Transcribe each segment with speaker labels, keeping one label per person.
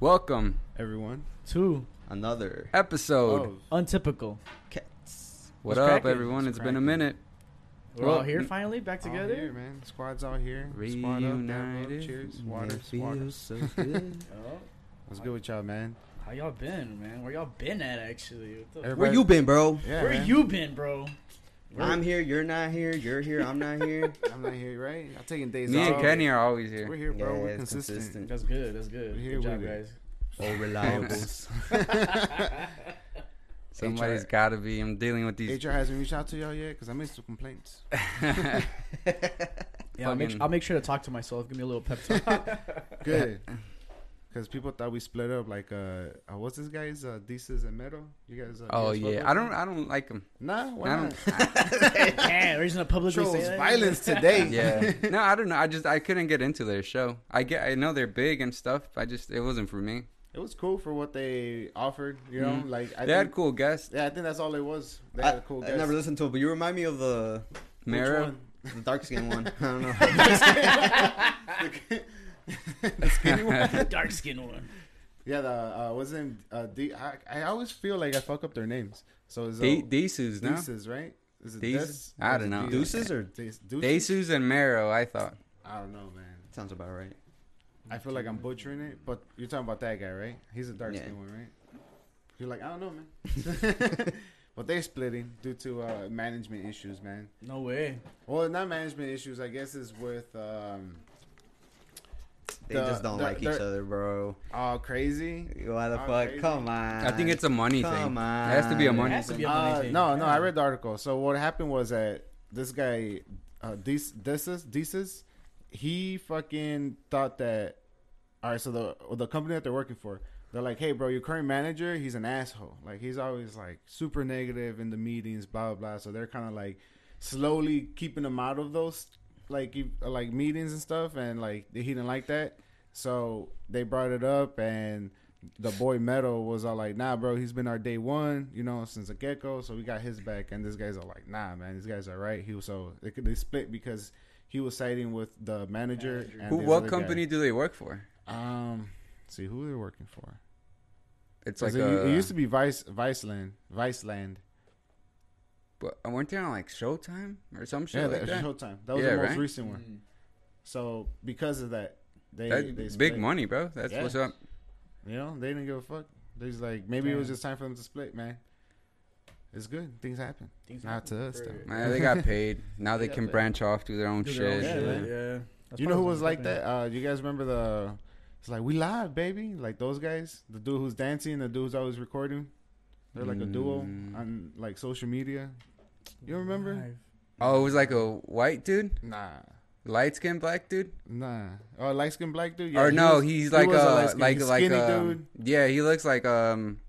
Speaker 1: Welcome
Speaker 2: everyone.
Speaker 3: Two
Speaker 4: Another
Speaker 1: episode.
Speaker 2: Oh,
Speaker 3: untypical.
Speaker 4: cats.
Speaker 1: what
Speaker 3: What's
Speaker 1: up,
Speaker 3: cracking?
Speaker 1: everyone? It's
Speaker 3: What's
Speaker 1: been a
Speaker 3: cracking?
Speaker 1: minute.
Speaker 3: We're
Speaker 1: Well,
Speaker 3: all here
Speaker 1: n-
Speaker 3: finally, back
Speaker 2: All here,
Speaker 3: together.
Speaker 2: man. Squad's out here. Squad up, dab up,
Speaker 1: Reunited.
Speaker 2: Cheers. Water.
Speaker 4: It
Speaker 2: Water.
Speaker 4: feels so good.
Speaker 3: Oh,
Speaker 2: What's good with y'all, man?
Speaker 3: how y'all been, man? Where y'all been at, actually? What the
Speaker 2: Everybody-
Speaker 4: Where you been, bro?
Speaker 2: Yeah,
Speaker 3: Where
Speaker 2: man.
Speaker 3: you been, bro?
Speaker 4: I'm here. You're not here. You're here. I'm not here.
Speaker 2: I'm not here, right? I'm taking days
Speaker 1: Me
Speaker 2: off.
Speaker 1: and Kenny are always
Speaker 2: We're
Speaker 1: here.
Speaker 2: here, bro.
Speaker 4: Yeah,
Speaker 2: We're
Speaker 4: it's
Speaker 2: consistent.
Speaker 4: consistent.
Speaker 3: That's good. That's good.
Speaker 2: We're here
Speaker 3: good job,
Speaker 2: with it.
Speaker 3: guys.
Speaker 4: All reliables.
Speaker 1: Somebody's
Speaker 2: HR.
Speaker 1: got to be. I'm dealing with these.
Speaker 2: HR hasn't reached out to y'all yet because I made some complaints.
Speaker 3: Yeah, I'll make,
Speaker 1: Fucking-
Speaker 3: I'll make sure to talk to myself. Give me a little pep talk.
Speaker 2: Good. Because people thought we split up like, uh, uh what's this guy's? Uh, Desus and Metal? You guys. Uh,
Speaker 1: oh
Speaker 2: you guys fuck
Speaker 1: yeah,
Speaker 2: with
Speaker 1: I don't.
Speaker 2: them?
Speaker 1: I don't like them.
Speaker 2: Nah, why
Speaker 1: I
Speaker 2: not?
Speaker 1: don't.
Speaker 3: Damn, we're just gonna publicly
Speaker 2: Shows
Speaker 3: say that?
Speaker 2: violence today.
Speaker 1: yeah. No, I don't know. I just I couldn't get into their show. I get. I know they're big and stuff. I just it wasn't for me.
Speaker 2: It was cool for what they offered, you know?
Speaker 1: Mhm.
Speaker 2: Like, I
Speaker 1: they
Speaker 2: think,
Speaker 1: had cool guests.
Speaker 2: Yeah, I think that's all it was. They had
Speaker 4: I,
Speaker 2: a cool
Speaker 4: I
Speaker 2: guest.
Speaker 4: never listened to it, but you remind me of the
Speaker 2: Which
Speaker 1: Mara.
Speaker 2: one?
Speaker 4: the dark skin one. I don't know.
Speaker 2: The skinny one?
Speaker 3: Dark skin one.
Speaker 2: Yeah, the uh, wasn't uh, D- I, I always feel like I fuck up their names. So is
Speaker 1: De-
Speaker 2: uh,
Speaker 1: Desus, no?
Speaker 2: Deuces, right? Is it
Speaker 1: Dees-
Speaker 2: Des-
Speaker 1: I
Speaker 2: or
Speaker 1: don't know.
Speaker 2: Dees-
Speaker 4: Deuces or
Speaker 2: Dees- Deuces?
Speaker 1: Desus and Mero, I thought.
Speaker 2: I don't know, man.
Speaker 4: sounds about right.
Speaker 2: I feel like I'm butchering it, but you're talking about that guy, right? He's a dark skinned
Speaker 4: Yeah.
Speaker 2: one, right? You're like, I don't know, man. but they're splitting due to uh, management issues, man.
Speaker 3: No way.
Speaker 2: Well, not management issues, I guess, is with um,
Speaker 4: They
Speaker 2: The-
Speaker 4: just don't
Speaker 2: the-
Speaker 4: like each
Speaker 2: the-
Speaker 4: other, bro.
Speaker 2: all uh, crazy.
Speaker 4: Why the
Speaker 2: I'm
Speaker 4: fuck?
Speaker 2: crazy.
Speaker 4: Come on.
Speaker 1: I think
Speaker 2: Ah,
Speaker 1: it's a money thing.
Speaker 4: Come on.
Speaker 1: It has to be a
Speaker 4: It
Speaker 1: money
Speaker 3: has to
Speaker 1: thing.
Speaker 3: be a-
Speaker 2: Uh,
Speaker 3: Amazing.
Speaker 2: no, no,
Speaker 3: Yeah.
Speaker 2: I read the article. So what happened was that this guy, uh, Desus, Desus, he fucking thought that. All right, so the the company that they're working for, they're like, hey, bro, your current manager, he's an asshole. Like he's always like super negative in the meetings, blah blah. blah. So they're kind of like slowly keeping him out of those like you- like meetings and stuff, and like he didn't like that. So they brought it up, and the boy Metal was all like, "Nah, bro, he's been our day one, you know, since the get go. So we got his back." And this guy's all like, "Nah, man, these guys are right." He was so they, could- they split because he was siding with the manager. And
Speaker 1: Who,
Speaker 2: this
Speaker 1: what
Speaker 2: other guy.
Speaker 1: company do they work for?
Speaker 2: Um, let's see who they're working for.
Speaker 1: It's
Speaker 2: Like
Speaker 1: like uh,
Speaker 2: it,
Speaker 1: a,
Speaker 2: u- it used to be Vice Viceland, Viceland.
Speaker 1: But weren't they on like Showtime or some shit
Speaker 2: Yeah,
Speaker 1: like
Speaker 2: that,
Speaker 1: that?
Speaker 2: Showtime. That was
Speaker 1: Yeah,
Speaker 2: the most
Speaker 1: right?
Speaker 2: recent one.
Speaker 3: Mm,
Speaker 2: So because of that, they,
Speaker 1: That's
Speaker 2: they split.
Speaker 1: big money, bro. That's
Speaker 2: Yeah.
Speaker 1: what's up.
Speaker 2: You know, they didn't give a fuck. They just like maybe it was
Speaker 3: Yeah.
Speaker 2: just time for them to split, man. It's good. Things happen.
Speaker 3: Things
Speaker 2: Not to us
Speaker 3: For-
Speaker 2: though.
Speaker 1: Man, they got paid. Now they
Speaker 2: got
Speaker 1: can
Speaker 2: paid.
Speaker 1: branch off, do their own
Speaker 3: Do
Speaker 1: shit.
Speaker 3: their own
Speaker 2: Yeah,
Speaker 3: shit,
Speaker 2: man.
Speaker 3: yeah. That's
Speaker 2: you know who
Speaker 3: probably
Speaker 2: was
Speaker 3: what's
Speaker 2: like that? Uh, you guys remember the? It's like we live, baby. Like those guys, the dude who's dancing, the dude who's always recording. They're like a duo
Speaker 1: Mm.
Speaker 2: on like social media. You remember?
Speaker 3: Live.
Speaker 1: Oh, it was like a white dude,
Speaker 2: Nah,
Speaker 1: light skinned black dude,
Speaker 2: nah. Oh, light skin black dude.
Speaker 1: or
Speaker 2: he
Speaker 1: no,
Speaker 2: was-
Speaker 1: he's
Speaker 2: he
Speaker 1: like
Speaker 2: was
Speaker 1: a,
Speaker 2: light-skinned-
Speaker 1: like
Speaker 2: he's
Speaker 1: like
Speaker 2: skinny
Speaker 1: a
Speaker 2: dude.
Speaker 1: yeah, he looks like um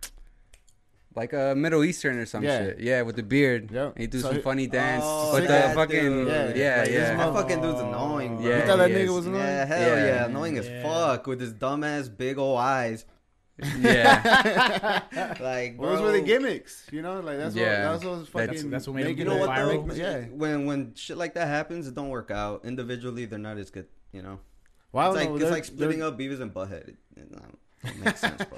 Speaker 1: like a Middle Eastern or some
Speaker 2: Yeah.
Speaker 1: shit. Yeah, with the beard.
Speaker 2: Yep.
Speaker 1: He do
Speaker 2: So
Speaker 1: some
Speaker 2: he-
Speaker 1: funny dance,
Speaker 4: Oh,
Speaker 1: but the
Speaker 4: yeah,
Speaker 1: fucking
Speaker 4: dude.
Speaker 1: yeah
Speaker 2: Yeah,
Speaker 1: yeah
Speaker 2: like, this
Speaker 1: yeah.
Speaker 4: That fucking dude's annoying, bro.
Speaker 1: Yeah,
Speaker 2: you thought that
Speaker 1: he
Speaker 2: nigga
Speaker 1: is.
Speaker 2: was annoying?
Speaker 4: Yeah, hell
Speaker 1: Yeah.
Speaker 4: yeah, annoying as
Speaker 3: Yeah.
Speaker 4: fuck with his dumbass big old eyes.
Speaker 1: yeah.
Speaker 4: Like, bro,
Speaker 2: Those were the gimmicks, you know. Like that's
Speaker 1: Yeah.
Speaker 2: what that's what was
Speaker 1: That's-
Speaker 2: fucking.
Speaker 3: that's what made him
Speaker 2: making
Speaker 4: You know
Speaker 3: Go
Speaker 2: it
Speaker 4: what?
Speaker 3: viral.
Speaker 4: Though?
Speaker 2: make- Yeah.
Speaker 4: When when shit like that happens, it don't work out. Individually, they're not as good. You know,
Speaker 2: Wow.
Speaker 4: it's like it's like splitting up Beavis and Butthead. It, it, um, it makes sense, bro.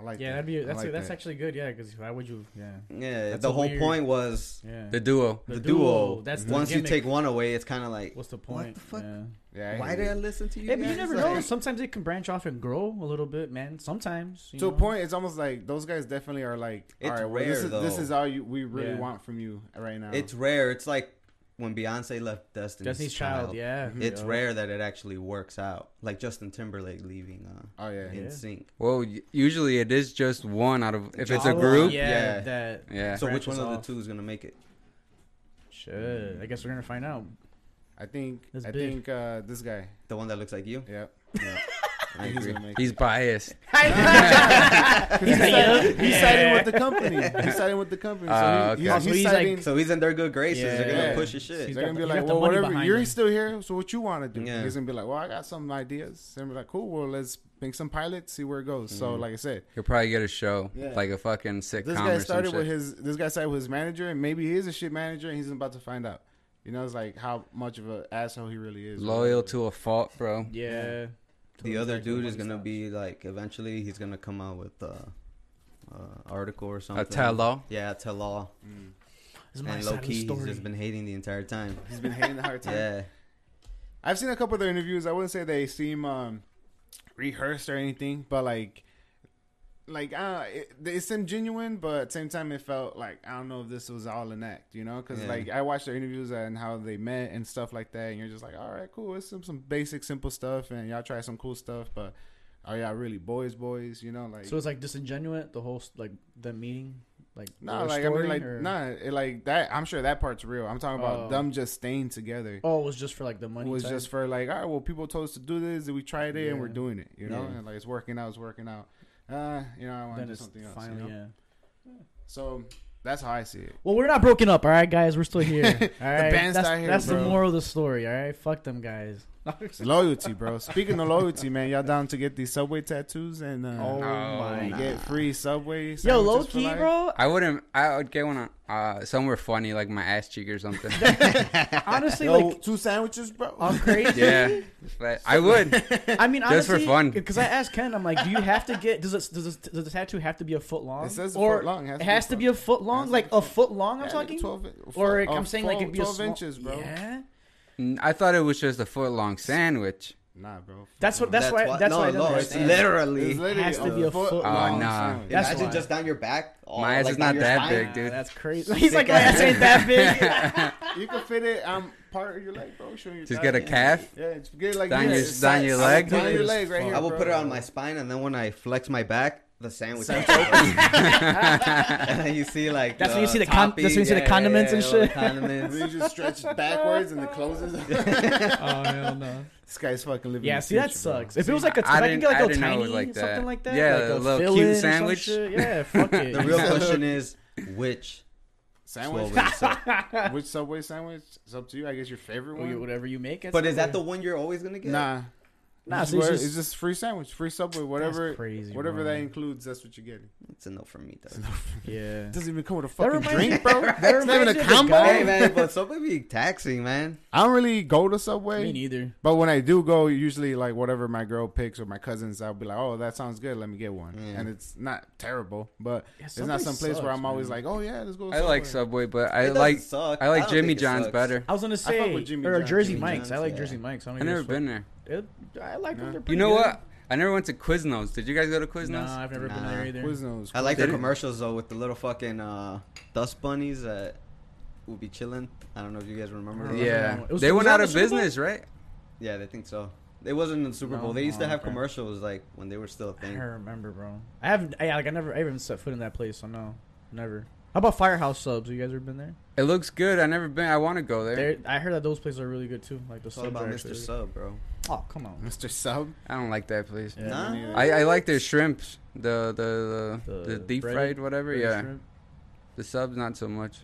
Speaker 2: I like
Speaker 3: Yeah,
Speaker 2: that.
Speaker 3: that'd be
Speaker 2: I
Speaker 3: that's
Speaker 2: like
Speaker 3: that's
Speaker 2: that.
Speaker 3: actually good. Yeah, because why would you? Yeah,
Speaker 4: Yeah,
Speaker 3: That's
Speaker 4: the
Speaker 3: a
Speaker 4: whole
Speaker 3: weird-
Speaker 4: point was
Speaker 3: yeah.
Speaker 1: the duo.
Speaker 4: the,
Speaker 3: The
Speaker 4: duo.
Speaker 3: duo, that's the
Speaker 4: Once
Speaker 3: gimmick.
Speaker 4: you take one away, it's kind of like,
Speaker 3: What's the
Speaker 4: What
Speaker 3: point?
Speaker 4: the fuck?
Speaker 3: Yeah.
Speaker 2: Yeah, I
Speaker 4: why
Speaker 2: hear
Speaker 4: did
Speaker 2: you.
Speaker 4: I listen to you?
Speaker 3: Yeah, but you
Speaker 4: guys?
Speaker 3: never
Speaker 4: Like,
Speaker 3: know. Sometimes it can branch off and grow a little bit, man. Sometimes. you
Speaker 2: to a
Speaker 3: know.
Speaker 2: point, it's almost like those guys definitely are like,
Speaker 4: It's
Speaker 2: all right, well,
Speaker 4: rare,
Speaker 2: this is this
Speaker 4: though.
Speaker 2: is all you, we really
Speaker 3: Yeah.
Speaker 2: want from you right now.
Speaker 4: It's rare. It's like when Beyonce left Destiny's,
Speaker 3: Destiny's Child, Mm-hmm. yeah.
Speaker 4: It's
Speaker 3: Yeah.
Speaker 4: rare that it actually works out. Like Justin Timberlake leaving uh,
Speaker 2: oh yeah,
Speaker 3: Yeah.
Speaker 4: In Sync.
Speaker 1: Well, y- usually it is just one out of if it's a
Speaker 4: Java,
Speaker 1: group.
Speaker 3: Yeah,
Speaker 4: yeah.
Speaker 3: that.
Speaker 1: Yeah.
Speaker 4: So which
Speaker 3: Branches
Speaker 4: one of the
Speaker 3: off.
Speaker 4: two is gonna make it?
Speaker 3: Shit. I guess we're gonna find out.
Speaker 2: I think
Speaker 3: That's
Speaker 2: I
Speaker 3: big.
Speaker 2: think uh, this guy.
Speaker 4: The one that looks like you?
Speaker 2: Yep.
Speaker 4: Yeah.
Speaker 2: I think he's gonna make.
Speaker 1: He's biased.
Speaker 2: he's, siding, he's
Speaker 3: Yeah.
Speaker 2: siding with the company. He's siding with the company. So
Speaker 1: Ah,
Speaker 2: he,
Speaker 1: okay.
Speaker 2: he's,
Speaker 3: So
Speaker 2: he's,
Speaker 3: he's like-
Speaker 2: siding.
Speaker 4: So he's in their good graces. They're gonna
Speaker 2: Yeah.
Speaker 4: push his shit.
Speaker 3: He's
Speaker 2: they're
Speaker 3: got
Speaker 2: gonna
Speaker 3: the-
Speaker 2: be
Speaker 3: he
Speaker 2: like,
Speaker 3: got the
Speaker 2: well,
Speaker 3: money
Speaker 2: whatever.
Speaker 3: behind
Speaker 2: You're
Speaker 3: him.
Speaker 2: still here, so what you want to do?
Speaker 4: Yeah.
Speaker 2: He's gonna be like, well, I got some ideas. And be like, cool. Well, let's make some pilots, see where it goes. So,
Speaker 3: Mm-hmm.
Speaker 2: like I said,
Speaker 1: He'll probably get a show
Speaker 2: Yeah.
Speaker 1: like a fucking sitcom
Speaker 2: this guy
Speaker 1: or some
Speaker 2: started
Speaker 1: shit.
Speaker 2: with his this guy started with his manager, and maybe he is a shit manager, and he's about to find out. You know, it's like how much of an asshole he really is.
Speaker 1: Loyal to a fault, bro.
Speaker 3: Yeah.
Speaker 4: the other
Speaker 2: Exactly,
Speaker 4: dude
Speaker 2: one
Speaker 4: is gonna
Speaker 2: stop.
Speaker 4: be like eventually he's gonna come out with uh, uh article or something.
Speaker 1: A tell all.
Speaker 4: Yeah, tell all.
Speaker 2: Mm.
Speaker 3: It's my
Speaker 4: And
Speaker 3: side
Speaker 4: low
Speaker 3: of the
Speaker 4: key, he's
Speaker 3: story.
Speaker 4: just been hating the entire time.
Speaker 2: He's been hating the hard time.
Speaker 4: Yeah,
Speaker 2: I've seen a couple of their interviews. I wouldn't say they seem um, rehearsed or anything, but like, like I don't know, it, they seem genuine, but at the same time, it felt like I don't know if this was all an act, you know? Because
Speaker 4: Yeah.
Speaker 2: like I watched their interviews and how they met and stuff like that, and you're just like, all right, cool. It's some some basic, simple stuff, and y'all try some cool stuff, but are y'all really boys, boys? You know, like.
Speaker 3: So it's like disingenuous the whole s- like the meeting like
Speaker 2: no,
Speaker 3: their
Speaker 2: like I
Speaker 3: story,
Speaker 2: mean, like
Speaker 3: or-
Speaker 2: nah, it, like that. I'm sure that part's real. I'm talking about
Speaker 3: Oh.
Speaker 2: them just staying together.
Speaker 3: Oh, it was just for like the money.
Speaker 2: was
Speaker 3: type?
Speaker 2: just for like, all right, well, people told us to do this, and we tried it, and we're
Speaker 3: Yeah.
Speaker 2: doing it, you know,
Speaker 4: Yeah.
Speaker 2: and like it's working out, it's working out. Uh, you know, I want to
Speaker 3: then
Speaker 2: do
Speaker 3: it's
Speaker 2: something else.
Speaker 3: finally
Speaker 2: you know?
Speaker 3: yeah.
Speaker 2: So that's how I see it.
Speaker 3: Well, we're not broken up, all right, guys. We're still here. All right,
Speaker 2: band's
Speaker 3: that's,
Speaker 2: not here,
Speaker 3: that's
Speaker 2: bro.
Speaker 3: the moral of the story. All right, fuck them guys.
Speaker 2: It's loyalty, bro. Speaking of loyalty, man, y'all down to get these subway tattoos and uh,
Speaker 3: Oh my
Speaker 2: and get free subway?
Speaker 3: Yo,
Speaker 2: sandwiches
Speaker 3: low
Speaker 2: for
Speaker 3: key,
Speaker 2: life?
Speaker 3: bro.
Speaker 1: I wouldn't. I would get one on uh, somewhere funny, like my ass cheek or something.
Speaker 3: Honestly,
Speaker 2: Yo,
Speaker 3: like
Speaker 2: two sandwiches, bro.
Speaker 3: I'm crazy.
Speaker 1: yeah, but I would.
Speaker 3: I mean,
Speaker 1: Just for
Speaker 3: honestly,
Speaker 1: fun.
Speaker 3: Because I asked Ken, I'm like, do you have to get? Does it, does it, does the tattoo have to be a foot long?
Speaker 2: It says a
Speaker 3: or
Speaker 2: foot long.
Speaker 3: It has to be a foot long,
Speaker 2: has to
Speaker 3: like
Speaker 2: be
Speaker 3: a foot long. I'm
Speaker 2: yeah,
Speaker 3: talking.
Speaker 2: 12
Speaker 3: or
Speaker 2: uh,
Speaker 3: I'm saying like it'd be a
Speaker 2: 12
Speaker 3: small-
Speaker 2: inches, bro.
Speaker 3: Yeah,
Speaker 1: I thought it was just a foot long sandwich.
Speaker 2: Nah, bro.
Speaker 3: that's what. That's, why.
Speaker 4: why-
Speaker 3: That's
Speaker 4: no,
Speaker 3: why. I don't
Speaker 4: no, it's
Speaker 3: understand.
Speaker 4: literally.
Speaker 2: It's literally
Speaker 3: has to be a foot
Speaker 1: long. Oh,
Speaker 2: long
Speaker 1: nah.
Speaker 2: sandwich.
Speaker 3: That's
Speaker 4: Imagine
Speaker 3: why.
Speaker 4: just down your back. or,
Speaker 1: My ass
Speaker 4: like,
Speaker 1: is
Speaker 4: down
Speaker 1: not
Speaker 4: your
Speaker 1: that
Speaker 4: spine.
Speaker 1: big, dude.
Speaker 3: That's crazy. He's like,
Speaker 4: Thick
Speaker 3: my ass
Speaker 4: ass.
Speaker 3: ain't that big.
Speaker 2: You can fit it. um, part of your leg, bro. Showing your
Speaker 1: Just
Speaker 2: thigh.
Speaker 1: get a calf.
Speaker 2: Yeah, it's good like
Speaker 1: Down
Speaker 2: this.
Speaker 1: your-
Speaker 2: It's
Speaker 1: down
Speaker 2: like-
Speaker 1: your leg?
Speaker 2: I would Down your
Speaker 3: Dude,
Speaker 2: leg right here.
Speaker 4: I will
Speaker 2: bro.
Speaker 4: put it on my spine, and then when I flex my back, the sandwich. and then you see like
Speaker 3: That's when you see the con- that's when you see the condiments and
Speaker 4: all the
Speaker 3: shit.
Speaker 2: And
Speaker 4: condiments.
Speaker 2: then you just stretch it backwards and it closes.
Speaker 3: oh hell no.
Speaker 2: this guy's fucking living.
Speaker 3: Yeah,
Speaker 2: the
Speaker 3: see that
Speaker 2: future, bro.
Speaker 3: sucks. If it was like a, if
Speaker 1: I
Speaker 3: I could
Speaker 1: didn't-
Speaker 3: get like
Speaker 1: I
Speaker 3: a
Speaker 1: didn't know it
Speaker 3: tiny
Speaker 1: was like that.
Speaker 3: something like that,
Speaker 1: Yeah,
Speaker 3: like
Speaker 1: a little
Speaker 3: fill-in
Speaker 1: cute
Speaker 3: or some
Speaker 1: sandwich.
Speaker 3: shit. Yeah, fuck it.
Speaker 4: The real question is which
Speaker 2: sandwich.
Speaker 4: Subway suck?
Speaker 2: Which Subway sandwich? It's up to you. I guess your favorite
Speaker 3: Well, Oh, you-
Speaker 2: one.
Speaker 3: whatever you make. it's
Speaker 4: But is that the
Speaker 3: whatever.
Speaker 4: one you're always gonna get?
Speaker 2: Nah,
Speaker 3: Nah,
Speaker 2: Just
Speaker 3: so it's
Speaker 2: where-
Speaker 3: just-
Speaker 2: it's just free sandwich, free Subway, whatever,
Speaker 3: crazy,
Speaker 2: whatever
Speaker 3: bro.
Speaker 2: that includes. That's what you're getting.
Speaker 4: it's a no for me though.
Speaker 3: Yeah.
Speaker 2: It doesn't even come with a
Speaker 3: That
Speaker 2: fucking
Speaker 3: reminds me-
Speaker 2: drink, bro.
Speaker 3: that
Speaker 2: That's not even
Speaker 3: reminds
Speaker 2: a
Speaker 3: me of the
Speaker 2: combo.
Speaker 3: guy-
Speaker 4: hey man, but something be taxing, man.
Speaker 2: I don't really go to
Speaker 3: Me
Speaker 2: Subway.
Speaker 3: neither.
Speaker 2: But when I do go, usually like whatever my girl picks or my cousins, I'll be like, "Oh, that sounds good. Let me get one."
Speaker 4: Yeah.
Speaker 2: And it's not terrible, but
Speaker 3: Yeah,
Speaker 2: it's not
Speaker 3: Subway
Speaker 2: some place where
Speaker 3: sucks,
Speaker 2: I'm always like,
Speaker 3: man.
Speaker 2: "Oh yeah, let's go."
Speaker 1: I like
Speaker 2: Subway."
Speaker 1: Subway, but I
Speaker 4: It doesn't
Speaker 1: like
Speaker 4: suck.
Speaker 1: I
Speaker 4: I
Speaker 1: like
Speaker 4: don't
Speaker 1: Jimmy
Speaker 4: think it
Speaker 1: John's
Speaker 4: sucks.
Speaker 1: better.
Speaker 3: I was gonna
Speaker 2: fuck
Speaker 3: say
Speaker 2: with Jimmy
Speaker 3: or
Speaker 2: John's.
Speaker 3: Jersey
Speaker 4: Jimmy
Speaker 3: Mike's. I
Speaker 4: John's,
Speaker 3: like
Speaker 4: yeah.
Speaker 3: Jersey Mike's. I don't
Speaker 1: I've
Speaker 3: give a
Speaker 1: never
Speaker 3: fuck.
Speaker 1: been there.
Speaker 3: It- I like
Speaker 2: Nah.
Speaker 3: them.
Speaker 1: You
Speaker 3: They're pretty
Speaker 1: know
Speaker 3: good.
Speaker 1: what? I never went to Quiznos. Did you guys go to Quiznos?
Speaker 3: No, I've never been
Speaker 4: Nah.
Speaker 3: there either.
Speaker 2: Quiznos.
Speaker 4: I like the
Speaker 1: Did it-
Speaker 4: commercials though with the little fucking uh, dust bunnies that would be chilling. I don't know if you guys remember.
Speaker 3: Yeah.
Speaker 4: Yeah,
Speaker 1: Yeah,
Speaker 3: It was-
Speaker 1: they
Speaker 3: was
Speaker 1: went
Speaker 3: that
Speaker 1: out
Speaker 3: the
Speaker 1: of
Speaker 3: Super Bowl?
Speaker 1: business, right?
Speaker 4: yeah, they think so. It wasn't in the Super
Speaker 3: No?
Speaker 4: Bowl. They used to
Speaker 3: Oh,
Speaker 4: have
Speaker 3: okay.
Speaker 4: commercials like when they were still a
Speaker 3: I
Speaker 4: thing.
Speaker 3: don't remember, bro. I haven't. I, like I never. I haven't set foot in that place. So no, never. How about Firehouse Subs? You guys ever been there?
Speaker 1: It looks good. I never been. I want to go there.
Speaker 3: There. I heard that those places are really good too. Like the
Speaker 4: It's all
Speaker 3: subs.
Speaker 4: about
Speaker 3: are
Speaker 4: Mr.
Speaker 3: actually-
Speaker 4: Sub, bro.
Speaker 3: Oh come on.
Speaker 2: Mr. Sub.
Speaker 1: I don't like that place.
Speaker 3: Yeah.
Speaker 4: Nah.
Speaker 2: me neither.
Speaker 1: I, I like their shrimps, the the the, the deep
Speaker 3: breaded-
Speaker 1: fried whatever.
Speaker 3: breaded
Speaker 1: Yeah,
Speaker 3: shrimp.
Speaker 1: the subs not so much.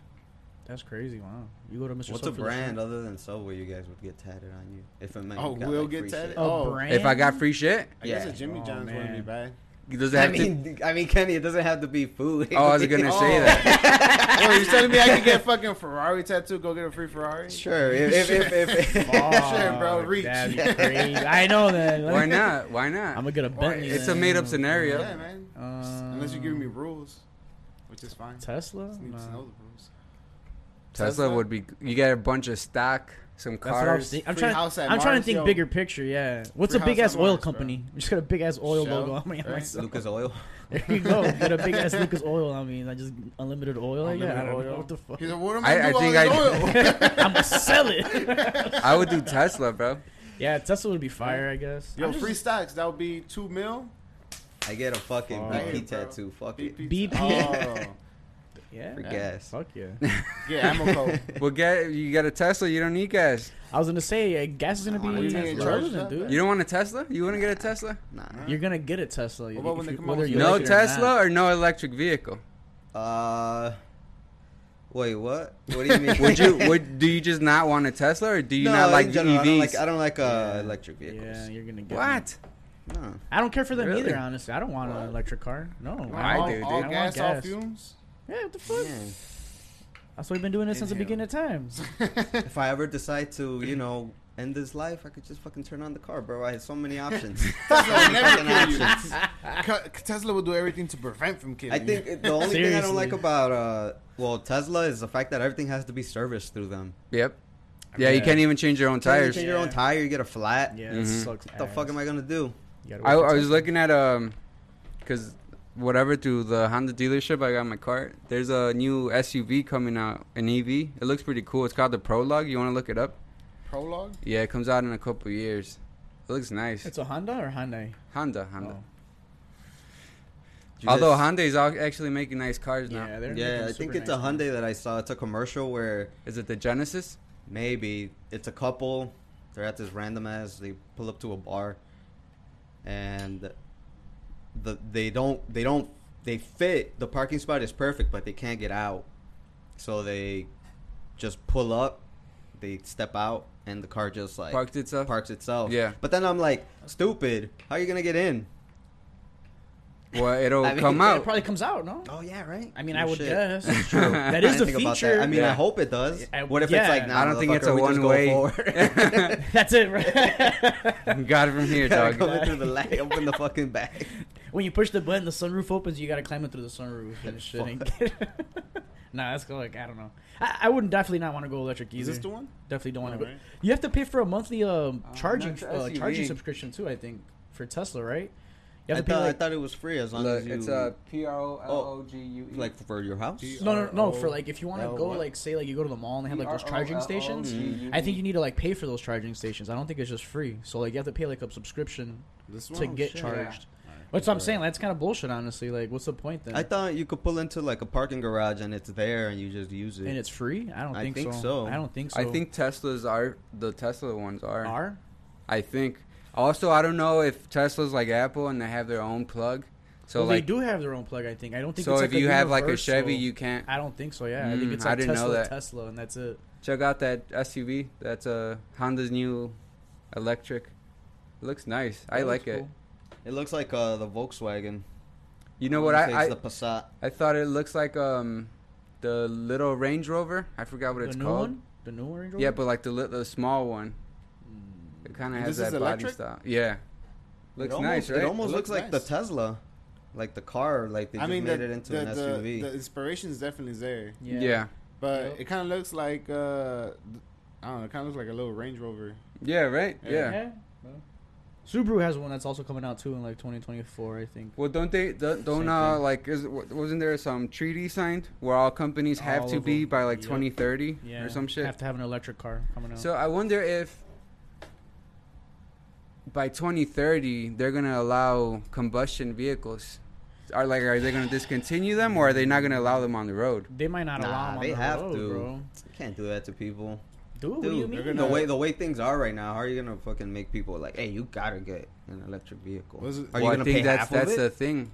Speaker 3: That's crazy. Wow. You go to Mr.
Speaker 4: What's
Speaker 3: Sub
Speaker 4: a
Speaker 3: for the
Speaker 4: brand
Speaker 3: shrimp?
Speaker 4: other than Subway you guys would get tatted on you? If it meant
Speaker 2: Oh,
Speaker 4: you got,
Speaker 2: we'll
Speaker 4: like,
Speaker 2: get
Speaker 4: free
Speaker 2: tatted?
Speaker 4: shit.
Speaker 2: Oh,
Speaker 3: A
Speaker 2: If
Speaker 3: brand.
Speaker 1: If I got free shit,
Speaker 2: I guess
Speaker 4: Yeah.
Speaker 2: a Jimmy
Speaker 3: Oh,
Speaker 2: John's wouldn't be
Speaker 3: man.
Speaker 2: bad.
Speaker 1: does it
Speaker 4: I
Speaker 1: have
Speaker 4: mean, I mean, Kenny, it doesn't have to be food.
Speaker 1: to? Oh, I was gonna say
Speaker 2: Oh.
Speaker 1: that.
Speaker 2: Wait, you telling me I could get fucking Ferrari tattoo? Go get a free Ferrari?
Speaker 4: Sure, if if if, if,
Speaker 2: Shit, bro,
Speaker 3: Fuck,
Speaker 2: reach.
Speaker 3: that'd be crazy. I know that.
Speaker 1: Why not? Why
Speaker 3: I'm
Speaker 1: not?
Speaker 3: gonna get a Um, Bentley.
Speaker 1: It's a
Speaker 3: then.
Speaker 1: made up
Speaker 2: Yeah,
Speaker 1: scenario.
Speaker 2: man.
Speaker 3: Uh,
Speaker 2: Unless you're giving me rules, which is fine.
Speaker 3: Tesla.
Speaker 2: Just need
Speaker 3: Nah.
Speaker 2: to know the rules.
Speaker 1: Tesla would be. You get a bunch of stock, some
Speaker 3: That's what I'm,
Speaker 1: cars.
Speaker 3: think- I'm
Speaker 2: Free
Speaker 3: trying.
Speaker 2: house at
Speaker 3: I'm trying to
Speaker 2: Mars,
Speaker 3: think
Speaker 2: yo.
Speaker 3: bigger picture. Yeah. What's
Speaker 2: Free
Speaker 3: a big
Speaker 2: house
Speaker 3: ass
Speaker 2: at
Speaker 3: oil
Speaker 2: Mars, bro.
Speaker 3: company? We just got a big ass oil
Speaker 2: Shell,
Speaker 3: logo on me. on
Speaker 2: right?
Speaker 3: myself.
Speaker 4: Lucas Oil.
Speaker 3: There you go. Get a big ass Lucas oil on me. and I just unlimited oil. Like, yeah. I
Speaker 2: Unlimited
Speaker 3: don't know
Speaker 2: oil.
Speaker 3: what the fuck.
Speaker 2: He's like, what am
Speaker 1: I-
Speaker 2: I,
Speaker 1: I
Speaker 2: doing
Speaker 1: think
Speaker 2: all this oil?
Speaker 3: I'm gonna sell it.
Speaker 1: I would do Tesla, bro.
Speaker 3: yeah, Tesla would be fire, I guess.
Speaker 2: Yo,
Speaker 3: I'm just-
Speaker 2: free stocks. That would be two mil.
Speaker 4: I get a fucking
Speaker 3: Fuck.
Speaker 4: BP
Speaker 2: Bro.
Speaker 4: Oh. tattoo. Fuck it.
Speaker 2: BP.
Speaker 3: BP.
Speaker 2: Oh.
Speaker 3: Yeah.
Speaker 4: For gas.
Speaker 3: Fuck yeah.
Speaker 2: Yeah, ammo code.
Speaker 1: Well, get you got a Tesla, you don't need gas.
Speaker 3: I was gonna say uh, gas is gonna
Speaker 2: Are
Speaker 3: be
Speaker 2: Oh, you gonna
Speaker 3: Tesla.
Speaker 2: charge that?
Speaker 3: relevant, dude.
Speaker 1: You don't want a Tesla? You wouldn't get a Tesla?
Speaker 4: Nah.
Speaker 3: You're gonna get a Tesla.
Speaker 2: What about
Speaker 3: if
Speaker 2: when they
Speaker 3: you-
Speaker 2: come out
Speaker 3: whether
Speaker 2: with
Speaker 3: you
Speaker 2: the-
Speaker 1: no
Speaker 3: like it or
Speaker 1: Tesla
Speaker 3: not.
Speaker 1: or no electric vehicle?
Speaker 4: Uh, wait, what? What do you mean?
Speaker 1: Would you? Would do you just not want a Tesla, or do you
Speaker 4: No,
Speaker 1: not
Speaker 4: in
Speaker 1: like E
Speaker 4: general,
Speaker 1: EVs?
Speaker 4: I don't like, I don't like uh,
Speaker 3: Yeah.
Speaker 4: electric vehicles.
Speaker 3: Yeah, you're gonna get one.
Speaker 1: what?
Speaker 4: No.
Speaker 3: I don't care for them
Speaker 1: Really?
Speaker 3: either, honestly. I don't want
Speaker 2: What?
Speaker 3: an electric car. No.
Speaker 1: I
Speaker 2: all,
Speaker 1: do, dude.
Speaker 2: All
Speaker 3: I
Speaker 2: gas,
Speaker 3: want
Speaker 2: all
Speaker 3: gas.
Speaker 2: fumes.
Speaker 3: Yeah, what the fuck?
Speaker 4: Yeah.
Speaker 3: That's what we've been doing this since the
Speaker 2: Inhale.
Speaker 3: beginning of times.
Speaker 4: If I ever decide to, you know, end this life, I could just fucking turn on the car, bro. I had so many options.
Speaker 2: Tesla will never
Speaker 4: Fucking
Speaker 2: kill you.
Speaker 4: options.
Speaker 2: Ca- Tesla will do everything to prevent from killing.
Speaker 4: I think
Speaker 2: you.
Speaker 4: it- the only thing I
Speaker 3: Seriously.
Speaker 4: don't like about uh, well Tesla is the fact that everything has to be serviced through them.
Speaker 1: Yep. Yeah, you
Speaker 3: Yeah.
Speaker 1: can't even change your own
Speaker 4: Tires. You
Speaker 1: tires.
Speaker 4: change your own
Speaker 3: Yeah.
Speaker 4: tire, you get a flat.
Speaker 3: Yeah,
Speaker 1: Mhm.
Speaker 3: it sucks.
Speaker 4: Mm-hmm. What the fuck am I gonna do?
Speaker 1: I, I was looking at um, cause whatever through the Honda dealership I got my car. There's a new SUV coming out, an EV. It looks pretty cool. It's called the Prologue. You want to look it up?
Speaker 2: prologue.
Speaker 1: Yeah, it comes out in a couple years. It looks nice.
Speaker 3: It's a Honda or Hyundai?
Speaker 1: Honda, Honda.
Speaker 3: Oh.
Speaker 4: You
Speaker 1: Although
Speaker 4: just-
Speaker 1: Hyundai's al- actually making nice cars now.
Speaker 3: Yeah, they're
Speaker 4: yeah,
Speaker 3: making
Speaker 4: I think
Speaker 3: super
Speaker 4: it's a
Speaker 3: nice ones.
Speaker 4: Hyundai that I saw. It's a commercial where
Speaker 1: Is it the Genesis?
Speaker 4: maybe it's a couple. They're at this random ass. They pull up to a bar, and the they don't they don't they fit. The parking spot is perfect, but they can't get out. So they just pull up. They step out, and the car just like
Speaker 1: Parked itself.
Speaker 4: parks itself.
Speaker 1: Yeah.
Speaker 4: But then I'm like, stupid. How are you gonna get in?
Speaker 1: Well, it'll
Speaker 4: I mean,
Speaker 1: come
Speaker 4: yeah,
Speaker 1: out.
Speaker 3: It probably comes out, no?
Speaker 4: Oh yeah, right.
Speaker 3: I mean,
Speaker 4: No
Speaker 3: I would
Speaker 4: shit.
Speaker 3: guess. It's true. That
Speaker 4: I
Speaker 3: is the
Speaker 4: didn't think about that.
Speaker 3: feature.
Speaker 4: I mean,
Speaker 1: Yeah.
Speaker 4: I hope it does.
Speaker 3: I-
Speaker 4: what if
Speaker 3: yeah.
Speaker 4: it's like? Nah,
Speaker 1: I don't think it's a
Speaker 4: motherfucker, we just go
Speaker 1: one-way.
Speaker 4: forward."
Speaker 3: That's it, right?
Speaker 1: You got it from here,
Speaker 4: Gotta
Speaker 1: dog.
Speaker 4: come in through the light, open the fucking bag.
Speaker 3: when you push the button, the sunroof opens. You gotta climb it through the sunroof and shit. and get- nah, that's cool. Like I don't know. I, I wouldn't definitely not want to go electric
Speaker 2: Is
Speaker 3: either.
Speaker 2: this the one?
Speaker 3: definitely don't want to go.
Speaker 2: Alright.
Speaker 3: You have to pay for a monthly um,
Speaker 1: Uh,
Speaker 3: charging
Speaker 1: no, it's
Speaker 3: uh,
Speaker 1: SUV.
Speaker 3: charging subscription too. I think for Tesla, right? You
Speaker 4: I
Speaker 3: have to pay
Speaker 4: thought,
Speaker 3: like
Speaker 4: I thought it was free as long
Speaker 1: Look,
Speaker 4: as you.
Speaker 1: it's uh, a P R O L O G U E.
Speaker 4: like for your house.
Speaker 2: Do you-
Speaker 3: no, no, no. For
Speaker 2: PRO.
Speaker 3: like if you want to
Speaker 2: Oh,
Speaker 3: go,
Speaker 2: what?
Speaker 3: like say like you go to the mall and they have like those charging
Speaker 1: E.
Speaker 3: stations.
Speaker 1: P-R-O-L-O-G-U-E.
Speaker 3: I think you need to like pay for those charging stations. I don't think it's just free. So like you have to pay like a subscription
Speaker 2: This
Speaker 3: to get
Speaker 2: shit.
Speaker 3: charged.
Speaker 2: Alright.
Speaker 3: That's what I'm saying. Like, that's kind of bullshit, honestly. Like, what's the point then?
Speaker 4: I thought you could pull into like a parking garage and it's there and you just use it.
Speaker 3: and it's free. I don't
Speaker 4: I
Speaker 3: think,
Speaker 4: think
Speaker 3: so.
Speaker 4: so.
Speaker 3: I don't think so.
Speaker 1: I think Teslas are the Tesla ones are.
Speaker 3: are
Speaker 1: I think. Also, I don't know if Tesla's like Apple and they have their own plug. So
Speaker 3: so well,
Speaker 1: like,
Speaker 3: they do have their own plug. I think. I don't think.
Speaker 1: so
Speaker 3: it's
Speaker 1: if you have like a
Speaker 3: universal-
Speaker 1: Chevy, you can't
Speaker 3: I don't think so. Yeah, I
Speaker 1: Mm,
Speaker 3: think it's
Speaker 1: I
Speaker 3: like
Speaker 1: didn't know
Speaker 3: Tesla,
Speaker 1: that.
Speaker 3: Tesla, and that's it.
Speaker 1: check out that SUV. That's a uh, Honda's new electric. It looks nice. I
Speaker 3: That
Speaker 1: like
Speaker 3: looks
Speaker 1: it.
Speaker 3: cool.
Speaker 4: it looks like uh, the Volkswagen.
Speaker 1: You know
Speaker 4: I
Speaker 1: what?
Speaker 4: wanna say
Speaker 1: I I,
Speaker 4: it's the Passat.
Speaker 1: I thought it looks like um the little Range Rover. I forgot what
Speaker 3: The
Speaker 1: it's
Speaker 3: new
Speaker 1: called.
Speaker 3: one, the new Range Rover.
Speaker 1: Yeah, but like the li- the small one. It kind of has
Speaker 2: This is
Speaker 1: that body
Speaker 2: electric?
Speaker 1: style. Yeah. Looks
Speaker 4: it almost,
Speaker 1: nice, right?
Speaker 4: It almost
Speaker 2: It
Speaker 4: looks,
Speaker 2: looks
Speaker 4: like the
Speaker 2: nice.
Speaker 4: Tesla, like the car. Like they
Speaker 2: I
Speaker 4: just
Speaker 2: mean,
Speaker 4: made
Speaker 2: the,
Speaker 4: it into
Speaker 2: the,
Speaker 4: an
Speaker 2: the,
Speaker 4: SUV.
Speaker 2: the inspiration is definitely there,
Speaker 1: yeah. yeah.
Speaker 3: yeah.
Speaker 2: but
Speaker 3: Yep.
Speaker 2: it kind of looks like uh, th- I don't know. It kind of looks like a little Range Rover.
Speaker 1: right?
Speaker 2: Yeah.
Speaker 1: yeah.
Speaker 3: well. Subaru has one that's also coming out too in like 2024, I think.
Speaker 1: Well, don't they don't, don't
Speaker 3: Same
Speaker 1: uh,
Speaker 3: thing.
Speaker 1: like is, wa- wasn't there some treaty signed where all companies have
Speaker 3: All
Speaker 1: to
Speaker 3: of
Speaker 1: be
Speaker 3: them.
Speaker 1: by like
Speaker 3: Yep.
Speaker 1: 2030
Speaker 3: Yeah,
Speaker 1: or some shit?
Speaker 3: Have to have an electric car coming out.
Speaker 1: So I wonder if by 2030 they're gonna allow combustion vehicles. Are like are they gonna discontinue them or are they not gonna allow them on the road?
Speaker 3: they might not allow
Speaker 4: Nah,
Speaker 3: them on
Speaker 4: they
Speaker 3: the
Speaker 4: have
Speaker 3: road,
Speaker 4: to.
Speaker 3: bro.
Speaker 4: You can't do that to people.
Speaker 3: Dude, what
Speaker 4: Dude,
Speaker 3: do you
Speaker 2: they're
Speaker 3: mean?
Speaker 2: gonna-
Speaker 4: the way the way things are right now, how are you gonna fucking make people like, hey, you gotta get an electric vehicle?
Speaker 2: Was it-
Speaker 4: are you
Speaker 1: Well,
Speaker 4: gonna
Speaker 1: I think
Speaker 4: pay
Speaker 1: that's
Speaker 4: half
Speaker 1: that's
Speaker 4: of
Speaker 1: the
Speaker 4: it?
Speaker 1: thing.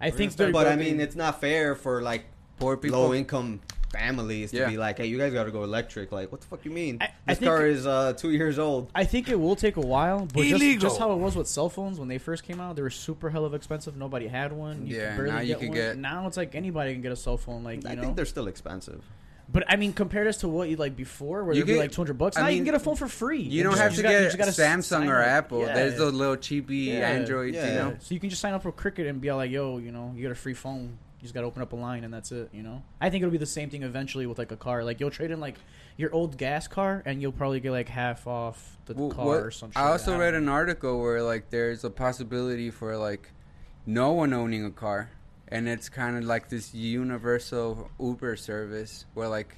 Speaker 3: I think
Speaker 2: gonna start
Speaker 3: they're.
Speaker 4: but I
Speaker 2: building-
Speaker 4: mean, it's not fair for like
Speaker 1: Poor people.
Speaker 4: low income families to
Speaker 1: Yeah.
Speaker 4: be like, hey, you guys gotta go electric. Like, what the fuck you mean?
Speaker 3: I- I
Speaker 4: this
Speaker 3: think-
Speaker 4: car is uh, two years old.
Speaker 3: I think it will take a while, but just,
Speaker 2: Illegal.
Speaker 3: just how it was with cell phones when they first came out, they were super hell of expensive. Nobody had one. You
Speaker 1: Yeah,
Speaker 3: could barely
Speaker 1: now
Speaker 3: get
Speaker 1: you can
Speaker 3: one.
Speaker 1: get-
Speaker 3: Now it's like anybody can get a cell phone. Like you
Speaker 4: I
Speaker 3: know,
Speaker 4: think they're still expensive.
Speaker 3: But I mean, compared us to what you like before, where
Speaker 1: You
Speaker 3: you'd be
Speaker 1: get-
Speaker 3: like two hundred bucks.
Speaker 1: I
Speaker 3: Now you
Speaker 1: mean,
Speaker 3: can get a phone for free.
Speaker 1: You don't
Speaker 3: just-
Speaker 1: have to
Speaker 3: got-
Speaker 1: get
Speaker 3: just gotta
Speaker 1: Samsung
Speaker 3: sign
Speaker 1: or
Speaker 3: up.
Speaker 1: Apple.
Speaker 3: Yeah.
Speaker 1: There's those little cheapy
Speaker 3: Yeah.
Speaker 1: Androids, you
Speaker 4: Yeah.
Speaker 1: know.
Speaker 3: So you can just sign up for Cricket and be like, "Yo, you know, you get a free phone. You just gotta open up a line, and that's it." You know, I think it'll be the same thing eventually with like a car. Like you'll trade in like your old gas car, and you'll probably get like half off the
Speaker 1: Well,
Speaker 3: car
Speaker 1: what-
Speaker 3: or some.
Speaker 1: I
Speaker 3: shit.
Speaker 1: also
Speaker 3: don't
Speaker 1: read
Speaker 3: know.
Speaker 1: an article where like there's a possibility for like no one owning a car, and it's kind of like this universal Uber service where like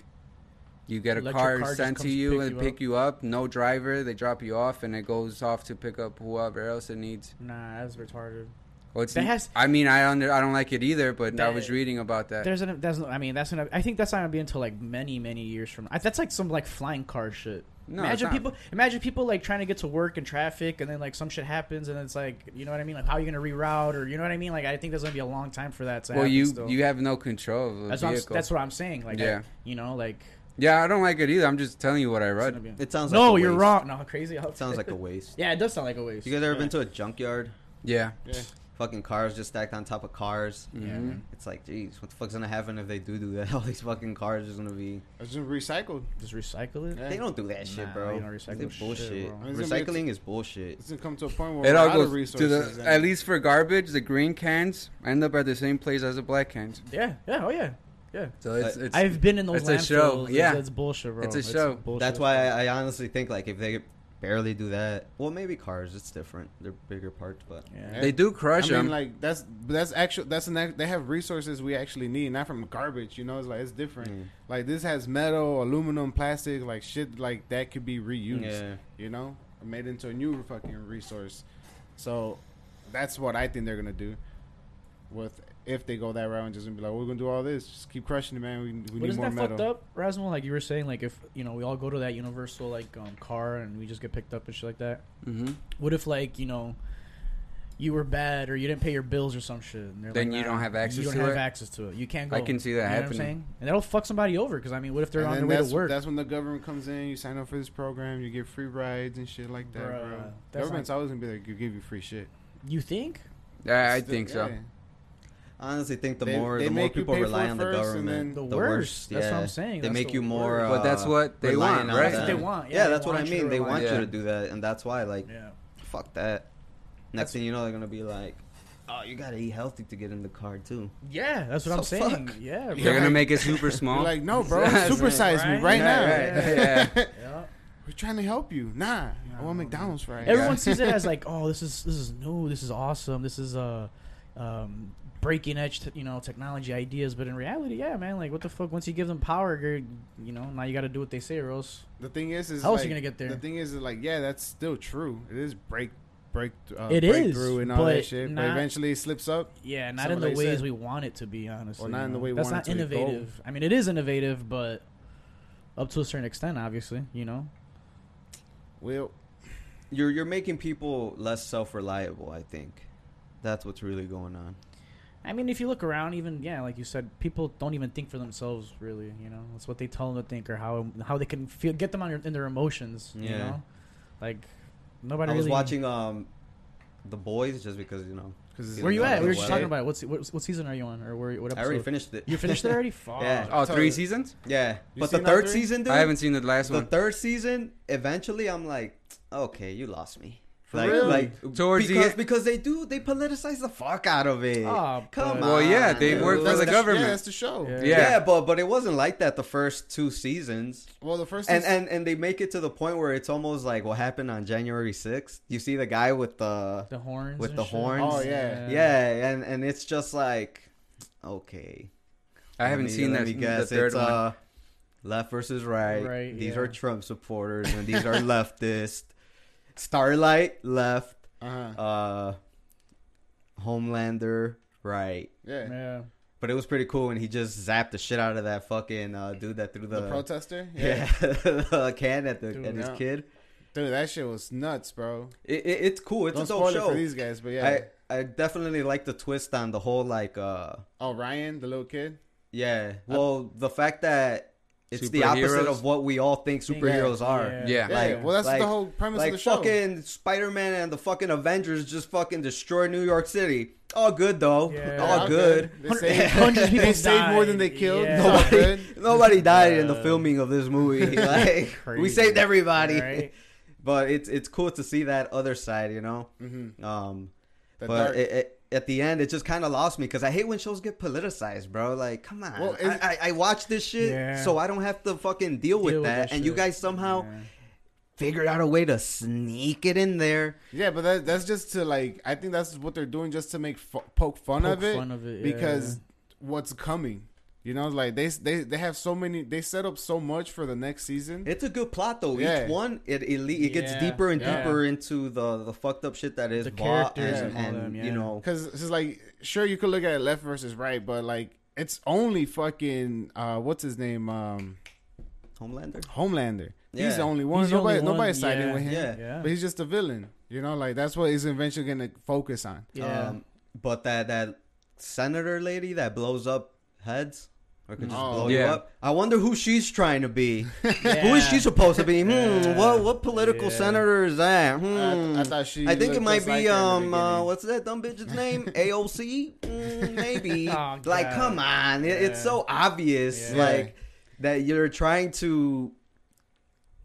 Speaker 1: you get a
Speaker 3: Electric
Speaker 1: car,
Speaker 3: car just
Speaker 1: sent to
Speaker 3: comes to
Speaker 1: you
Speaker 3: pick
Speaker 1: and
Speaker 3: you
Speaker 1: pick
Speaker 3: up.
Speaker 1: you up, no driver, they drop you off, and it goes off to pick up whoever else it needs.
Speaker 3: Nah, that's retarded.
Speaker 1: Well, it's,
Speaker 3: That has-
Speaker 1: I mean, I don't, I don't like it either, but I
Speaker 3: That-
Speaker 1: was reading about that.
Speaker 3: There's an. That's. I mean, that's. An, I think that's not gonna be until like many, many years from. I, that's like some like flying car shit.
Speaker 1: No, it's
Speaker 3: imagine
Speaker 1: not.
Speaker 3: people. Imagine people like trying to get to work in traffic, and then like some shit happens, and it's like, you know what I mean? Like, how are you gonna reroute, or you know what I mean? Like, I think there's gonna be a long time for that to
Speaker 1: well,
Speaker 3: happen.
Speaker 1: you
Speaker 3: still.
Speaker 1: you have no control of the
Speaker 3: That's what, I'm,
Speaker 1: vehicle.
Speaker 3: that's what I'm saying. Like,
Speaker 1: Yeah.
Speaker 3: I, you know, like.
Speaker 1: yeah, I don't like it either. I'm just telling you what I
Speaker 3: it's
Speaker 1: read.
Speaker 3: gonna be-
Speaker 4: It sounds
Speaker 3: no,
Speaker 4: like a
Speaker 3: you're
Speaker 4: waste.
Speaker 3: wrong. No, crazy.
Speaker 4: It sounds like a waste.
Speaker 3: yeah, it does sound like a waste.
Speaker 4: You guys ever been to a junkyard?
Speaker 1: Yeah,
Speaker 2: Yeah.
Speaker 4: Fucking cars just stacked on top of cars.
Speaker 3: Yeah,
Speaker 1: Mhm.
Speaker 3: man.
Speaker 4: It's like, geez, what the fuck's gonna happen if they do do that? All these fucking cars is gonna be.
Speaker 2: It's just recycled.
Speaker 3: Just recycle it.
Speaker 2: Yeah.
Speaker 4: They don't do that shit,
Speaker 3: Nah,
Speaker 4: bro.
Speaker 3: they don't recycle
Speaker 4: They
Speaker 3: shit,
Speaker 4: bullshit.
Speaker 3: bro.
Speaker 2: I mean, Eh. it's gonna be-
Speaker 4: Recycling is bullshit.
Speaker 2: It's gonna come to a point where
Speaker 1: It
Speaker 2: we're
Speaker 1: all
Speaker 2: out of
Speaker 1: goes to
Speaker 2: resources.
Speaker 1: the
Speaker 2: and-
Speaker 1: at least for garbage. The green cans end up at the same place as the black cans.
Speaker 3: Yeah, yeah, oh yeah, yeah.
Speaker 1: So it's,
Speaker 4: Uh,
Speaker 1: it's
Speaker 3: I've been in those
Speaker 1: it's a
Speaker 3: landfills.
Speaker 1: show,
Speaker 3: It's-
Speaker 1: yeah.
Speaker 3: it's, bullshit, bro.
Speaker 1: It's a show.
Speaker 3: bullshit.
Speaker 4: That's why I, I honestly think like if they barely do that, well, maybe cars. It's different. They're bigger parts, but
Speaker 3: Yeah.
Speaker 1: they do
Speaker 2: I
Speaker 1: crush
Speaker 2: mean,
Speaker 1: them.
Speaker 2: like that's that's actual that's an act- they have resources we actually need, not from garbage. You know, it's like it's different.
Speaker 4: Mm.
Speaker 2: Like this has metal, aluminum, plastic, like shit like that could be reused.
Speaker 4: Yeah.
Speaker 2: You know, made into a new fucking resource. So that's what I think they're gonna do. With if they go that route and just gonna be like, we're gonna do all this, just keep crushing it, man. We, we
Speaker 3: But
Speaker 2: need
Speaker 3: isn't
Speaker 2: more
Speaker 3: that fucked
Speaker 2: metal.
Speaker 3: up, Rasmus? Like you were saying, like if you know we all go to that universal like um, car and we just get picked up and shit like that.
Speaker 1: mm-hmm.
Speaker 3: What if like you know you were bad or you didn't pay your bills or some shit? And they're
Speaker 1: Then
Speaker 3: like,
Speaker 1: you
Speaker 3: "Nah,
Speaker 1: don't have access
Speaker 3: You don't
Speaker 1: to
Speaker 3: have
Speaker 1: it."
Speaker 3: access to it. You can't go.
Speaker 1: I can see that
Speaker 3: you know what I'm
Speaker 1: happening.
Speaker 3: saying? and that'll fuck somebody over. Because I mean, what if they're
Speaker 2: And
Speaker 3: on
Speaker 2: then
Speaker 3: their way to
Speaker 2: that's,
Speaker 3: work?
Speaker 2: that's when the government comes in. You sign up for this program, you get free rides and shit like that,
Speaker 3: Bruh,
Speaker 2: bro.
Speaker 3: that's
Speaker 2: Government's always gonna be like, you give you free shit.
Speaker 3: you think?
Speaker 1: yeah, I
Speaker 2: It's the-
Speaker 1: think so.
Speaker 2: yeah.
Speaker 4: I honestly think the
Speaker 2: They-
Speaker 4: more
Speaker 2: they
Speaker 4: the more
Speaker 2: make you
Speaker 4: people
Speaker 2: pay for
Speaker 4: rely
Speaker 2: it
Speaker 4: on the
Speaker 2: first and
Speaker 4: government,
Speaker 2: then-
Speaker 3: The worst. That's what I'm saying.
Speaker 4: They
Speaker 3: That's
Speaker 4: make
Speaker 3: the
Speaker 4: you more.
Speaker 3: worst.
Speaker 1: But that's
Speaker 4: uh,
Speaker 1: what they
Speaker 4: reliant
Speaker 1: want,
Speaker 4: on
Speaker 1: right?
Speaker 4: them.
Speaker 1: That's what
Speaker 3: they want, yeah,
Speaker 4: Yeah,
Speaker 3: they
Speaker 4: that's what I
Speaker 3: want you to
Speaker 4: mean. They
Speaker 3: rely
Speaker 4: want
Speaker 1: on
Speaker 4: you to
Speaker 1: them.
Speaker 4: do that, and that's why like
Speaker 3: Yeah.
Speaker 4: fuck that.
Speaker 3: That's-
Speaker 4: Next thing you know, they're gonna be like, oh, you gotta eat healthy to get in the car too.
Speaker 3: Yeah, that's what I'm
Speaker 4: So
Speaker 3: saying.
Speaker 4: fuck.
Speaker 3: Yeah,
Speaker 1: They're
Speaker 3: bro.
Speaker 1: gonna make it super
Speaker 2: You're
Speaker 1: small.
Speaker 2: like, no, bro,
Speaker 1: That's
Speaker 2: supersize
Speaker 3: right.
Speaker 2: me right
Speaker 1: Yeah,
Speaker 2: now.
Speaker 1: right, yeah.
Speaker 3: Yeah.
Speaker 2: We're trying to help you. Nah, I
Speaker 3: no.
Speaker 2: want McDonald's fries.
Speaker 3: Everyone sees it as like, oh, this is this is new, this is awesome, this is uh, um, breaking edge, t- you know, technology ideas. But in reality, yeah, man, like, what the fuck? Once you give them power, you're, you know, now you got to do what they say, or else.
Speaker 2: the thing is, is
Speaker 3: How else
Speaker 2: like-
Speaker 3: you gonna get there?
Speaker 2: The thing is, is like, yeah, that's still true. It is break, break, uh,
Speaker 3: It is,
Speaker 2: breakthrough and all
Speaker 3: but
Speaker 2: that shit. But
Speaker 3: not-
Speaker 2: eventually, it slips up.
Speaker 3: Yeah, not
Speaker 2: Some
Speaker 3: in
Speaker 2: of
Speaker 3: the
Speaker 2: they
Speaker 3: ways
Speaker 2: said.
Speaker 3: we want it to be, honestly.
Speaker 2: not
Speaker 3: you
Speaker 2: in the
Speaker 3: know?
Speaker 2: way we
Speaker 3: That's
Speaker 2: want
Speaker 3: not
Speaker 2: it to be, go.
Speaker 3: innovative. I mean, it is innovative, but up to a certain extent, obviously, you know.
Speaker 2: Well,
Speaker 4: You're you're making people less self reliable. I think that's what's really going on.
Speaker 3: I mean, if you look around, even yeah, like you said, people don't even think for themselves, really. You know, it's what they tell them to think, or how how they can feel, get them on your, in their emotions. You
Speaker 4: Yeah.
Speaker 3: know, like nobody.
Speaker 4: I was
Speaker 3: really-
Speaker 4: watching um, The Boys just because you know.
Speaker 2: because
Speaker 4: Where
Speaker 3: Where you
Speaker 4: Another
Speaker 3: at? We were
Speaker 4: way.
Speaker 3: just talking about it. What's what, what season are you on, or where? What
Speaker 4: I
Speaker 3: episode?
Speaker 4: already finished it.
Speaker 3: You finished it already? Fuck.
Speaker 4: Yeah.
Speaker 1: oh,
Speaker 2: So-
Speaker 1: three seasons?
Speaker 4: Yeah,
Speaker 2: You
Speaker 4: but the
Speaker 2: seen all
Speaker 4: third
Speaker 2: three?
Speaker 4: season, dude.
Speaker 1: I haven't seen the last
Speaker 4: the
Speaker 1: one.
Speaker 4: third season, eventually, I'm like, okay, you lost me.
Speaker 2: For
Speaker 4: like,
Speaker 2: real?
Speaker 4: like
Speaker 1: Towards the
Speaker 4: because
Speaker 1: e-
Speaker 4: because they do they politicize the fuck out of it.
Speaker 3: Aw,
Speaker 4: Come
Speaker 3: Oh, but-
Speaker 4: on,
Speaker 1: Well, yeah, they
Speaker 4: dude.
Speaker 1: work for the government.
Speaker 2: Yeah, that's the show.
Speaker 3: Yeah.
Speaker 4: Yeah.
Speaker 1: Yeah.
Speaker 4: but but it wasn't like that the first two seasons.
Speaker 2: Well, the first
Speaker 4: And,
Speaker 2: and,
Speaker 4: and and they make it to the point where it's almost like what happened on January 6th. You see the guy with the
Speaker 3: The horns.
Speaker 4: With
Speaker 3: and
Speaker 4: the
Speaker 3: shit.
Speaker 4: horns?
Speaker 2: Oh, yeah.
Speaker 4: yeah, and and it's just like okay.
Speaker 1: I haven't
Speaker 4: Let me-
Speaker 1: seen
Speaker 4: let
Speaker 1: that.
Speaker 4: me guess.
Speaker 1: The third
Speaker 4: it's,
Speaker 1: one.
Speaker 4: Uh, left versus right.
Speaker 3: Right,
Speaker 4: These
Speaker 3: yeah.
Speaker 4: are Trump supporters, and these are leftist. Starlight left.
Speaker 2: uh-huh.
Speaker 4: Uh, Homelander right.
Speaker 2: yeah.
Speaker 3: Yeah.
Speaker 4: But it was pretty cool when he just zapped the shit out of that fucking uh, dude that threw the,
Speaker 2: the protester,
Speaker 4: yeah, the can at the
Speaker 3: Dude,
Speaker 4: at his
Speaker 2: yeah.
Speaker 4: kid.
Speaker 2: dude, that shit was nuts, bro.
Speaker 4: It, it, it's cool. It's
Speaker 2: Don't
Speaker 4: a dope
Speaker 2: spoil it
Speaker 4: show.
Speaker 2: for these guys, but yeah.
Speaker 4: I I definitely like the twist on the whole like uh
Speaker 2: oh, Ryan, the little kid.
Speaker 4: Yeah. Well, the fact that it's the
Speaker 1: Superheroes?
Speaker 4: opposite of what we all think superheroes are.
Speaker 1: Yeah.
Speaker 2: Yeah,
Speaker 4: Like-
Speaker 2: well, that's
Speaker 4: like-
Speaker 2: the whole premise
Speaker 4: Like
Speaker 2: of the show.
Speaker 4: fucking Spider Man and the fucking Avengers just fucking destroy New York City. All good though.
Speaker 3: Yeah.
Speaker 4: All good.
Speaker 2: They
Speaker 3: Hundred-
Speaker 2: saved,
Speaker 3: hundreds of
Speaker 2: they
Speaker 3: people
Speaker 2: saved more than they
Speaker 3: died.
Speaker 2: killed.
Speaker 3: Yeah.
Speaker 2: It's all
Speaker 4: Nobody,
Speaker 2: good.
Speaker 4: nobody died in the
Speaker 3: Uh,
Speaker 4: filming of this movie. Like we
Speaker 3: Crazy.
Speaker 4: saved everybody.
Speaker 3: Right?
Speaker 4: But it's it's cool to see that other side, you know.
Speaker 2: hmm
Speaker 4: Um,
Speaker 2: The dark-
Speaker 4: but it, it, at the end, it just kind of lost me because I hate when shows get politicized, bro. Like, come on.
Speaker 2: Well,
Speaker 4: I,
Speaker 2: it's-
Speaker 4: I, I watch this shit,
Speaker 3: Yeah.
Speaker 4: so I don't have to fucking deal with
Speaker 3: Deal with
Speaker 4: that.
Speaker 3: that
Speaker 4: and you
Speaker 3: shit.
Speaker 4: guys somehow
Speaker 3: Yeah.
Speaker 4: figured out a way to sneak it in there.
Speaker 2: Yeah, but that, that's just to like. I think that's what they're doing just to make fu- poke fun
Speaker 3: Poke
Speaker 2: of it.
Speaker 3: fun of it,
Speaker 2: because
Speaker 3: yeah.
Speaker 2: what's coming. You know, like they they they have so many. They set up so much for the next season.
Speaker 4: It's a good plot though.
Speaker 2: Yeah.
Speaker 4: Each one, it it, le- it gets
Speaker 3: Yeah.
Speaker 4: deeper and
Speaker 2: Yeah.
Speaker 4: deeper into the the fucked up shit that is
Speaker 3: The
Speaker 4: Bot and,
Speaker 3: characters
Speaker 2: and
Speaker 3: all
Speaker 4: and,
Speaker 3: them,
Speaker 4: you
Speaker 3: yeah.
Speaker 4: know.
Speaker 2: Because it's just like, sure, you could look at it left versus right, but like, it's only fucking uh, what's his name, um,
Speaker 4: Homelander.
Speaker 2: Homelander. He's the
Speaker 4: Yeah.
Speaker 2: only one.
Speaker 3: He's the
Speaker 2: nobody
Speaker 3: only one,
Speaker 2: nobody's siding
Speaker 3: yeah.
Speaker 2: with him.
Speaker 4: Yeah.
Speaker 3: Yeah.
Speaker 2: But he's just a villain. You know, like that's what he's eventually gonna focus on.
Speaker 3: Yeah.
Speaker 4: Um, but that that senator lady that blows up heads or could just
Speaker 2: Oh.
Speaker 4: blow you
Speaker 1: Yeah.
Speaker 4: up. I wonder who she's trying to be. Who is she
Speaker 3: Yeah.
Speaker 4: supposed to be? Hmm.
Speaker 3: Yeah.
Speaker 4: What what political
Speaker 3: Yeah.
Speaker 4: senator is that? Hmm.
Speaker 2: I, th- I thought she.
Speaker 4: I think it
Speaker 2: looked
Speaker 4: might
Speaker 2: just like
Speaker 4: be
Speaker 2: her in the
Speaker 4: um uh,
Speaker 2: beginning.
Speaker 4: what's that dumb bitch's name? AOC? Mm, maybe.
Speaker 3: Oh,
Speaker 4: like
Speaker 3: God.
Speaker 4: come on. It, it's
Speaker 3: Yeah.
Speaker 4: so obvious
Speaker 2: Yeah.
Speaker 4: like that you're trying to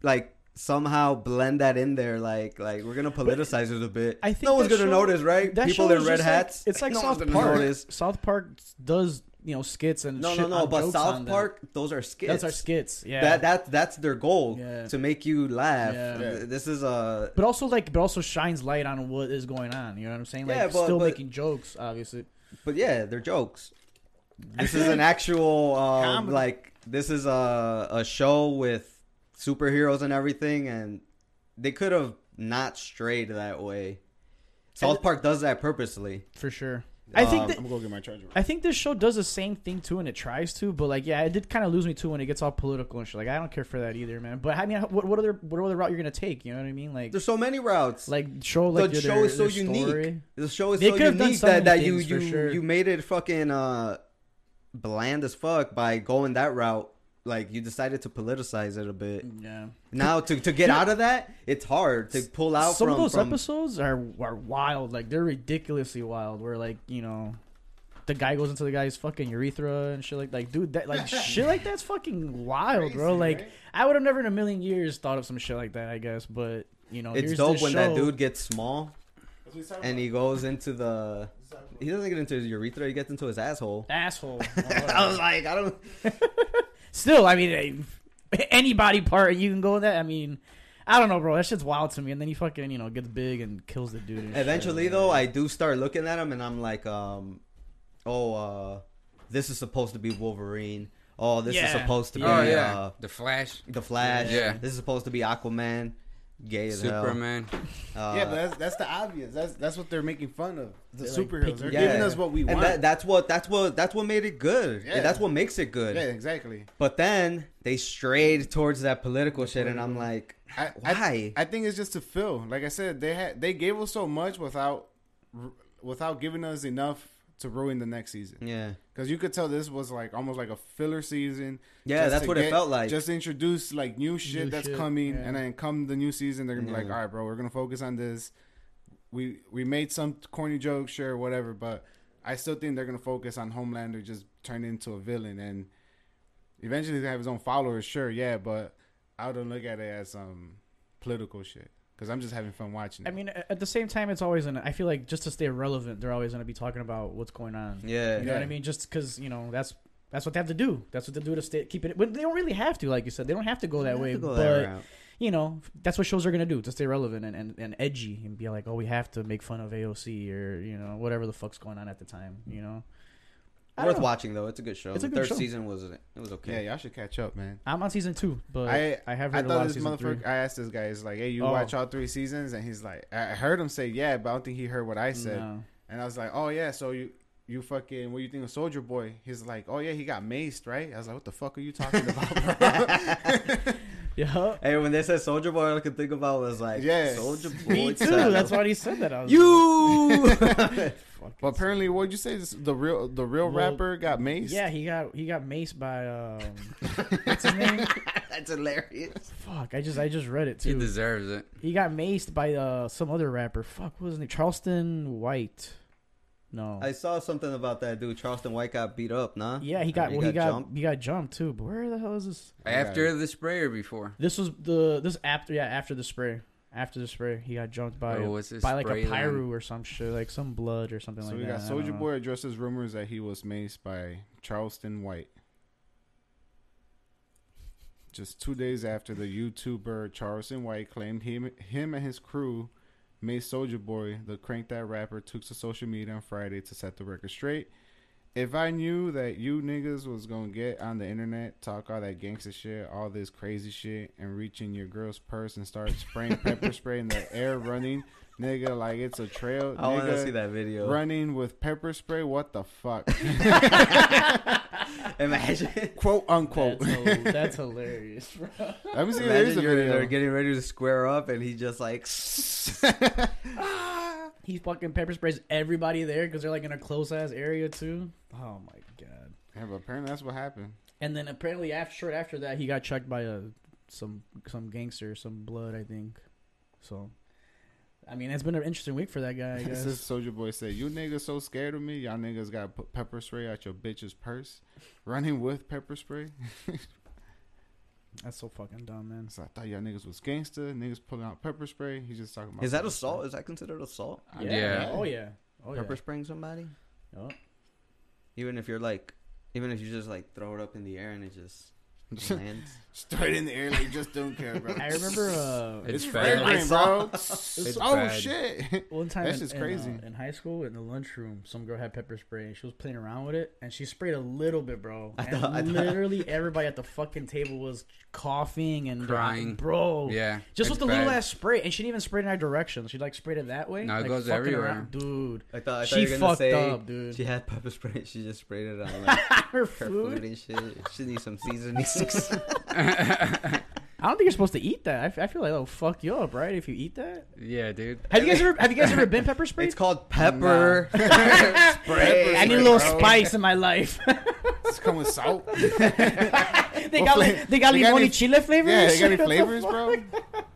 Speaker 4: like somehow blend that in there like like we're going to politicize it a bit.
Speaker 3: I think
Speaker 4: no one's
Speaker 3: that
Speaker 4: going to
Speaker 3: show-
Speaker 4: notice, right?
Speaker 3: That
Speaker 4: People
Speaker 3: show
Speaker 4: in
Speaker 3: is
Speaker 4: red
Speaker 3: just
Speaker 4: hats.
Speaker 3: Like, it's like
Speaker 4: no one's
Speaker 3: South
Speaker 4: gonna
Speaker 3: Park.
Speaker 4: notice.
Speaker 3: South Park does you know skits and
Speaker 4: No,
Speaker 3: shit
Speaker 4: no, no,
Speaker 3: on
Speaker 4: but
Speaker 3: jokes on
Speaker 4: South
Speaker 3: them.
Speaker 4: Park those are skits.
Speaker 3: That's our skits. Yeah.
Speaker 4: That that that's their goal
Speaker 3: Yeah.
Speaker 4: to make you laugh.
Speaker 3: Yeah.
Speaker 2: Yeah.
Speaker 4: This is a
Speaker 3: but also like, but also shines light on what is going on. You know what I'm saying? Like,
Speaker 4: Yeah, but-
Speaker 3: still
Speaker 4: but-
Speaker 3: making jokes, obviously.
Speaker 4: But yeah, they're jokes. This
Speaker 3: feel
Speaker 4: is an actual um,
Speaker 2: Comedy.
Speaker 4: like this is a a show with superheroes and everything, and they could have not strayed that way. South Park does that purposely.
Speaker 3: For sure. I think
Speaker 4: Um,
Speaker 3: that
Speaker 2: I'm gonna go get my charger.
Speaker 3: I think this show does the same thing too, and it tries to, but like, yeah, it did kind of lose me too when it gets all political and shit. Like, I don't care for that either, man. But I mean, what, what other what other route you're gonna take? You know what I mean? Like,
Speaker 4: There's so many routes.
Speaker 3: like show like
Speaker 4: the
Speaker 3: your-
Speaker 4: show
Speaker 3: their-
Speaker 4: is so
Speaker 3: their
Speaker 4: unique.
Speaker 3: story.
Speaker 4: The show is
Speaker 3: They
Speaker 4: so
Speaker 3: could have done
Speaker 4: unique
Speaker 3: so
Speaker 4: that,
Speaker 3: many
Speaker 4: that you
Speaker 3: things, for
Speaker 4: you
Speaker 3: sure.
Speaker 4: you made it fucking uh, bland as fuck by going that route. Like you decided to politicize it a bit.
Speaker 3: Yeah.
Speaker 4: Now to, to get out of that, it's hard to pull out
Speaker 3: Some
Speaker 4: from
Speaker 3: of those
Speaker 4: from,
Speaker 3: episodes are are wild. Like they're ridiculously wild. Where like you know, the guy goes into the guy's fucking urethra and shit like like dude that like shit like that's fucking wild,
Speaker 2: Crazy,
Speaker 3: bro. Like
Speaker 2: right?
Speaker 3: I would have never in a million years thought of some shit like that. I guess, but you know,
Speaker 4: It's
Speaker 3: here's
Speaker 4: dope
Speaker 3: this
Speaker 4: when that
Speaker 3: show.
Speaker 4: dude gets small and
Speaker 2: And
Speaker 4: he goes into the. He doesn't get into his urethra. He gets into his asshole.
Speaker 3: asshole.
Speaker 4: I was like, I don't.
Speaker 3: Still, I mean, eh, any body part you can go with that. I mean, I don't know, bro. That shit's wild to me. And then he fucking you know gets big and kills the dude. and shit.
Speaker 4: Eventually, though, I do start looking at him and I'm like, um, oh, uh, this is supposed to be Wolverine. Oh, this is
Speaker 3: Yeah.
Speaker 4: supposed to be
Speaker 1: Oh yeah,
Speaker 4: uh,
Speaker 1: the Flash,
Speaker 4: the Flash.
Speaker 1: Yeah.
Speaker 4: This is supposed to be Aquaman. Gay as
Speaker 1: Superman.
Speaker 4: hell. Uh,
Speaker 2: yeah, but that's that's the obvious. That's that's what they're making fun of. The
Speaker 3: They're, like,
Speaker 2: superheroes.
Speaker 3: picking-
Speaker 2: they're
Speaker 4: yeah.
Speaker 2: giving us what we
Speaker 4: And
Speaker 2: want.
Speaker 4: that, that's what that's what that's what made it good.
Speaker 2: Yeah.
Speaker 4: That's what makes it good.
Speaker 2: yeah, exactly.
Speaker 4: But then they strayed towards that political shit, and I'm like,
Speaker 2: I,
Speaker 4: Why?
Speaker 2: I, I think it's just to fill. Like I said, they had they gave us so much without r- without giving us enough to ruin the next season.
Speaker 4: yeah.
Speaker 2: Because you could tell this was like almost like a filler season.
Speaker 4: Yeah,
Speaker 2: just
Speaker 4: that's
Speaker 2: to
Speaker 4: what it felt like.
Speaker 2: Just to introduce like new shit
Speaker 3: New
Speaker 2: that's
Speaker 3: shit,
Speaker 2: coming,
Speaker 3: yeah.
Speaker 2: and then come the new season, they're gonna be like,
Speaker 4: Yeah.
Speaker 2: all right, bro, we're gonna focus on this. We we made some corny jokes, sure, whatever, but I still think they're gonna focus on Homelander just turn into a villain, and eventually he's gonna have his own followers, sure, yeah, but I don't look at it as um political shit because I'm just having fun watching it.
Speaker 3: I mean, a- at the same time, it's always an. I feel like just to stay relevant, they're always going to be talking about what's going on.
Speaker 4: Yeah.
Speaker 3: You know what I
Speaker 2: Yeah.
Speaker 3: mean? Just because you know that's that's what they have to do. That's what they do to stay keep it. But they don't really have to, like you said, they don't have to go that way.
Speaker 4: Go
Speaker 3: but
Speaker 4: that route.
Speaker 3: you know, that's what shows are going to do to stay relevant and, and, and edgy and be like, oh, we have to make fun of AOC or you know whatever the fuck's going on at the time. You know, I don't
Speaker 4: Worth
Speaker 3: know.
Speaker 4: watching though. It's a good show.
Speaker 3: It's a
Speaker 4: the
Speaker 3: good
Speaker 4: third
Speaker 3: show.
Speaker 4: season was it was okay.
Speaker 2: yeah, y'all should catch up, man.
Speaker 3: I'm on season two, but I,
Speaker 2: I-
Speaker 3: have
Speaker 2: I
Speaker 3: heard a lot
Speaker 2: thought this
Speaker 3: of season three.
Speaker 2: motherfucker. I asked this guy. He's like, "Hey, you
Speaker 3: Oh.
Speaker 2: watch all three seasons?" And he's like, "I I heard him say yeah, but I don't think he heard what I said."
Speaker 3: No.
Speaker 2: And I was like, "Oh yeah, so you you fucking what you think of Soldier Boy?" He's like, "Oh yeah, he got maced, right?" I was like, "What the fuck are you talking about?" bro?"
Speaker 3: Yeah.
Speaker 4: Hey, when they said Soldier Boy, all I could think about was like,
Speaker 2: Yes.
Speaker 4: Soldier Boy.
Speaker 3: Me too.
Speaker 4: style.
Speaker 3: That's why he said that. I was
Speaker 4: you.
Speaker 2: but apparently, what'd you say? This, the real the real
Speaker 3: Well,
Speaker 2: rapper got maced.
Speaker 3: Yeah, he got he got maced by um, what's his name?
Speaker 4: That's hilarious.
Speaker 3: Fuck, I just I just read it
Speaker 1: He
Speaker 3: too.
Speaker 1: deserves it.
Speaker 3: He got maced by uh some other rapper. Fuck, what was his name? Charleston White. No.
Speaker 4: I saw something about that dude. Charleston White got beat up, nah? Uh,
Speaker 3: yeah, he got
Speaker 4: He
Speaker 3: well, he
Speaker 4: got
Speaker 3: got
Speaker 4: jumped?
Speaker 3: he got jumped too. But where the hell is this?
Speaker 1: After the spray or before?
Speaker 3: This was the this after yeah after the spray after the spray he got jumped by
Speaker 1: Oh, what's this
Speaker 3: by like a
Speaker 1: spray line?
Speaker 3: pyro or some shit like some blood or something
Speaker 2: So
Speaker 3: like
Speaker 2: we
Speaker 3: that.
Speaker 2: got
Speaker 3: I don't
Speaker 2: Soldier
Speaker 3: know.
Speaker 2: Boy addresses rumors that he was maced by Charleston White. Just two days after the YouTuber Charleston White claimed him, him and his crew maced Soldier Boy, the crank that rapper took to social media on Friday to set the record straight. If I knew that you niggas was gonna get on the internet, talk all that gangster shit, all this crazy shit, and reach in your girl's purse and start spraying pepper spray in the air, running, nigga, like it's a trail.
Speaker 4: I want to
Speaker 2: nigga,
Speaker 4: see that video.
Speaker 2: running with pepper spray. What the fuck?
Speaker 4: Imagine,
Speaker 2: Quote unquote.
Speaker 3: That's, hil- that's hilarious, bro.
Speaker 2: Let me see if there is
Speaker 4: imagine
Speaker 2: a
Speaker 4: you're in
Speaker 2: video.
Speaker 4: there getting ready to square up, and he just like,
Speaker 3: He fucking pepper sprays everybody there because they're like in a close ass area too. Oh my god.
Speaker 2: Yeah, but apparently that's what happened.
Speaker 3: And then apparently, after short after that, he got checked by uh, some some gangster, some blood, I think. So, I mean, it's been an interesting week for that guy. I
Speaker 2: This
Speaker 3: guess.
Speaker 2: is Soldier Boy said, "You niggas so scared of me. Y'all niggas got put pepper spray out your bitch's purse, running with pepper spray.
Speaker 3: That's so fucking dumb, man.
Speaker 2: So I thought y'all niggas was gangster. Niggas pulling out pepper spray. He's just talking about.
Speaker 4: Is that
Speaker 2: pepper
Speaker 4: assault?
Speaker 2: spray.
Speaker 4: Is that considered assault?
Speaker 1: Yeah. Yeah.
Speaker 3: Oh yeah. Oh yeah.
Speaker 4: Pepper spraying somebody?
Speaker 3: Oh.
Speaker 4: Even if you're like, even if you just like throw it up in the air and it just lands.
Speaker 2: Straight in the air, like just don't care, bro.
Speaker 3: I remember uh,
Speaker 1: It's
Speaker 2: Spray
Speaker 1: bad.
Speaker 4: I
Speaker 2: paint, bro. oh
Speaker 1: bad.
Speaker 2: shit!
Speaker 3: One time,
Speaker 2: That's
Speaker 3: in,
Speaker 2: just
Speaker 3: in,
Speaker 2: crazy.
Speaker 3: uh, in high school, in the lunchroom, some girl had pepper spray and she was playing around with it, and she sprayed a little bit, bro.
Speaker 4: I
Speaker 3: And
Speaker 4: thought- I thought-
Speaker 3: literally everybody at the fucking table was coughing and
Speaker 1: Crying.
Speaker 3: bro.
Speaker 1: Yeah,
Speaker 3: just
Speaker 1: it's
Speaker 3: with the little
Speaker 1: bad.
Speaker 3: ass spray, and she didn't even spray it in our direction. She like sprayed it that way.
Speaker 1: No, it
Speaker 3: like,
Speaker 1: goes
Speaker 3: fucking
Speaker 1: everywhere.
Speaker 3: around. dude.
Speaker 4: I thought, I thought
Speaker 3: She
Speaker 4: you were gonna
Speaker 3: fucked
Speaker 4: say
Speaker 3: up, dude.
Speaker 4: She had pepper spray. She just sprayed it on like,
Speaker 3: Her
Speaker 4: her
Speaker 3: food?
Speaker 4: food and shit. She needs some seasonings.
Speaker 3: I don't think you're supposed to eat that. I, f- I feel like that'll fuck you up, right? If you eat that.
Speaker 1: Yeah, dude.
Speaker 3: Have you guys ever Have you guys ever been pepper sprayed?
Speaker 4: it's called pepper.
Speaker 2: Pepper
Speaker 3: I
Speaker 2: spray,
Speaker 3: need a little
Speaker 2: bro.
Speaker 3: spice in my life.
Speaker 2: It's coming salt.
Speaker 3: they
Speaker 2: fla-
Speaker 3: got like, they got
Speaker 2: they got
Speaker 3: limon
Speaker 2: any-
Speaker 3: y chile flavors.
Speaker 2: Yeah, they got any flavors,
Speaker 3: What the fuck?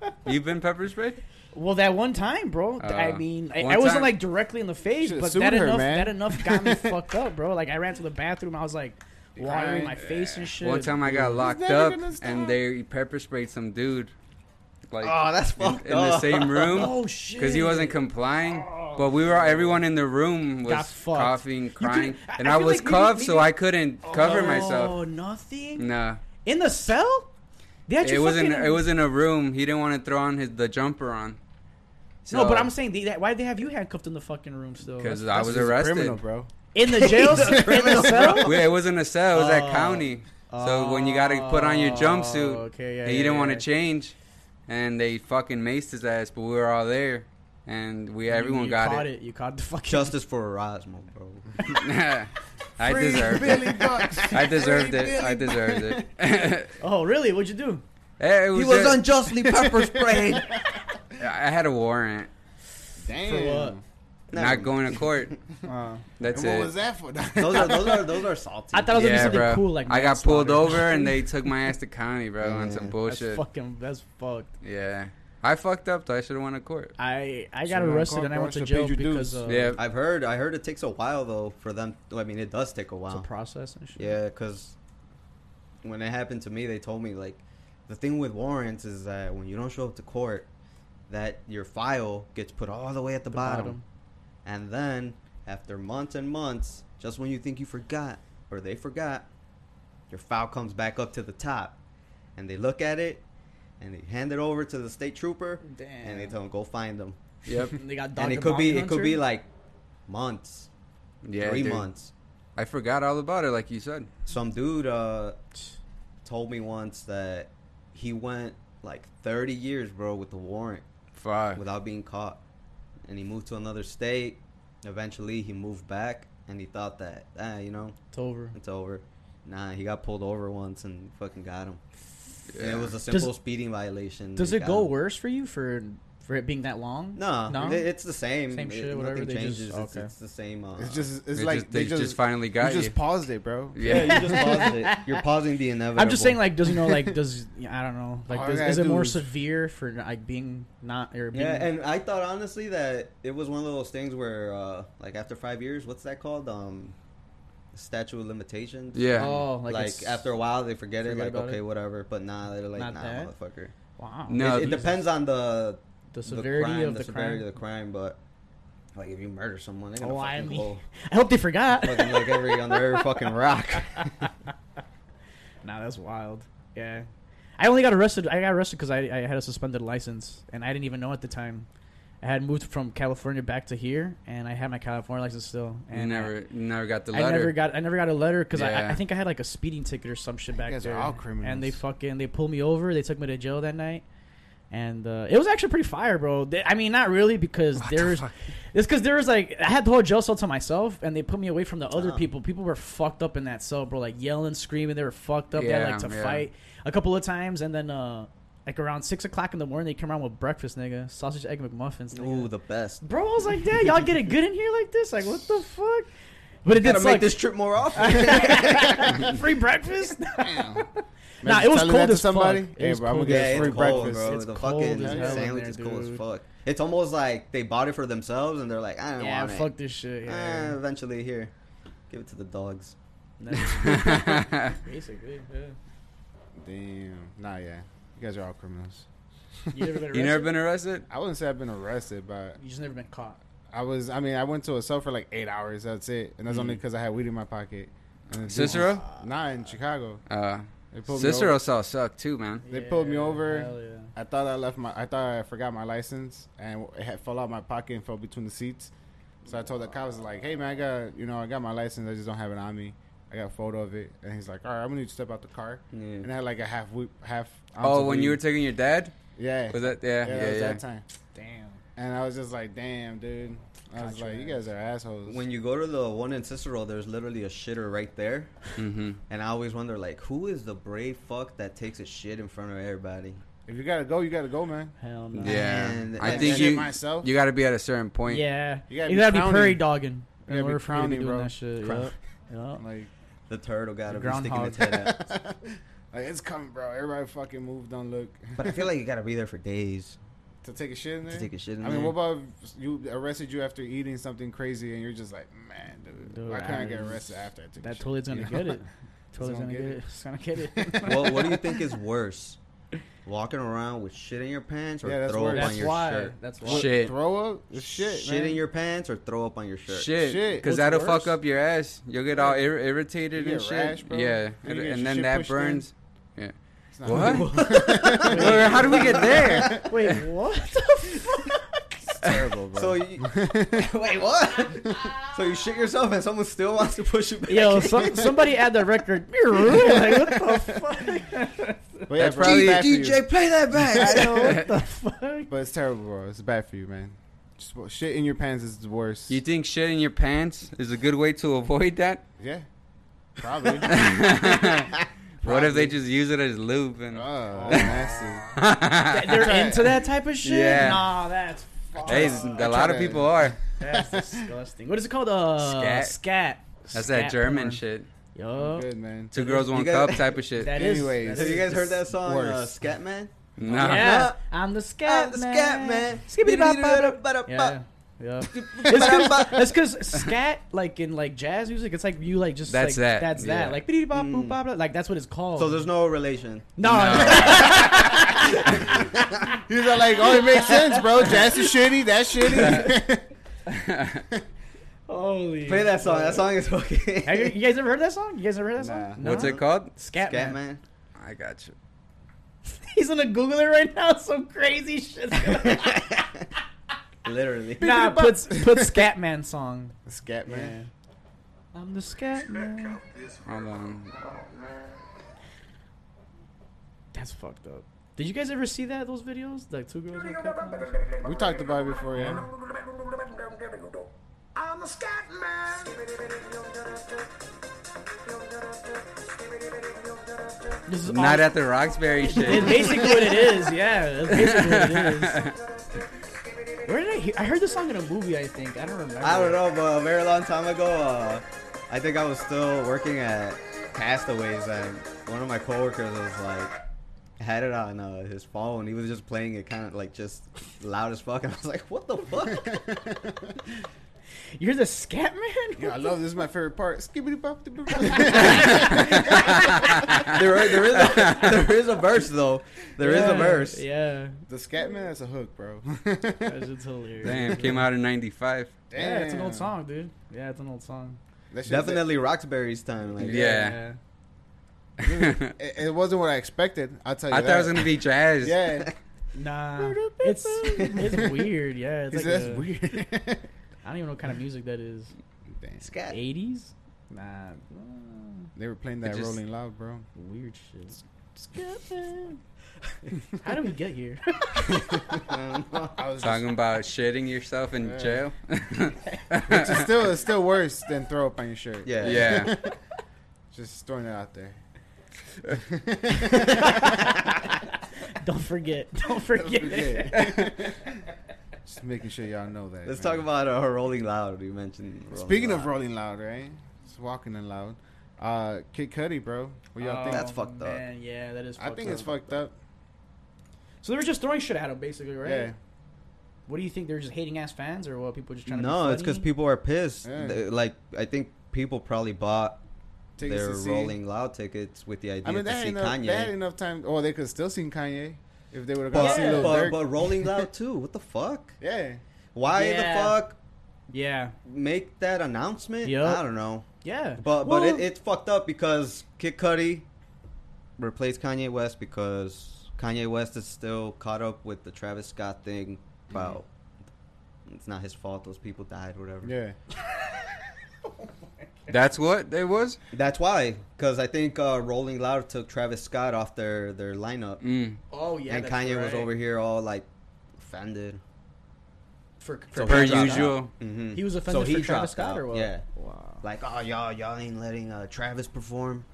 Speaker 2: bro?
Speaker 1: You've been pepper sprayed?
Speaker 3: Well, that one time, bro. th- I
Speaker 1: Uh,
Speaker 3: mean, I,
Speaker 1: one
Speaker 3: I wasn't
Speaker 1: time-
Speaker 3: like directly in the face,
Speaker 2: Should've
Speaker 3: but
Speaker 2: sued
Speaker 3: that
Speaker 2: her,
Speaker 3: enough
Speaker 2: man.
Speaker 3: that enough got me fucked up, bro. Like I ran to the bathroom, I was like watering
Speaker 2: Right.
Speaker 3: my face and shit.
Speaker 1: One time I got locked
Speaker 2: never
Speaker 1: up
Speaker 2: gonna stop.
Speaker 1: and they pepper sprayed some dude. Like
Speaker 4: oh, that's
Speaker 1: in,
Speaker 4: fucked
Speaker 1: in the
Speaker 4: up.
Speaker 1: same room
Speaker 3: oh shit,
Speaker 1: because he wasn't complying. But we were everyone in the room
Speaker 3: Got
Speaker 1: was
Speaker 3: fucked.
Speaker 1: coughing,
Speaker 3: couldn't-
Speaker 1: crying,
Speaker 3: I-
Speaker 1: and
Speaker 3: I
Speaker 1: I,
Speaker 3: feel
Speaker 1: was
Speaker 3: like maybe-
Speaker 1: cuffed, so
Speaker 3: maybe-
Speaker 1: I couldn't cover myself.
Speaker 3: Oh, nothing
Speaker 1: Nah,
Speaker 3: in the cell. They had
Speaker 1: it
Speaker 3: you
Speaker 1: was in
Speaker 3: fucking- Oh,
Speaker 1: it was in a room. He didn't want to throw on his the jumper on.
Speaker 3: no, but I'm saying they, that, why did they have you handcuffed in the fucking room still?
Speaker 1: because I
Speaker 2: That's
Speaker 1: was
Speaker 2: just a
Speaker 1: arrested.
Speaker 2: criminal, bro.
Speaker 3: in the jail, in the cell.
Speaker 1: We- it wasn't a cell. It was
Speaker 3: Oh.
Speaker 1: at county. So when you got to put on your jumpsuit,
Speaker 3: Oh, okay, yeah,
Speaker 1: and you
Speaker 3: yeah,
Speaker 1: didn't want
Speaker 3: yeah.
Speaker 1: to change, and they fucking maced his ass. But we were all there, and we
Speaker 3: You-
Speaker 1: everyone
Speaker 3: you
Speaker 1: got
Speaker 3: caught
Speaker 1: it.
Speaker 3: You caught the fucking.
Speaker 4: Justice for Erasmo, bro.
Speaker 1: I
Speaker 2: Free
Speaker 1: deserved
Speaker 2: Billy
Speaker 1: it.
Speaker 2: Bucks.
Speaker 1: I deserved
Speaker 2: Free
Speaker 1: it. I
Speaker 2: Billy
Speaker 1: deserved it.
Speaker 3: Oh really? What'd you do?
Speaker 1: Eh, it
Speaker 4: He
Speaker 1: was
Speaker 4: was
Speaker 1: just-
Speaker 4: unjustly pepper sprayed.
Speaker 1: I had a warrant.
Speaker 2: Bucks. Damn.
Speaker 3: For what?
Speaker 1: Not going to court.
Speaker 3: Uh,
Speaker 1: That's
Speaker 2: And what
Speaker 1: it.
Speaker 2: was that for?
Speaker 4: Those are those are those are salty.
Speaker 3: I thought it was gonna be
Speaker 1: Yeah,
Speaker 3: something
Speaker 1: bro.
Speaker 3: cool like
Speaker 1: I got pulled
Speaker 3: manslaughter.
Speaker 1: over and they took my ass to county, bro, on
Speaker 4: Yeah.
Speaker 1: some
Speaker 3: That's
Speaker 1: bullshit.
Speaker 3: fucking. That's fucked.
Speaker 1: yeah, I fucked up. though. I should have went to court.
Speaker 3: I I
Speaker 2: So
Speaker 3: got
Speaker 2: you're on
Speaker 3: arrested
Speaker 2: call,
Speaker 3: and I
Speaker 2: bro,
Speaker 3: went to
Speaker 2: so
Speaker 3: jail
Speaker 2: paid your
Speaker 3: because
Speaker 2: dues.
Speaker 3: uh,
Speaker 1: yeah,
Speaker 4: I've heard. I heard it takes a while though for them. I mean, it does take
Speaker 3: it's
Speaker 4: a
Speaker 3: a
Speaker 4: while.
Speaker 3: process and shit.
Speaker 4: Yeah, because when it happened to me, they told me like the thing with warrants is that when you don't show up to court, that your file gets put all the way at the,
Speaker 3: The
Speaker 4: bottom.
Speaker 3: bottom.
Speaker 4: and then after months and months, just when you think you forgot or they forgot, your file comes back up to the top, and they look at it, and they hand it over to the state trooper, and they
Speaker 3: Damn.
Speaker 4: tell him go find them.
Speaker 1: yep,
Speaker 3: And they got
Speaker 4: and
Speaker 3: Dr.
Speaker 4: it could be
Speaker 3: Bounty
Speaker 4: it could be
Speaker 3: Hunter.
Speaker 4: like months,
Speaker 1: yeah,
Speaker 4: three
Speaker 1: dude.
Speaker 4: months.
Speaker 1: I forgot all about it, like you said.
Speaker 4: Some dude uh, told me once that he went like 30 years, bro, with the warrant
Speaker 1: Fuck.
Speaker 4: without being caught. And he moved to another state. Eventually, he moved back and he thought that, ah, you know,
Speaker 3: It's over.
Speaker 4: it's over. Nah, he got pulled over once and fucking got him. And
Speaker 1: Yeah.
Speaker 4: it was a simple
Speaker 3: Does-
Speaker 4: speeding violation.
Speaker 3: Does
Speaker 4: They
Speaker 3: it
Speaker 4: got
Speaker 3: go
Speaker 4: him.
Speaker 3: worse for you for for it being that long?
Speaker 4: No,
Speaker 3: no.
Speaker 4: it- it's the same.
Speaker 3: Same
Speaker 4: It-
Speaker 3: shit, whatever,
Speaker 4: Nothing
Speaker 3: they just-
Speaker 4: changes. it's,
Speaker 3: okay.
Speaker 4: it's the same. Uh,
Speaker 2: It's just. It's
Speaker 1: They
Speaker 2: like
Speaker 1: just-
Speaker 2: they, just,
Speaker 1: finally
Speaker 2: You
Speaker 1: got you.
Speaker 2: just paused it, bro.
Speaker 4: yeah,
Speaker 1: yeah.
Speaker 4: you just paused it. You're pausing the inevitable.
Speaker 3: I'm just saying, like, does you know, like, does I don't know, like,
Speaker 2: All I
Speaker 3: does,
Speaker 2: gotta
Speaker 3: is it
Speaker 2: do
Speaker 3: more
Speaker 2: is-
Speaker 3: severe for like being not or being?
Speaker 4: Yeah, and I thought honestly that it was one of those things where, uh, like, after five years, what's that called? Um, statute of limitations.
Speaker 1: Yeah.
Speaker 3: oh, like,
Speaker 4: Like,
Speaker 3: it's-
Speaker 4: after a while, they forget,
Speaker 3: forget
Speaker 4: it. Like,
Speaker 3: about
Speaker 4: okay,
Speaker 3: it.
Speaker 4: whatever. But nah, they're like,
Speaker 3: Not
Speaker 4: nah,
Speaker 3: that.
Speaker 4: motherfucker.
Speaker 3: wow,
Speaker 1: No,
Speaker 4: it, it
Speaker 1: Jesus.
Speaker 4: depends on the
Speaker 3: the severity
Speaker 4: crime,
Speaker 3: of the,
Speaker 4: severity
Speaker 3: crime.
Speaker 4: of the crime. But like, if you murder someone, they're gonna
Speaker 3: Oh, I
Speaker 4: fucking
Speaker 3: mean,
Speaker 4: go
Speaker 3: I hope they forgot.
Speaker 4: fucking like every under every fucking rock.
Speaker 3: Nah, that's wild. Yeah, I only got arrested. I got arrested because I, I had a suspended license, and I didn't even know at the time. I had moved from California back to here, and I had my California license still.
Speaker 1: You
Speaker 3: And
Speaker 1: never, you never got the
Speaker 3: I, I
Speaker 1: letter.
Speaker 3: never got I never got a letter because I,
Speaker 1: Yeah.
Speaker 3: I think I had like a speeding ticket or some shit back
Speaker 2: guys are
Speaker 3: there.
Speaker 2: all criminals.
Speaker 3: And they fucking they pulled me over. They took me to jail that night. And uh, it was actually pretty fire, bro. They, I mean, not really because there was, it's because there was like I had the whole jail cell to myself, and they put me away from the other
Speaker 2: Oh.
Speaker 4: Ah.
Speaker 3: people. People were fucked up in that cell, bro. Like yelling, screaming. They were fucked up. they had
Speaker 1: Yeah,
Speaker 3: like to
Speaker 1: yeah.
Speaker 3: fight a couple of times, and then uh, like around six o'clock in the morning, they come around with breakfast, nigga, sausage, egg, McMuffins. Nigga.
Speaker 4: Ooh, the best.
Speaker 3: Bro, I was like, "Dad, y'all get it good in here like this? Like, what the fuck?" But it did
Speaker 4: gotta make
Speaker 3: suck.
Speaker 4: this trip more often.
Speaker 3: free breakfast.
Speaker 2: Imagine
Speaker 3: Nah, it was
Speaker 2: telling
Speaker 3: cold
Speaker 2: that to
Speaker 3: as fuck.
Speaker 2: somebody.
Speaker 3: It
Speaker 2: Hey,
Speaker 3: was
Speaker 2: bro, I'm gonna
Speaker 3: cold
Speaker 2: get
Speaker 4: yeah,
Speaker 2: a free
Speaker 4: it's cold,
Speaker 2: breakfast.
Speaker 4: bro.
Speaker 3: It's
Speaker 4: the
Speaker 3: cold
Speaker 4: fucking
Speaker 3: as hell in
Speaker 4: sandwich
Speaker 3: there,
Speaker 4: is cold as
Speaker 3: dude.
Speaker 4: fuck. It's almost like they bought it for themselves and they're like, I don't
Speaker 3: yeah,
Speaker 4: want
Speaker 3: fuck
Speaker 4: it.
Speaker 3: this shit.
Speaker 4: Eh,
Speaker 3: Yeah.
Speaker 4: eventually, here, give it to the dogs.
Speaker 3: That's- Basically, yeah.
Speaker 2: Damn. Nah, yeah. You guys are all criminals.
Speaker 3: You never been
Speaker 1: You never
Speaker 3: arrested?
Speaker 1: been arrested?
Speaker 2: I wouldn't say I've been arrested, but
Speaker 3: You just never been caught.
Speaker 2: I was. I mean, I went to a cell for like eight hours. That's it, and that's only 'cause only because I had weed in my pocket. And the dude-
Speaker 1: Mm. Cicero?
Speaker 2: Nah, in Chicago.
Speaker 1: Uh,
Speaker 2: They pulled me
Speaker 1: Cicero
Speaker 2: over.
Speaker 1: saw suck too, man.
Speaker 2: They pulled me
Speaker 3: Yeah,
Speaker 2: over.
Speaker 3: Hell yeah.
Speaker 2: I thought I left my. I thought I forgot my license, and it had fell out my pocket and fell between the seats. So I told the cops like, "Hey man, I got you know I got my license. I just don't have it on me. I got a photo of it." And he's like, "All right, I'm gonna need you to step out the car."
Speaker 4: Yeah.
Speaker 2: And I had like a half whoop, half. ounce
Speaker 1: Oh,
Speaker 2: of
Speaker 1: when
Speaker 2: weed.
Speaker 1: you were taking your dad?
Speaker 2: yeah,
Speaker 1: Was that yeah,
Speaker 2: yeah, it
Speaker 1: yeah,
Speaker 2: was
Speaker 1: yeah.
Speaker 2: that time.
Speaker 3: Damn.
Speaker 2: And I was just like, "Damn, dude." I was
Speaker 3: Gotcha,
Speaker 2: like, "You
Speaker 3: man.
Speaker 2: guys are assholes."
Speaker 4: When you go to the one in Cicero, there's literally a shitter right there,
Speaker 1: Mm-hmm.
Speaker 4: and I always wonder like, who is the brave fuck that takes a shit in front of everybody?
Speaker 2: if you gotta go, you gotta go, man.
Speaker 3: Hell no.
Speaker 1: Yeah,
Speaker 4: And-
Speaker 1: I
Speaker 4: and
Speaker 1: think
Speaker 2: shit
Speaker 1: you
Speaker 2: myself?
Speaker 1: you got to be at a certain point.
Speaker 3: Yeah.
Speaker 2: You gotta
Speaker 3: You
Speaker 2: be
Speaker 3: gotta, be,
Speaker 2: crowning.
Speaker 3: prairie dogging.
Speaker 2: You gotta
Speaker 3: in
Speaker 2: be
Speaker 3: order for you to be
Speaker 2: crowning,
Speaker 3: doing
Speaker 2: bro.
Speaker 3: that shit.
Speaker 4: Crown-
Speaker 3: Yup. Yup.
Speaker 2: I'm like,
Speaker 4: The turtle got to
Speaker 3: The
Speaker 4: be sticking its
Speaker 3: groundhog.
Speaker 4: head out.
Speaker 2: like it's coming, bro. Everybody fucking move. Don't look
Speaker 4: But I feel like you got to be there for days
Speaker 2: to take a shit in there.
Speaker 4: to take a shit. In
Speaker 2: I mean, what
Speaker 4: there.
Speaker 2: about if you arrested you after eating something crazy and you're just like, man, dude,
Speaker 3: Dude,
Speaker 2: why can't I
Speaker 3: I
Speaker 2: get
Speaker 3: was-
Speaker 2: arrested after I took a
Speaker 3: That
Speaker 2: shit?"
Speaker 3: toilet's
Speaker 2: You
Speaker 3: gonna
Speaker 2: know?
Speaker 3: get it. Toilet's
Speaker 2: gonna
Speaker 3: gonna
Speaker 2: get
Speaker 3: get
Speaker 2: it.
Speaker 3: it. It's gonna get it.
Speaker 4: well, what do you think is worse? Walking around with shit in your pants or
Speaker 2: Yeah, that's
Speaker 4: throw up
Speaker 2: worse.
Speaker 4: on
Speaker 3: That's
Speaker 4: your
Speaker 3: why.
Speaker 4: shirt?
Speaker 3: That's why.
Speaker 2: What,
Speaker 1: Shit.
Speaker 2: Throw up? It's shit.
Speaker 4: shit in your pants or throw up on your shirt.
Speaker 1: Shit,
Speaker 2: Shit.
Speaker 1: because
Speaker 3: What's
Speaker 1: that'll
Speaker 3: worse?
Speaker 1: fuck up your ass. You'll get all ir- irritated
Speaker 2: You
Speaker 1: and
Speaker 2: get
Speaker 1: shit.
Speaker 2: rash, bro.
Speaker 1: Yeah,
Speaker 2: Then you
Speaker 1: and,
Speaker 2: get your
Speaker 1: and then
Speaker 2: shit
Speaker 1: that
Speaker 2: pushed in.
Speaker 1: burns.
Speaker 2: It's not-
Speaker 1: What? Well, how do we get there?
Speaker 3: Wait, what the fuck?
Speaker 4: It's terrible, bro. So you, wait, what? so you shit yourself and someone still wants to push you back?
Speaker 3: Yo, some, somebody add the record. like, what the fuck?
Speaker 2: But yeah,
Speaker 1: That's
Speaker 2: bro,
Speaker 1: probably-
Speaker 2: it's bad for you.
Speaker 4: DJ, play that
Speaker 3: I
Speaker 4: back.
Speaker 3: know, what the fuck?
Speaker 2: But it's terrible, bro. It's bad for you, man. Just, wa- shit in your pants is the worst.
Speaker 1: You think shit in your pants is a good way to avoid that?
Speaker 2: yeah. Probably. Oh,
Speaker 1: What if
Speaker 2: Probably.
Speaker 1: they just use it as lube and?
Speaker 2: oh, nasty.
Speaker 3: Th- They're into that type of shit?
Speaker 1: Yeah.
Speaker 3: Nah, that's fucked.
Speaker 1: Hey,
Speaker 2: I
Speaker 1: a lot
Speaker 2: try
Speaker 1: of
Speaker 2: to-
Speaker 1: people are.
Speaker 3: That's disgusting. What is it called? Uh,
Speaker 1: Scat.
Speaker 3: scat.
Speaker 1: That's
Speaker 3: Scat
Speaker 1: that German
Speaker 3: porn.
Speaker 1: shit.
Speaker 3: Yo.
Speaker 2: Good, man.
Speaker 1: Two girls, one
Speaker 4: guys-
Speaker 1: cup type of shit.
Speaker 3: That is.
Speaker 2: Anyways.
Speaker 4: Have you guys heard that song, uh,
Speaker 2: Worse.
Speaker 4: Scatman?
Speaker 1: Nah.
Speaker 3: Yeah. I'm the
Speaker 4: I'm
Speaker 3: scat
Speaker 4: the
Speaker 3: man.
Speaker 4: Scatman.
Speaker 3: Skibbity bop bop. Yeah.
Speaker 4: Ba-da-ba-da-ba.
Speaker 3: Yeah. It's cause, it's 'cause scat like in like jazz music, it's like you like just
Speaker 1: That's
Speaker 3: like,
Speaker 1: that,
Speaker 3: That's
Speaker 1: yeah.
Speaker 3: that. Like bidi bop
Speaker 4: Mm.
Speaker 3: boop bop blah, like that's what it's called.
Speaker 4: So there's no relation.
Speaker 3: no,
Speaker 2: He's like, oh, it makes sense, bro. Jazz is shitty. That's shitty.
Speaker 3: holy
Speaker 4: Play that song. That song is fucking.
Speaker 3: Have you, you guys ever heard that song? You guys ever heard that song?
Speaker 2: Nah.
Speaker 1: What's it called?
Speaker 3: Scat, man.
Speaker 4: Scatman.
Speaker 1: I got you.
Speaker 3: He's gonna Google it right now. Some crazy shit.
Speaker 4: Literally.
Speaker 3: nah, put put Scatman song.
Speaker 2: Scat, man.
Speaker 3: I'm the Scatman.
Speaker 1: Hold on.
Speaker 3: That's fucked up. Did you guys ever see that? Those videos, like two girls. one cup and all that shit?
Speaker 2: We talked about it before, yeah.
Speaker 5: I'm a scat man.
Speaker 3: This is
Speaker 1: Not
Speaker 3: all-
Speaker 1: at the Roxbury
Speaker 3: It's
Speaker 1: shit.
Speaker 3: basically what it is. Yeah, that's basically what it is. Where did I? Hear? I heard this song in a movie. I think I don't remember.
Speaker 4: I don't know, but a very long time ago, uh, I think I was still working at Castaways, and one of my coworkers was like, had it on uh, his phone. He was just playing it kind of like just loud as fuck, and I was like, what the fuck?
Speaker 3: You're the scat man.
Speaker 2: Yeah, I love this. Is my favorite part. Skibbity bop.
Speaker 4: there, are- there, is a, there is a verse, though. There is
Speaker 3: yeah,
Speaker 4: a verse.
Speaker 3: Yeah,
Speaker 2: The Scatman, that's a hook, bro.
Speaker 3: that shit's hilarious.
Speaker 1: Damn, came out in '95.
Speaker 3: Yeah, it's an old song, dude. Yeah, it's an old song.
Speaker 2: That shit's-
Speaker 4: Definitely Roxbury's time. Like,
Speaker 1: Yeah.
Speaker 2: It, it wasn't what I expected. I'll tell you.
Speaker 1: I
Speaker 2: that.
Speaker 1: thought it was gonna be jazz.
Speaker 2: Yeah,
Speaker 3: Nah, it's it's weird. Yeah, it's
Speaker 2: He
Speaker 3: like
Speaker 2: said,
Speaker 3: a-
Speaker 2: that's weird.
Speaker 3: I don't even know what kind of music that is.
Speaker 2: Damn.
Speaker 4: Scat.
Speaker 3: 80s? Nah, nah,
Speaker 2: They were playing that
Speaker 4: It just-
Speaker 2: Rolling Loud, bro.
Speaker 3: weird shit. Scatman. How do we get here?
Speaker 2: I was just,
Speaker 1: Talking about shitting yourself in
Speaker 2: Yeah.
Speaker 1: jail.
Speaker 2: which is still it's still worse than throw up on your shirt.
Speaker 4: Yeah.
Speaker 1: yeah.
Speaker 2: just throwing it out there.
Speaker 3: don't forget. Don't forget.
Speaker 2: Forget. just Just making sure y'all know that.
Speaker 4: Let's
Speaker 2: man.
Speaker 4: talk about uh, Rolling Loud. You mentioned. Rolling
Speaker 2: Speaking
Speaker 4: Loud.
Speaker 2: of rolling loud, right? It's walking in loud. Uh, Kid Cudi, bro. What y'all think?
Speaker 4: That's fucked up.
Speaker 3: man, Yeah, that is.
Speaker 2: I
Speaker 3: Oh. Fucked
Speaker 2: think
Speaker 3: up.
Speaker 2: it's fucked up.
Speaker 3: So they were just throwing shit at him, basically, right?
Speaker 2: Yeah.
Speaker 3: What do you think? They're just hating ass fans, or what? People just trying to.
Speaker 4: no,
Speaker 3: be
Speaker 4: it's because
Speaker 3: funny?
Speaker 4: people are pissed.
Speaker 2: Yeah.
Speaker 4: They- Like I think people probably bought
Speaker 2: Tickets
Speaker 4: their
Speaker 2: to see.
Speaker 4: Rolling Loud tickets with the idea
Speaker 2: I mean,
Speaker 4: to
Speaker 2: they had,
Speaker 4: see
Speaker 2: enough,
Speaker 4: Kanye.
Speaker 2: they had enough time. Or they could still seen Kanye if they would have gone
Speaker 4: but,
Speaker 2: see Lil
Speaker 4: but,
Speaker 2: Durk.
Speaker 4: but Rolling Loud too. What the fuck?
Speaker 2: yeah.
Speaker 4: Why
Speaker 3: Yeah.
Speaker 4: the fuck
Speaker 3: Yeah.
Speaker 4: make that announcement?
Speaker 3: Yup.
Speaker 4: I don't know.
Speaker 3: Yeah.
Speaker 4: But but
Speaker 3: Well,
Speaker 4: it, it's fucked up because Kid Cudi replaced Kanye West because Kanye West is still caught up with the Travis Scott thing about it's not his fault those people died whatever.
Speaker 2: Mm-hmm. Yeah.
Speaker 1: That's what it was.
Speaker 4: That's why because I think uh, Rolling Loud took Travis Scott off their their lineup
Speaker 1: Mm.
Speaker 3: Oh yeah.
Speaker 4: and
Speaker 3: that's
Speaker 4: Kanye was
Speaker 3: right.
Speaker 4: over here all like offended.
Speaker 3: for,
Speaker 4: So
Speaker 3: for
Speaker 1: Per
Speaker 4: he dropped
Speaker 1: usual.
Speaker 4: out. Mhm.
Speaker 3: He was offended for Travis
Speaker 4: dropped
Speaker 3: Scott or what?
Speaker 4: Yeah.
Speaker 3: Wow.
Speaker 4: Like oh y'all y'all ain't letting uh, Travis perform.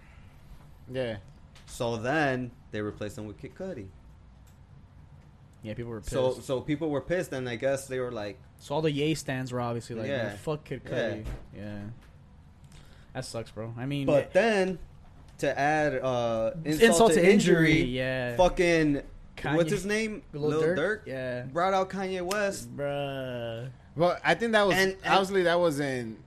Speaker 2: Yeah.
Speaker 4: So then they replaced him with Kid Cudi.
Speaker 3: Yeah, people were pissed.
Speaker 4: So
Speaker 3: So,
Speaker 4: so people were pissed, and I guess they were like,
Speaker 3: all the yay stands were obviously like,
Speaker 4: Yeah.
Speaker 3: "Man, "Fuck Kid
Speaker 4: Yeah.
Speaker 3: Cudi." Yeah. That sucks, bro. I mean,
Speaker 4: but then to add uh, insult, to, injury,
Speaker 3: yeah.
Speaker 4: fucking
Speaker 3: Kanye-
Speaker 4: what's his name,
Speaker 3: Lil Durk? Yeah.
Speaker 4: brought out Kanye West.
Speaker 3: bruh.
Speaker 2: Well, I think that was
Speaker 4: And- and-
Speaker 2: obviously that wasn't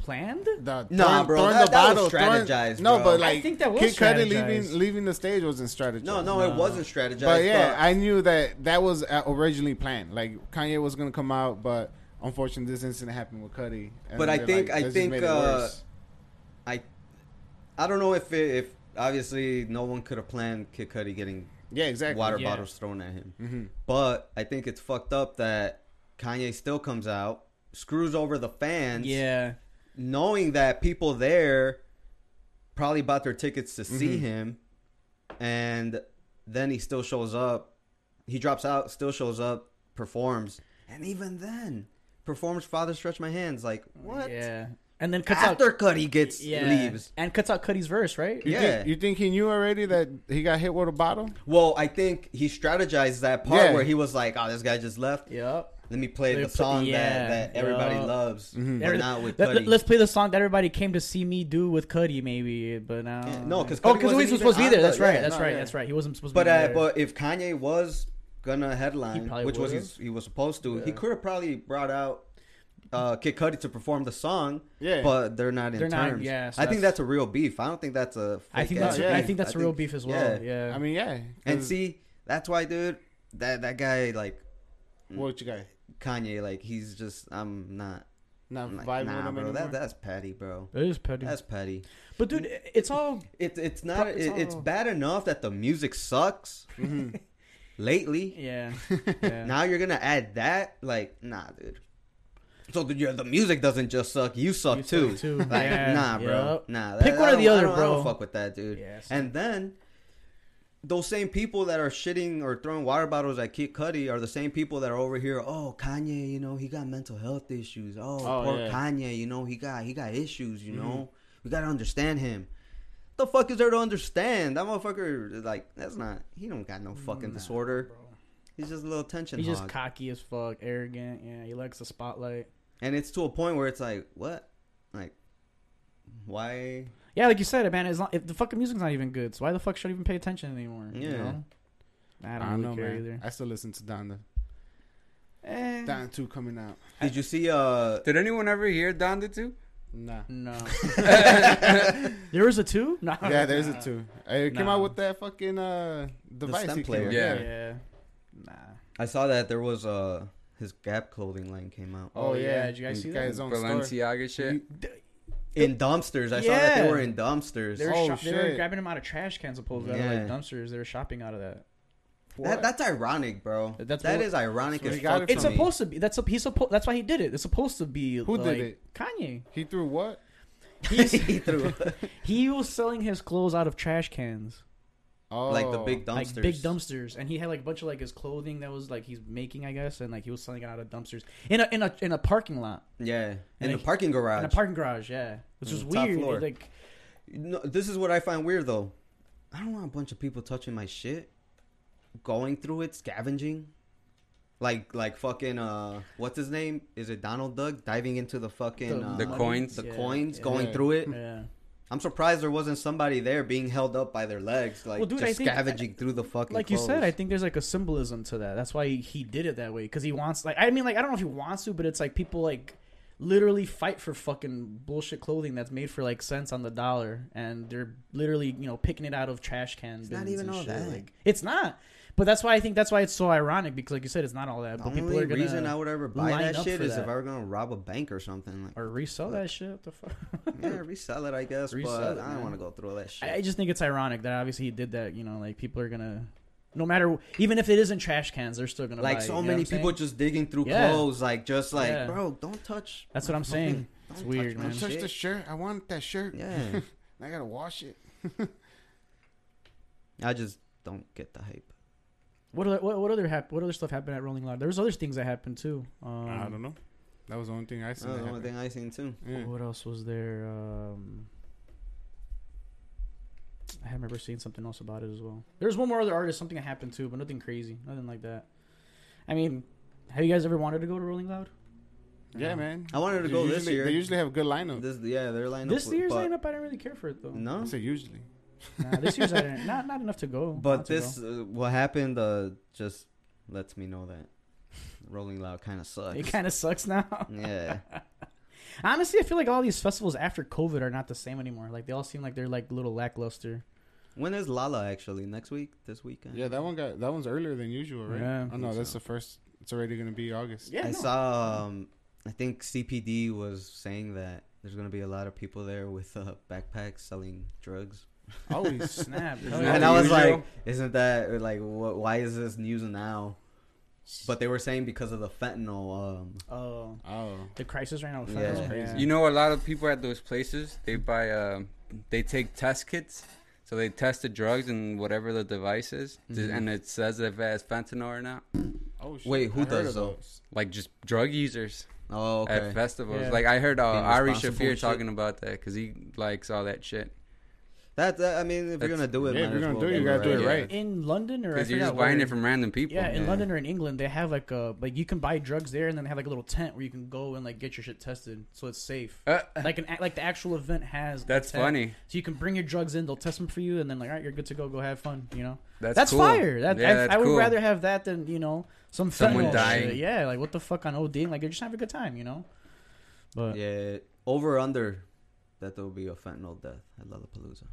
Speaker 3: Planned?
Speaker 2: the
Speaker 4: Nah,
Speaker 2: throwing-
Speaker 4: bro,
Speaker 2: throwing
Speaker 4: that-
Speaker 2: the
Speaker 4: that
Speaker 2: bottle,
Speaker 4: was
Speaker 2: throwing-
Speaker 4: strategized,
Speaker 2: No,
Speaker 4: bro.
Speaker 2: but
Speaker 4: I
Speaker 2: like
Speaker 3: think that was
Speaker 2: Kid Cudi
Speaker 3: strategized.
Speaker 2: leaving leaving the stage wasn't strategized.
Speaker 4: No, no, it
Speaker 3: No.
Speaker 4: wasn't strategized.
Speaker 2: But yeah,
Speaker 4: but-
Speaker 2: I knew that that was uh, originally planned. Like Kanye was gonna come out, but unfortunately, this incident happened with Cudi. and
Speaker 4: But I
Speaker 2: they're
Speaker 4: think-
Speaker 2: like,
Speaker 4: I
Speaker 2: "This just
Speaker 4: think,
Speaker 2: made it
Speaker 4: uh,
Speaker 2: worse."
Speaker 4: I I don't know if it, if obviously no one could have planned Kid Cudi getting
Speaker 2: yeah, exactly.
Speaker 4: water
Speaker 3: Yeah. Mm-hmm.
Speaker 4: bottles thrown at him.
Speaker 2: Mhm.
Speaker 4: But I think it's fucked up that Kanye still comes out, screws over the fans,
Speaker 3: Yeah.
Speaker 4: knowing that people there probably bought their tickets to see
Speaker 3: Mm-hmm.
Speaker 2: Mhm.
Speaker 4: him, and then he still shows up. He drops out, still shows up, performs, and even then performs "Father Stretch My Hands." Like what?
Speaker 3: Yeah. And then cuts out
Speaker 4: After Cudi gets
Speaker 3: yeah.
Speaker 4: leaves,
Speaker 3: and cuts out Cudi's verse, right?
Speaker 2: You
Speaker 4: Yeah.
Speaker 2: think, you think he knew already that he got hit with a bottle?
Speaker 4: Well, I think he strategized that part
Speaker 2: Yeah.
Speaker 4: where he was like, "Oh, this guy just left.
Speaker 3: Yep.
Speaker 4: Let me play
Speaker 3: They
Speaker 4: the
Speaker 3: put-
Speaker 4: song
Speaker 3: yeah,
Speaker 4: that, that everybody
Speaker 3: yeah.
Speaker 4: loves,
Speaker 2: Mhm.
Speaker 4: but not with
Speaker 3: Let,
Speaker 4: Cudi."
Speaker 3: us play the song that everybody came to see me do with Cudi, maybe, but now
Speaker 4: Yeah, no, 'cause
Speaker 3: oh, because he
Speaker 4: Cudi wasn't
Speaker 3: wasn't
Speaker 4: even
Speaker 3: supposed to be
Speaker 4: on
Speaker 3: there.
Speaker 4: the-
Speaker 3: That's right.
Speaker 4: yeah,
Speaker 3: That's
Speaker 2: no,
Speaker 3: right.
Speaker 2: yeah.
Speaker 3: That's right. He wasn't supposed to
Speaker 4: but
Speaker 3: be
Speaker 4: uh,
Speaker 3: there.
Speaker 4: but if Kanye was gonna headline,
Speaker 3: He probably
Speaker 4: which was
Speaker 3: would've.
Speaker 4: he's, he was supposed to, he
Speaker 3: Yeah.
Speaker 4: could have probably brought out uh, Kid Cudi to perform the song.
Speaker 2: Yeah.
Speaker 4: but they're not in
Speaker 3: They're not-
Speaker 4: terms.
Speaker 3: yeah, so
Speaker 4: I think
Speaker 3: that's-
Speaker 4: that's a real beef. I don't think that's a.
Speaker 3: I think
Speaker 4: fake
Speaker 3: that's
Speaker 4: ass
Speaker 2: yeah.
Speaker 3: I
Speaker 4: beef.
Speaker 3: think that's a real beef as well. Yeah.
Speaker 2: I mean, yeah.
Speaker 4: and
Speaker 2: 'cause-
Speaker 4: see, that's why, dude. That that guy like Mm.
Speaker 2: what you got?
Speaker 4: Kanye, like he's just I'm not
Speaker 2: Not
Speaker 4: I'm like,
Speaker 2: vibing with
Speaker 4: nah,
Speaker 2: him
Speaker 4: bro.
Speaker 2: anymore?
Speaker 4: That that's petty, bro.
Speaker 3: it is petty.
Speaker 4: That's petty.
Speaker 3: But dude, it- it's all
Speaker 4: It, it's not.
Speaker 3: It's
Speaker 4: It's, it, it's
Speaker 3: all-
Speaker 4: bad enough that the music sucks lately.
Speaker 3: yeah. yeah.
Speaker 4: Now you're gonna add that, like, nah, dude. So the, your, the music doesn't just suck. You suck
Speaker 3: You suck
Speaker 4: too.
Speaker 3: too.
Speaker 4: Like,
Speaker 3: Yeah.
Speaker 4: nah, bro.
Speaker 3: Yup.
Speaker 4: Nah.
Speaker 3: Pick one or
Speaker 4: I don't-
Speaker 3: the other,
Speaker 4: I don't- I
Speaker 3: bro.
Speaker 4: don't fuck with that, dude.
Speaker 3: Yeah, same.
Speaker 4: and then those same people that are shitting or throwing water bottles at Kid Cudi are the same people that are over here. Oh, Kanye, you know he got mental health issues. Oh,
Speaker 2: Oh,
Speaker 4: poor
Speaker 2: yeah.
Speaker 4: Kanye, you know he got he got issues. You
Speaker 3: Mm-hmm.
Speaker 4: know we gotta understand him. The fuck is there to understand? That motherfucker, like, that's not. He don't got no fucking disorder. He's just a little tension.
Speaker 3: He's just
Speaker 4: hog.
Speaker 3: cocky as fuck, arrogant. Yeah, he likes the spotlight.
Speaker 4: and it's to a point where it's like, what? Like, why?
Speaker 3: Yeah, like you said, it man. It's not, if the fucking music's not even good, so why the fuck should I even pay attention anymore? You
Speaker 4: Yeah.
Speaker 3: know? I
Speaker 2: I
Speaker 3: don't,
Speaker 2: don't know,
Speaker 3: really care
Speaker 2: man.
Speaker 3: either.
Speaker 2: I still listen to Donda.
Speaker 4: Mm.
Speaker 3: Eh,
Speaker 2: Donda two coming out.
Speaker 4: Did you see? Uh,
Speaker 1: Did anyone ever hear Donda too?
Speaker 2: Nah.
Speaker 3: no. there was a two. No.
Speaker 2: Yeah, there's a two. It came
Speaker 3: Nah.
Speaker 2: out with that fucking uh, device.
Speaker 4: stem
Speaker 2: he came
Speaker 4: player.
Speaker 2: with,
Speaker 1: Yeah.
Speaker 3: Yeah. Nah.
Speaker 4: I saw that there was uh his Gap clothing line came out
Speaker 2: Oh,
Speaker 3: Oh,
Speaker 2: yeah.
Speaker 3: yeah. Did you guys
Speaker 2: He
Speaker 3: see
Speaker 2: got
Speaker 3: that?
Speaker 2: his own store.
Speaker 1: Balenciaga shit.
Speaker 2: You-
Speaker 4: in dumpsters. I saw that
Speaker 3: Yeah.
Speaker 4: they were in dumpsters.
Speaker 3: They were,
Speaker 2: Oh,
Speaker 3: shop- they were
Speaker 2: shit.
Speaker 3: grabbing him out of trash cans and pulling them out
Speaker 4: Yeah.
Speaker 3: of like dumpsters. They were shopping out of that.
Speaker 4: That, that's ironic, bro.
Speaker 3: That's
Speaker 4: That's that
Speaker 3: what-
Speaker 4: is ironic
Speaker 2: that's
Speaker 4: as
Speaker 2: where he got
Speaker 4: fuck.
Speaker 2: it
Speaker 4: to
Speaker 3: It's
Speaker 4: me.
Speaker 3: supposed to be. That's a he's supposed. That's why he did it. It's supposed to be.
Speaker 2: Who did
Speaker 3: like,
Speaker 2: it?
Speaker 3: Kanye.
Speaker 2: He threw what?
Speaker 4: he threw
Speaker 3: He was selling his clothes out of trash cans,
Speaker 2: Oh,
Speaker 4: like the big dumpsters.
Speaker 3: like big dumpsters, and he had like a bunch of like his clothing that was like he's making, I guess, and like he was selling it out of dumpsters in a in a in a parking lot,
Speaker 4: Yeah, in
Speaker 3: And
Speaker 4: the
Speaker 3: he-
Speaker 4: parking garage.
Speaker 3: in a parking garage, yeah, which
Speaker 4: Mm,
Speaker 3: was
Speaker 4: top
Speaker 3: weird.
Speaker 4: floor.
Speaker 3: It, like,
Speaker 4: No, this is what I find weird though. I don't want a bunch of people touching my shit, going through it, scavenging. Like like fucking uh, what's his name? Is it Donald Duck diving into the fucking uh,
Speaker 1: The
Speaker 4: the,
Speaker 1: money. coins?
Speaker 3: Yeah,
Speaker 4: coins,
Speaker 3: yeah.
Speaker 4: going
Speaker 2: Yeah.
Speaker 4: through it?
Speaker 3: Yeah.
Speaker 4: I'm surprised there wasn't somebody there being held up by their legs, like
Speaker 3: Well, dude, I
Speaker 4: just
Speaker 3: think-
Speaker 4: scavenging through the fucking.
Speaker 3: like you said,
Speaker 4: clothes.
Speaker 3: I think there's like a symbolism to that. That's why he, he did it that way because he wants like I mean like I don't know if he wants to, but it's like people like literally fight for fucking bullshit clothing that's made for like cents on the dollar, and they're literally you know picking it out of trash can
Speaker 4: It's
Speaker 3: bins.
Speaker 4: not even
Speaker 3: and
Speaker 4: all
Speaker 3: shit.
Speaker 4: that.
Speaker 3: Like, it's not. But that's why I think that's why it's so ironic because like you said, it's not all that.
Speaker 4: the
Speaker 3: but people
Speaker 4: only
Speaker 3: are gonna
Speaker 4: reason I would ever buy
Speaker 3: line
Speaker 4: that
Speaker 3: up
Speaker 4: shit
Speaker 3: for
Speaker 4: is if
Speaker 3: that.
Speaker 4: I were gonna rob a bank or something. Like,
Speaker 3: or resell that shit. What the fuck.
Speaker 4: yeah, resell it, I guess,
Speaker 3: Resell
Speaker 4: but
Speaker 3: it,
Speaker 4: I don't
Speaker 3: man.
Speaker 4: want to go through all that shit.
Speaker 3: I, I just think it's ironic that obviously he did that. You know, like people are gonna. No matter, even if it isn't trash cans, they're still gonna
Speaker 4: like
Speaker 3: buy it,
Speaker 4: so
Speaker 3: you know what
Speaker 4: many
Speaker 3: I'm saying?
Speaker 4: people just digging through
Speaker 3: Yeah.
Speaker 4: clothes, like just like,
Speaker 3: Yeah.
Speaker 4: bro, don't touch.
Speaker 3: That's what I'm saying. It's
Speaker 4: touch
Speaker 3: weird,
Speaker 4: my
Speaker 3: man.
Speaker 2: Don't touch
Speaker 4: shit.
Speaker 2: the shirt. I want that shirt.
Speaker 4: Yeah,
Speaker 2: I gotta wash it.
Speaker 4: I just don't get the hype.
Speaker 3: What other, what, what other hap- what other stuff happened at Rolling Loud? There was other things that happened too. Um,
Speaker 2: I don't know. That was the only thing I
Speaker 4: That's
Speaker 2: saw.
Speaker 4: the only thing I seen too.
Speaker 2: yeah.
Speaker 3: What else was there? Um, I remember seeing something else about it as well. There's one more other artist, something that happened too, but nothing crazy, nothing like that. I mean, have you guys ever wanted to go to Rolling Loud?
Speaker 2: Yeah, man.
Speaker 4: I wanted to
Speaker 2: They
Speaker 4: go this
Speaker 2: usually,
Speaker 4: year.
Speaker 2: They usually have a good lineup.
Speaker 4: This yeah, their lineup.
Speaker 3: this
Speaker 4: was-
Speaker 3: year's
Speaker 4: but-
Speaker 3: lineup, I didn't really care for it though.
Speaker 4: No,
Speaker 2: I say usually.
Speaker 3: Nah, this year's I didn't, not not enough to go.
Speaker 4: But
Speaker 3: not to
Speaker 4: this,
Speaker 3: go.
Speaker 4: uh, what happened, uh, just lets me know that Rolling Loud kind of sucks.
Speaker 3: it kind of sucks now.
Speaker 4: yeah,
Speaker 3: Honestly, I feel like all these festivals after COVID are not the same anymore. Like they all seem like they're like little lackluster.
Speaker 4: when is Lala actually next week? This weekend?
Speaker 2: Yeah, that one got that one's earlier than usual, right?
Speaker 3: Yeah.
Speaker 2: oh no,
Speaker 4: Think
Speaker 2: that's
Speaker 4: so.
Speaker 2: the first. It's already gonna be August.
Speaker 3: Yeah,
Speaker 4: I
Speaker 3: no.
Speaker 4: saw. Um, I think CPD was saying that there's gonna be a lot of people there with uh, backpacks selling drugs,
Speaker 2: Always.
Speaker 3: Snap.
Speaker 2: Isn't
Speaker 3: Hell
Speaker 2: that
Speaker 4: and I was
Speaker 1: usual?
Speaker 4: like, "Isn't that or like wh- why is this news now?" But they were saying because of the fentanyl. Um,
Speaker 3: Oh,
Speaker 2: oh,
Speaker 3: the crisis right now. with
Speaker 4: Yeah.
Speaker 3: fentanyl.
Speaker 4: That's
Speaker 2: crazy.
Speaker 3: Yeah.
Speaker 1: You know, a lot of people at those places they buy, um they take test kits, so they test the drugs and whatever the device is, th-
Speaker 4: Mhm.
Speaker 1: and it says if it has fentanyl or not.
Speaker 2: oh. Shit.
Speaker 4: Wait, who
Speaker 2: I heard
Speaker 4: does
Speaker 2: of
Speaker 4: though?
Speaker 2: those.
Speaker 1: Like just drug users
Speaker 4: oh, okay.
Speaker 1: at festivals.
Speaker 3: Yeah.
Speaker 1: Like I heard uh,
Speaker 4: Being
Speaker 1: Ari
Speaker 4: responsible and
Speaker 1: Shafir
Speaker 4: shit.
Speaker 1: talking about that because he likes all that shit.
Speaker 4: that, that I mean, if you're
Speaker 1: That's-
Speaker 4: gonna do it,
Speaker 2: Yeah, if
Speaker 4: might
Speaker 2: you're
Speaker 4: as
Speaker 2: gonna
Speaker 4: well
Speaker 2: do it, you
Speaker 4: do
Speaker 2: gotta do it
Speaker 1: Yeah.
Speaker 2: right.
Speaker 3: In London or I
Speaker 1: Because you're just
Speaker 3: forgot
Speaker 1: buying
Speaker 3: where.
Speaker 1: it from random people.
Speaker 3: Yeah, in
Speaker 4: Yeah.
Speaker 3: London or in England, they have like a like you can buy drugs there, and then they have like a little tent where you can go and like get your shit tested, so it's safe.
Speaker 1: Uh,
Speaker 3: Like an a- like the actual event has. a
Speaker 1: that's
Speaker 3: tent.
Speaker 1: funny.
Speaker 3: So you can bring your drugs in, they'll test them for you, and then like all right, you're good to go. Go have fun. You know,
Speaker 1: That's,
Speaker 3: that's,
Speaker 1: cool.
Speaker 3: fire. That
Speaker 1: Yeah,
Speaker 3: I,
Speaker 1: that's
Speaker 3: I would
Speaker 1: cool.
Speaker 3: rather have that than you know some
Speaker 1: Someone
Speaker 3: fentanyl
Speaker 1: dying.
Speaker 3: Shit. Yeah, like what the fuck on ODing? Like you're just having a good time, you know. But
Speaker 4: Yeah, over or under that there will be a fentanyl death at Lollapalooza.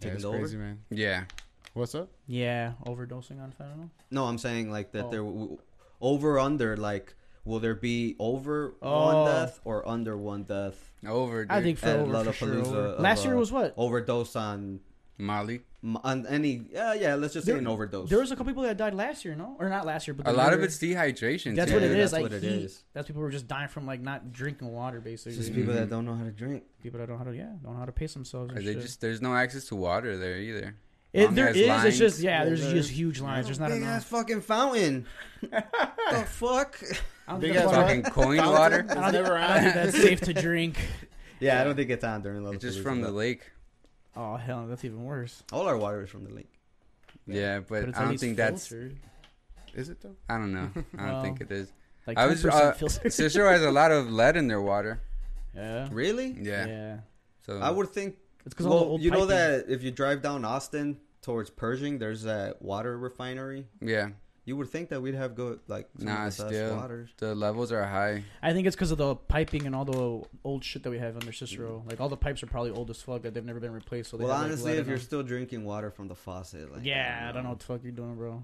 Speaker 2: Yeah,
Speaker 4: taking
Speaker 2: it's
Speaker 4: the over?
Speaker 2: crazy, man.
Speaker 1: Yeah.
Speaker 2: What's up?
Speaker 3: yeah, overdosing on fentanyl.
Speaker 4: No, I'm saying like that
Speaker 3: Oh.
Speaker 4: there w- over or under like will there be over
Speaker 3: Oh.
Speaker 4: one death or under one death
Speaker 1: Over. Dude.
Speaker 3: I think for
Speaker 4: At
Speaker 3: over, for sure,
Speaker 4: Lollapalooza
Speaker 3: over.
Speaker 4: of,
Speaker 3: Last year
Speaker 4: uh,
Speaker 3: was what?
Speaker 4: overdose on
Speaker 1: Molly.
Speaker 4: on any yeah yeah let's just
Speaker 3: There-
Speaker 4: say an overdose.
Speaker 3: There was a couple people that died last year, no? Or not last year, but
Speaker 1: A
Speaker 3: the
Speaker 1: lot
Speaker 3: year-
Speaker 1: of it's dehydration.
Speaker 3: That's
Speaker 1: too.
Speaker 3: what it
Speaker 4: Yeah,
Speaker 3: is.
Speaker 4: that's
Speaker 3: like
Speaker 4: what it
Speaker 3: heat.
Speaker 4: is.
Speaker 3: That's people who are just dying from like not drinking water,
Speaker 4: It's
Speaker 3: basically.
Speaker 4: just people that don't know how to drink.
Speaker 3: people that don't know how to yeah don't know how to pace themselves.
Speaker 1: Or
Speaker 3: And
Speaker 1: they
Speaker 3: shit.
Speaker 1: just there's no access to water there either.
Speaker 3: it,
Speaker 1: long
Speaker 3: there
Speaker 1: ass
Speaker 3: is.
Speaker 1: lines.
Speaker 3: It's just yeah.
Speaker 2: Yeah,
Speaker 3: There's
Speaker 2: there
Speaker 3: just
Speaker 2: is.
Speaker 3: huge lines. There's not
Speaker 4: big
Speaker 3: enough.
Speaker 4: ass fucking fountain. the fuck?
Speaker 3: I don't
Speaker 2: Big ass
Speaker 3: think that's why-
Speaker 1: Fucking coin water.
Speaker 2: It's
Speaker 3: I don't think-
Speaker 2: never
Speaker 3: I don't think
Speaker 2: on.
Speaker 3: that's safe to drink.
Speaker 4: Yeah, I don't think it's on during Lollapalooza.
Speaker 1: It's just from the
Speaker 4: but
Speaker 1: lake.
Speaker 3: Oh hell, that's even worse.
Speaker 4: all our water is from the lake.
Speaker 1: Yeah, but,
Speaker 3: But it's
Speaker 1: I
Speaker 3: at
Speaker 1: don't
Speaker 3: least
Speaker 1: think that's.
Speaker 3: filtered.
Speaker 2: Is it though?
Speaker 1: I don't know. I don't
Speaker 3: Well,
Speaker 1: think it is.
Speaker 3: Like
Speaker 1: I was
Speaker 3: 10%
Speaker 1: uh,
Speaker 3: filtered.
Speaker 1: Cicero has a lot of lead in their water.
Speaker 3: yeah.
Speaker 4: Really?
Speaker 1: Yeah.
Speaker 3: yeah.
Speaker 1: So
Speaker 4: I would think.
Speaker 3: It's because all the
Speaker 4: Well,
Speaker 3: old
Speaker 4: you know
Speaker 3: piping.
Speaker 4: that if you drive down Austin towards Pershing, there's that water refinery.
Speaker 1: yeah,
Speaker 4: You would think that we'd have good like some
Speaker 1: Nah,
Speaker 4: of the best
Speaker 1: still.
Speaker 4: waters.
Speaker 1: the levels are high.
Speaker 3: I think it's because of the piping and all the old shit that we have under Cicero. Like all the pipes are probably old as fuck that they've never been replaced. So they
Speaker 4: Mm-hmm. well,
Speaker 3: have, like,
Speaker 4: honestly,
Speaker 3: lead
Speaker 4: if
Speaker 3: in
Speaker 4: you're
Speaker 3: them.
Speaker 4: still drinking water from the faucet, like
Speaker 3: yeah, I don't know what the fuck you're doing, bro.